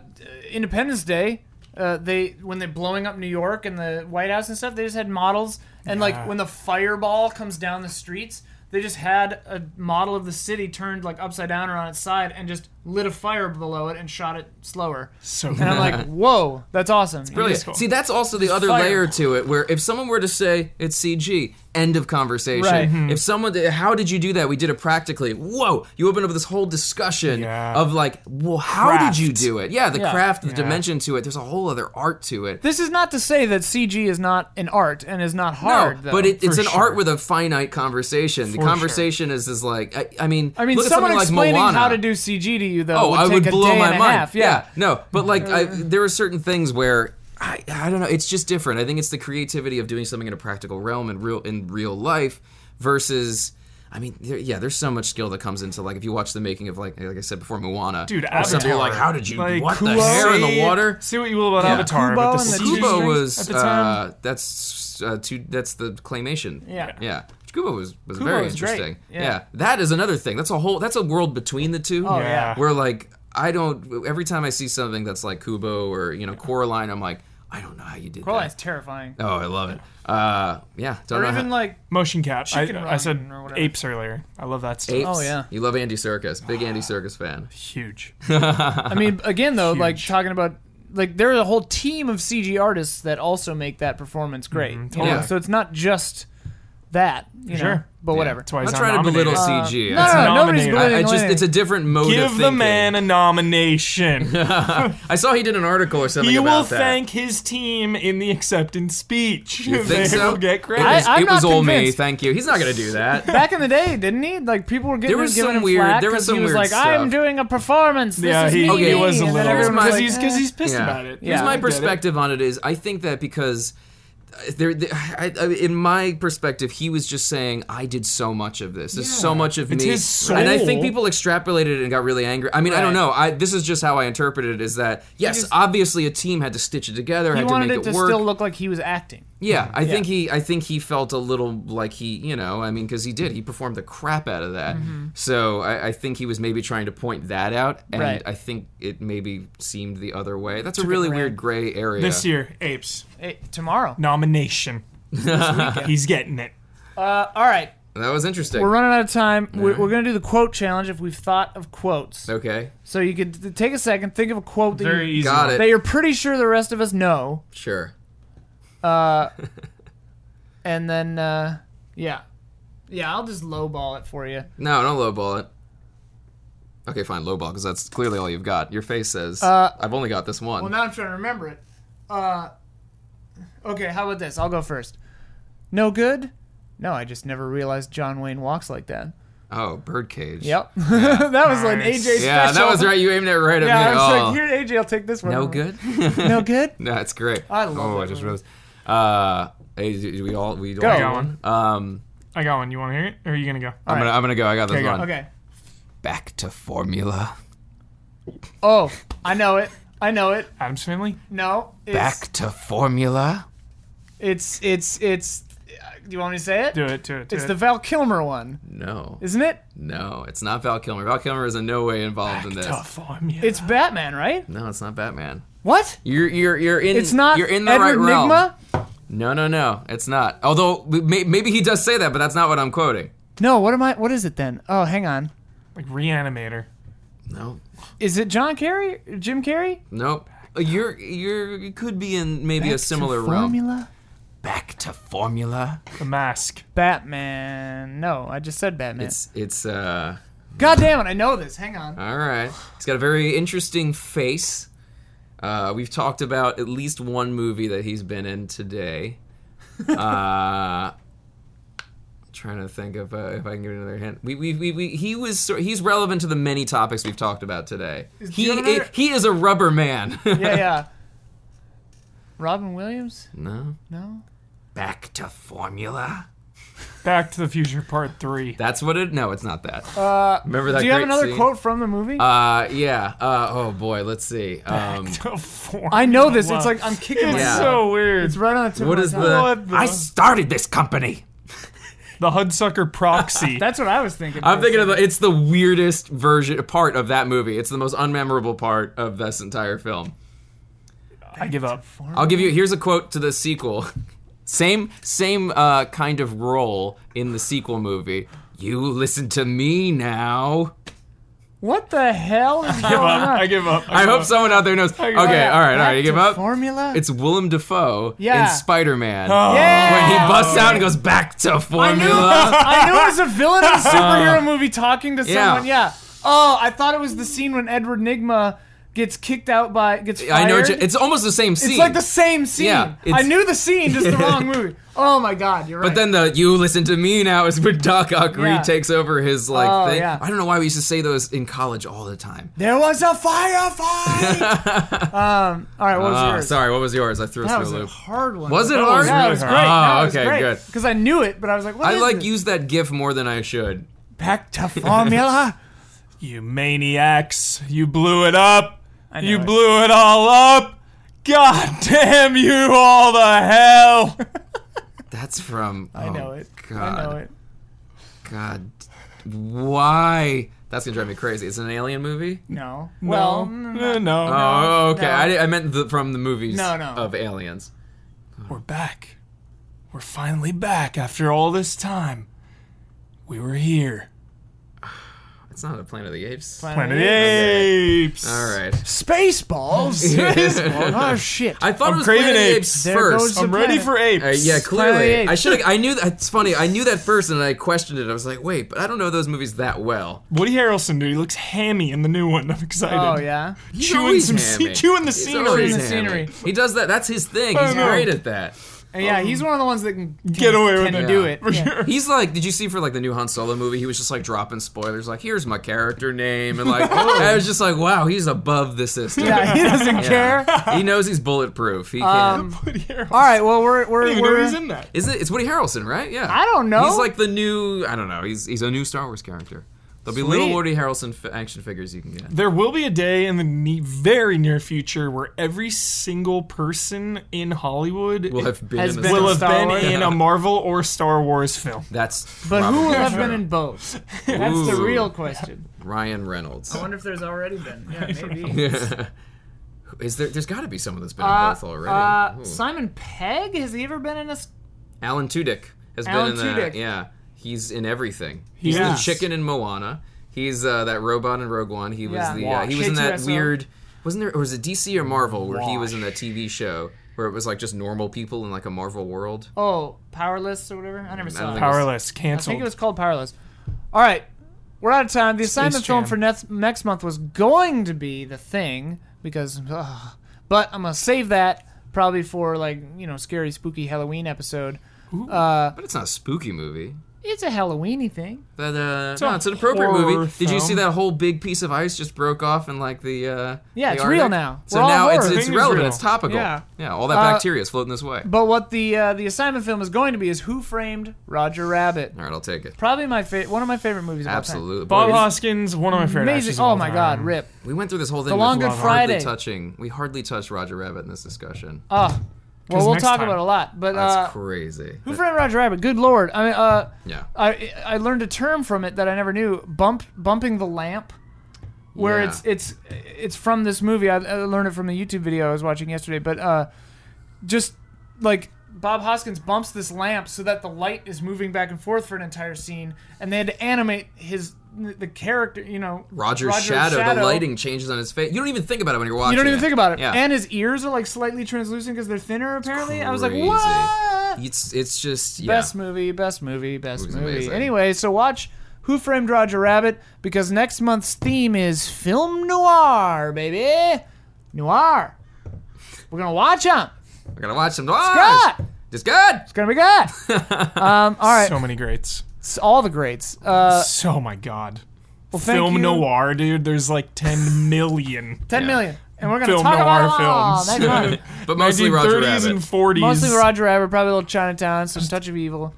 A: Independence Day, uh, they when they're blowing up New York and the White House and stuff, they just had models. And like
B: Yeah.
A: when the fireball comes down the streets, they just had a model of the city turned like upside down or on its side and just lit a fire below it and shot it slower.
B: So
A: And I'm like, whoa, that's awesome.
C: Brilliant.
B: cool.
C: See, that's also the other
A: fire.
C: layer to it, where if someone were to say it's CG, end of conversation.
A: Right.
B: Mm-hmm.
A: Mhm.
C: If someone, did- how did you do that? We did it practically. Whoa! You open up this whole discussion
B: Yeah.
C: of like, well, how
B: Craft.
C: did you do it? Yeah, the
A: Yeah.
C: craft, the dimension to it. There's a whole other art to it.
A: This is not to say that CG is not an art and is not hard,
C: no,
A: though.
C: but it, it's
B: For
C: an
B: sure.
C: art with a finite conversation. the
B: For sure.
C: conversation is is like, I, I mean,
A: I mean,
C: look at
A: someone
C: something like
A: explaining
C: Moana.
A: how to do CG to you though
C: Oh,
A: would
C: I
A: take
C: would
A: a
C: blow
A: day
C: my
A: and a
C: mind.
A: half. Yeah. Uh.
C: no, but like I, there are certain things where I, I don't know. It's just different. I think it's the creativity of doing something in a practical realm in real in real life versus. I mean, there, yeah, there's so much skill that comes into like if you watch the making of like like I said before, Moana.
B: dude,
C: or something,
B: Avatar.
C: you're like, how did you?
B: Like,
C: what the
B: Kubo-
C: hair in the
B: See-
C: water?
B: See what you will about
C: Yeah.
B: Avatar,
A: Kubo
B: but
A: and the
B: the CG
C: Kubo
A: Kubo
C: was
B: at the time.
C: uh, that's uh, two. That's the claymation.
A: Yeah.
C: yeah. Which Kubo was was
A: Kubo
C: very
A: was great.
C: interesting.
A: Yeah.
C: that is another thing. That's a whole. That's a world between the two.
A: Oh,
B: Yeah.
A: yeah.
C: Where like I don't. Every time I see something that's like Kubo or you know Coraline, I'm like, I don't know how you did
A: Probably it's
C: that.
A: terrifying.
C: Oh, I love it. Uh, yeah. Don't
A: Or
C: know
A: even
C: how-
A: like
B: motion cap. I,
A: Chicken
B: I said
A: Run or whatever.
B: apes earlier. I love that stuff.
C: apes.
A: Oh, yeah.
C: You love Andy Circus. Big Andy Circus fan.
B: Huge.
A: I mean, again though, like
B: Huge.
A: talking about like there's a whole
C: Mm-hmm,
A: team of CG artists that also make that performance great. you know?
B: totally.
A: So it's not just that. You know,
B: Sure.
A: but whatever. Uh,
B: That's why he's
C: Not
B: not
C: trying to belittle
B: nominated.
C: CG.
A: no,
C: It's-
A: no, no, nobody's
B: nominated.
C: I, I
A: belittling
C: just it's a
A: anything.
C: different mode of
B: Give
C: thinking.
B: the man a nomination.
C: I saw he did an article or something
B: He
C: about
B: will
C: that.
B: thank his team in the acceptance speech.
C: you think
B: they
C: so?
B: will get
C: It
B: credit.
C: was,
A: I- I'm
C: it was
A: not
C: old me.
A: convinced.
C: Thank you. He's not gonna do that.
A: Back in the day, didn't he? Like people were getting
C: There was
A: giving
C: some
A: him
C: weird-
A: flack
C: there was
A: 'cause
C: some
A: he was
C: weird
A: like,
C: stuff.
A: "I'm doing a performance. This
B: yeah,
A: is
B: he,
A: me."
C: Okay,
B: he was a
A: and then
B: little
A: everyone
C: my-
A: was
B: because
A: like,
B: he's because
A: "Eh."
B: he's pissed
C: Yeah.
B: about it.
A: Here's
C: Here's
A: Yeah, I
C: my
A: get it.
C: perspective on it is I think that because uh, there, there- I, I, in my perspective, he was just saying I did so much of this. There's so much of
B: It's
C: me,
B: his
C: and I
B: soul.
C: think people extrapolated it and got really angry. I mean, I don't
A: Right.
C: know. I this is just how I interpreted it. Is that yes,
A: just-
C: obviously a team had to stitch it together,
A: He
C: had to
A: wanted
C: make
A: it
C: it,
A: to
C: work.
A: still look like he was acting.
C: yeah, I think he, I think he felt a little like he, you know, I mean, because he did, he performed the crap out of that.
A: Mm-hmm.
C: So I, I think he was maybe trying to point that out, and
A: Right.
C: I think it maybe seemed the other way. That's a really
A: around.
C: weird gray area.
B: This year, apes
A: Eh, tomorrow.
B: nomination. he's getting it.
A: Uh, all right,
C: That was interesting.
A: we're running out of time. We're, we're gonna do the quote challenge if we've thought of quotes.
C: Okay.
A: So you could t- take a second, think of a quote that,
B: Very
A: you,
B: easy.
C: Got it.
A: that you're pretty sure the rest of us know,
C: Sure.
A: and then uh, yeah, yeah, I'll just lowball it for you.
C: No, don't lowball it. Okay, fine, lowball, because that's clearly all you've got. Your face says, I've only got this one.
A: Uh, Well, now I'm trying to remember it. Uh, okay, how about this? I'll go first. No good. No, I just never realized John Wayne walks like that.
C: oh, birdcage.
A: Yep, that was like
B: Nice.
A: AJ
C: Yeah,
A: special.
C: that was right. You aimed it right at
A: Yeah, I
C: me.
A: was
C: Oh.
A: like, here, AJ, I'll take this one.
C: no
A: I'm like,
C: good?
A: No good.
C: That's great.
A: I love
C: Oh,
A: that
C: I just
A: movie.
C: realized. Uh, hey, do- do we all, we
A: Go.
C: all
B: Got one.
C: Um,
B: I got one. You want to hear it, or are you gonna go?
C: I'm
A: right.
C: gonna, I'm gonna go. I got this
B: Okay, go.
C: one.
A: Okay.
C: Back to formula.
A: Oh, I know it. I know it.
B: Adam's family.
A: No. It's,
C: Back to formula.
A: It's it's it's. uh, Do you want me to say it?
B: Do it. Do it. Do
A: It's
B: it.
A: the Val Kilmer one,
C: No,
A: isn't it?
C: no, it's not Val Kilmer. Val Kilmer is in no way involved in this.
B: Tough formula.
A: It's Batman, right?
C: No, it's not Batman.
A: What?
C: You're, you're, you're in.
A: It's not.
C: You're in the
A: Edward
C: right realm.
A: Nigma?
C: No, no, no, it's not. Although may- maybe he does say that, but that's not what I'm quoting.
A: No. What am I? What is it then? Oh, hang on.
B: like Reanimator.
C: No,
A: Is it John Carrey? Jim Carrey?
C: nope. You're you're you could be in maybe a similar realm.
A: Formula.
C: Back to formula.
B: The Mask.
A: Batman. No, I just said Batman.
C: It's it's uh
A: God damn it! I know this. Hang on.
C: all right. He's got a very interesting face. Uh, we've talked about at least one movie that he's been in today. Uh, trying to think of uh, if I can give another hint. We, we, we, we he was sor- he's relevant to the many topics we've talked about today. He
A: Terminator-
C: he is a rubber man.
A: Yeah, yeah. Robin Williams?
C: No.
A: No.
C: Back to formula.
B: Back to the Future Part Three.
C: That's what it. No, it's not that.
A: Uh,
C: Remember that.
A: do you have
C: great
A: another
C: scene?
A: quote from the movie?
C: Uh, yeah. Uh, oh boy, let's see. Um,
B: To formula.
A: I know this. It's like I'm kicking.
B: It's
A: myself.
C: Yeah.
B: so weird.
A: It's right on the tip.
C: what
A: of
C: is
A: my
C: the?
B: What the-
C: I started this company.
B: the Hudsucker Proxy.
A: That's what I was thinking.
C: I'm thinking of the, it's the weirdest version part of that movie. It's the most unmemorable part of this entire film.
B: I give up.
C: I'll give you here's a quote to the sequel. Same same uh, kind of role in the sequel movie. You listen to me now.
A: What the hell is going on?
B: I give up. give
C: I
A: Uh-huh.
C: hope
B: up.
C: someone out there knows. Okay, all right, all right. You give
A: Back to
C: up.
A: Formula.
C: It's Willem Dafoe
A: Yeah.
C: in Spider Man.
B: Oh.
A: yeah.
C: When he busts out and goes back to formula.
A: I knew it was a villain in a superhero movie talking to
C: Uh, Yeah.
A: someone. Yeah. Oh, I thought it was the scene when Edward Nigma gets kicked out by gets fired.
C: I know it's, it's almost the same scene.
A: It's like the same scene.
C: Yeah,
A: I
C: it's-
A: knew the scene, just the wrong movie. Oh my god, you're right.
C: but then the you listen to me now is when Doc Ock
A: Yeah.
C: retakes over his like
A: Oh,
C: thing.
A: yeah.
C: I don't know why we used to say those in college all the time.
A: there was a firefight. um. All right, what was
C: Oh,
A: yours?
C: sorry, what was yours? I threw us
A: That
C: through
A: was a
C: a loop.
A: hard one.
C: Was it
A: That
C: hard?
A: yeah, it was
B: Oh,
A: great. That was
C: okay,
A: great.
C: good.
A: Because I knew it, but I was like, what
C: I
A: is
C: like
A: this?
C: use that GIF more than I should.
A: Back to formula.
B: You maniacs! You blew it up!
A: know
B: You
A: it.
B: blew it all up! God damn you all the hell!
C: That's from. oh,
A: I know it.
C: God.
A: I know it.
C: God, why? That's gonna drive me crazy. It's an alien movie.
A: No. Well,
B: no,
A: mm,
B: no,
C: Oh, okay.
A: no.
C: I, di- I meant the, from the movies
A: No, no.
C: of aliens.
B: We're back. We're finally back after all this time. We were here.
C: That's not a Planet of the Apes.
B: Planet of the Apes.
C: All right.
A: Spaceballs. Spaceballs. Oh shit.
C: I thought
B: I'm
C: it was
B: craving
C: Planet of the
B: apes.
C: Apes
A: There
C: first.
A: goes-
B: I'm ready for apes.
C: Uh, yeah,
A: Planet of the
C: clearly.
A: Apes.
C: I should have. I knew that. It's funny. I knew that first, and I questioned it. I was like, wait, but I don't know those movies that well.
B: Woody Harrelson, dude, he looks hammy in the new one. I'm excited.
A: oh yeah.
C: He's
B: chewing
C: always
B: some,
C: hammy.
B: ce- chewing the
C: He's
B: scenery.
C: always
A: Chewing the
C: hammy.
A: scenery.
C: He does that. That's his thing.
B: I
C: He's
B: know.
C: great at that.
A: And yeah, he's one of the ones that can, can
B: Get away with
A: can
B: it.
A: do
C: Yeah.
A: it.
B: For
A: Yeah.
B: sure.
C: He's like, did you see for like the new Han Solo movie? He was just like dropping spoilers, like, here's my character name, and like,
B: Oh.
C: I was just like, wow, he's above the system.
A: Yeah, he doesn't care.
C: he knows he's bulletproof. He can.
A: Um,
B: Woody Harrelson.
A: All right, well we're we're
B: I didn't even know
A: we're
B: he's in that.
C: Is it? It's Woody Harrelson, right? Yeah.
A: I don't know.
C: He's like the new. I don't know. He's he's a new Star Wars character. There'll be little
A: Sweet.
C: Woody Harrelson f- action figures you can get.
B: There will be a day in the ne- very near future where every single person in Hollywood
C: Will have been
A: Has
C: in the
A: been
B: will
A: in
B: have
A: Star
B: been
A: Wars.
B: in a Marvel or Star Wars film.
C: That's
A: but who
C: probably
A: will have
C: true.
A: been in both? That's the
C: Ooh.
A: real question.
C: Ryan Reynolds?
A: wonder if there's already been. Yeah, maybe.
C: Is there? There's got to be someone that's been in
A: Uh,
C: both already.
A: uh,
C: Ooh.
A: Simon Pegg has he ever been in a? s-
C: Alan Tudyk has
A: Alan
C: been in that.
A: Tudyk.
C: Yeah, he's in everything. He's
B: Yeah.
C: the chicken in Moana. He's uh, that robot in Rogue One. He was
A: Yeah.
C: the. Uh, he was in that
A: K2SO.
C: weird. Wasn't there? Or was it DC or Marvel where he was in that TV show where it was like just normal people in like a Marvel world?
A: Oh, Powerless or whatever. I never saw.
C: think
A: it.
C: it was-
B: Powerless,
A: I think
B: canceled.
A: it was called Powerless. All right, we're out of time. The assignment film
B: Jam.
A: for next next month was going to be The Thing because, ugh. but I'm gonna save that probably for like you know scary spooky Halloween episode. Uh,
C: But it's not a spooky movie.
A: it's a Halloweeny thing.
C: But uh, it's
B: a
C: no, it's an appropriate movie.
B: horror
C: Did you see
B: film.
C: that whole big piece of ice just broke off and like the? Uh,
A: Yeah,
C: the
A: it's real
C: Arctic?
A: now.
C: So
A: We're all
C: now it's,
A: horror.
C: it's
B: Thing is
C: relevant.
B: real.
C: It's topical.
A: Yeah.
C: Yeah, all that
A: Uh,
C: bacteria is floating this way.
A: But what the uh, the assignment film is going to be is Who Framed Roger Rabbit?
C: all right, I'll take it.
A: Probably my fa- one of my favorite movies of all time.
C: Absolutely.
B: Bob
C: Boy,
B: Hoskins, one of my favorite actors
A: Amazing!
B: of
A: Oh
B: all
A: my
B: time.
A: God, rip!
C: We went through this whole thing.
A: The
C: with
A: Long Good
C: hardly
A: Friday.
C: Touching. We hardly touched Roger Rabbit in this discussion.
A: Oh, well, we'll
B: next
A: talk
B: time-
A: about it a lot. But
C: That's
A: uh,
C: crazy.
A: Who
C: But-
A: Framed Roger Rabbit? Good lord! I mean, uh,
C: yeah.
A: I I learned a term from it that I never knew. Bump bumping the lamp, where
C: Yeah.
A: it's it's it's from this movie. I, I learned it from the YouTube video I was watching yesterday. But uh, just like Bob Hoskins bumps this lamp so that the light is moving back and forth for an entire scene, and they had to animate his the character. You know,
C: Roger's shadow, The lighting changes on his face. You don't even think about it when you're watching.
A: You don't even think about it.
C: Yeah.
A: And his ears are like slightly translucent because they're thinner. Apparently, I was like,
C: crazy.
A: what?
C: It's it's just yeah.
A: Best movie, best movie, best
C: Movie's
A: movie.
C: amazing.
A: Anyway, so watch Who Framed Roger Rabbit because next month's theme is film noir, baby. Noir. We're going to watch them.
C: We're gonna watch some.
A: Scott!
C: It's good.
A: It's going to be good. um, all right.
B: So many greats.
A: It's all the greats. Uh,
B: So my God.
A: well, thank
B: Film
A: you.
B: noir, dude. There's like 10 million.
A: 10
C: Yeah.
A: million. And we're going to
B: Film
A: talk
B: noir
A: about it all
B: films.
A: next month.
C: But mostly Roger
B: 1930s
C: Rabbit.
B: and 40s.
A: Mostly Roger Rabbit, probably a little Chinatown, some Touch of Evil.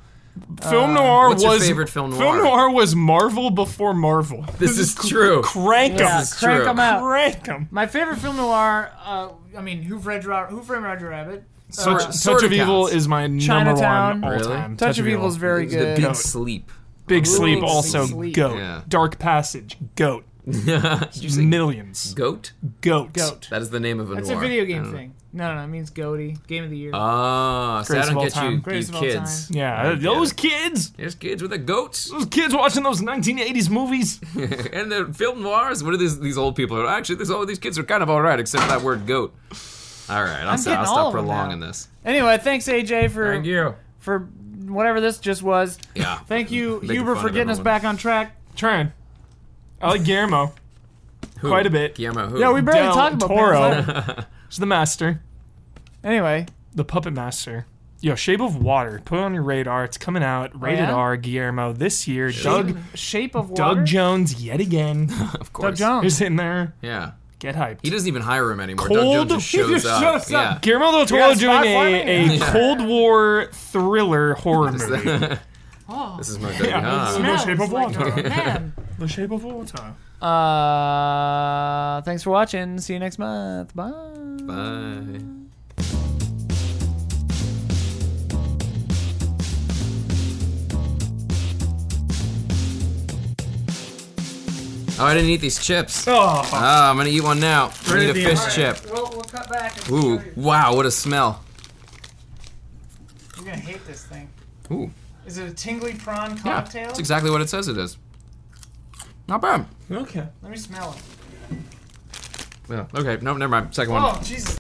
A: uh,
B: Film noir
C: What's your
B: was
C: favorite film noir?
B: Film noir was Marvel before Marvel.
C: This is true.
B: Crank them.
A: Yeah,
C: is
A: crank
C: true.
A: 'em out.
B: Crank them.
A: My favorite film noir, uh, I mean, Who Framed, Ro- Who Framed Roger Rabbit?
B: Touch,
C: Sort-
B: Touch
C: sort
B: of Evil
C: counts.
B: is my
A: Chinatown.
B: number one all
C: Really?
B: time.
A: Touch, of Evil is very
C: It's the
A: good.
C: big
B: Goat.
C: sleep.
B: Big Sleep
A: Big
B: also
A: Sleep.
B: goat.
C: Yeah.
B: Dark Passage goat.
C: Did you say
B: Millions
C: goat?
B: goat.
A: Goat.
C: That is the name of a
A: That's a
C: noir.
A: video
C: I
A: game
C: don't know.
A: thing. No, no, no, it means Goaty. Game of the year.
C: Ah, so I
B: Greatest of
C: don't
B: all
C: get
B: time.
C: you, you
A: Greatest of all
C: kids.
B: Yeah,
C: I get
B: those
C: it.
B: kids.
C: There's kids with the goats
B: Those kids watching those 1980s movies.
C: and the film noirs. What are these these old people? Actually, this, all these kids are kind of all right, except for that word goat. All right, I'll, stop,
A: getting all
C: I'll stop
A: of them
C: prolonging
A: now.
C: this.
A: Anyway, thanks AJ for
C: Thank you.
A: for whatever this just was.
C: Yeah.
A: Thank you
C: Making
A: Huber
C: fun
A: for
C: of
A: getting us
C: everyone.
A: back on track.
B: Trying. I like Guillermo.
C: Who?
B: quite a bit.
C: Guillermo, who?
A: Yeah, we barely
B: Del
A: talked about
B: Toro.
A: Pan's Labyrinth.
B: He's the master,
A: Anyway,
B: the puppet master. Yo, Shape of Water. Put it on your radar. It's coming out. Rated
A: yeah?
B: R. Guillermo this year. Doug.
A: Shape of Water.
B: Doug Jones yet again.
C: of
A: Doug
C: course.
A: Jones.
B: Who's in there?
C: Yeah,
B: Get hyped.
C: he doesn't even hire him anymore.
B: Cold-
C: Doug Jones just
B: he
C: shows
B: just
C: up.
B: shows
C: yeah.
B: Guillermo del
A: got
B: Toro
A: a spot
B: doing
A: for me?
B: a, a Cold War thriller horror movie.
C: this is my baby.
B: Yeah.
C: huh?
B: No, Shape of
A: Smells like
B: Water.
A: a man.
B: The Shape of Water.
A: Uh, thanks for watching. See you next month. Bye.
C: Bye. Oh, I didn't eat these chips. Ah,
B: Oh.
C: I'm gonna eat one now. I need a fish chip.
A: We'll, we'll cut back. And
C: Ooh, wow, what a smell.
A: You're gonna hate this thing.
C: Ooh,
A: Is it a tingly prawn
C: yeah,
A: cocktail?
C: that's exactly what it says it is. Not bad.
B: Okay.
A: Let me smell it.
C: Yeah. Okay. No, never mind. Second one.
A: Oh, Jesus.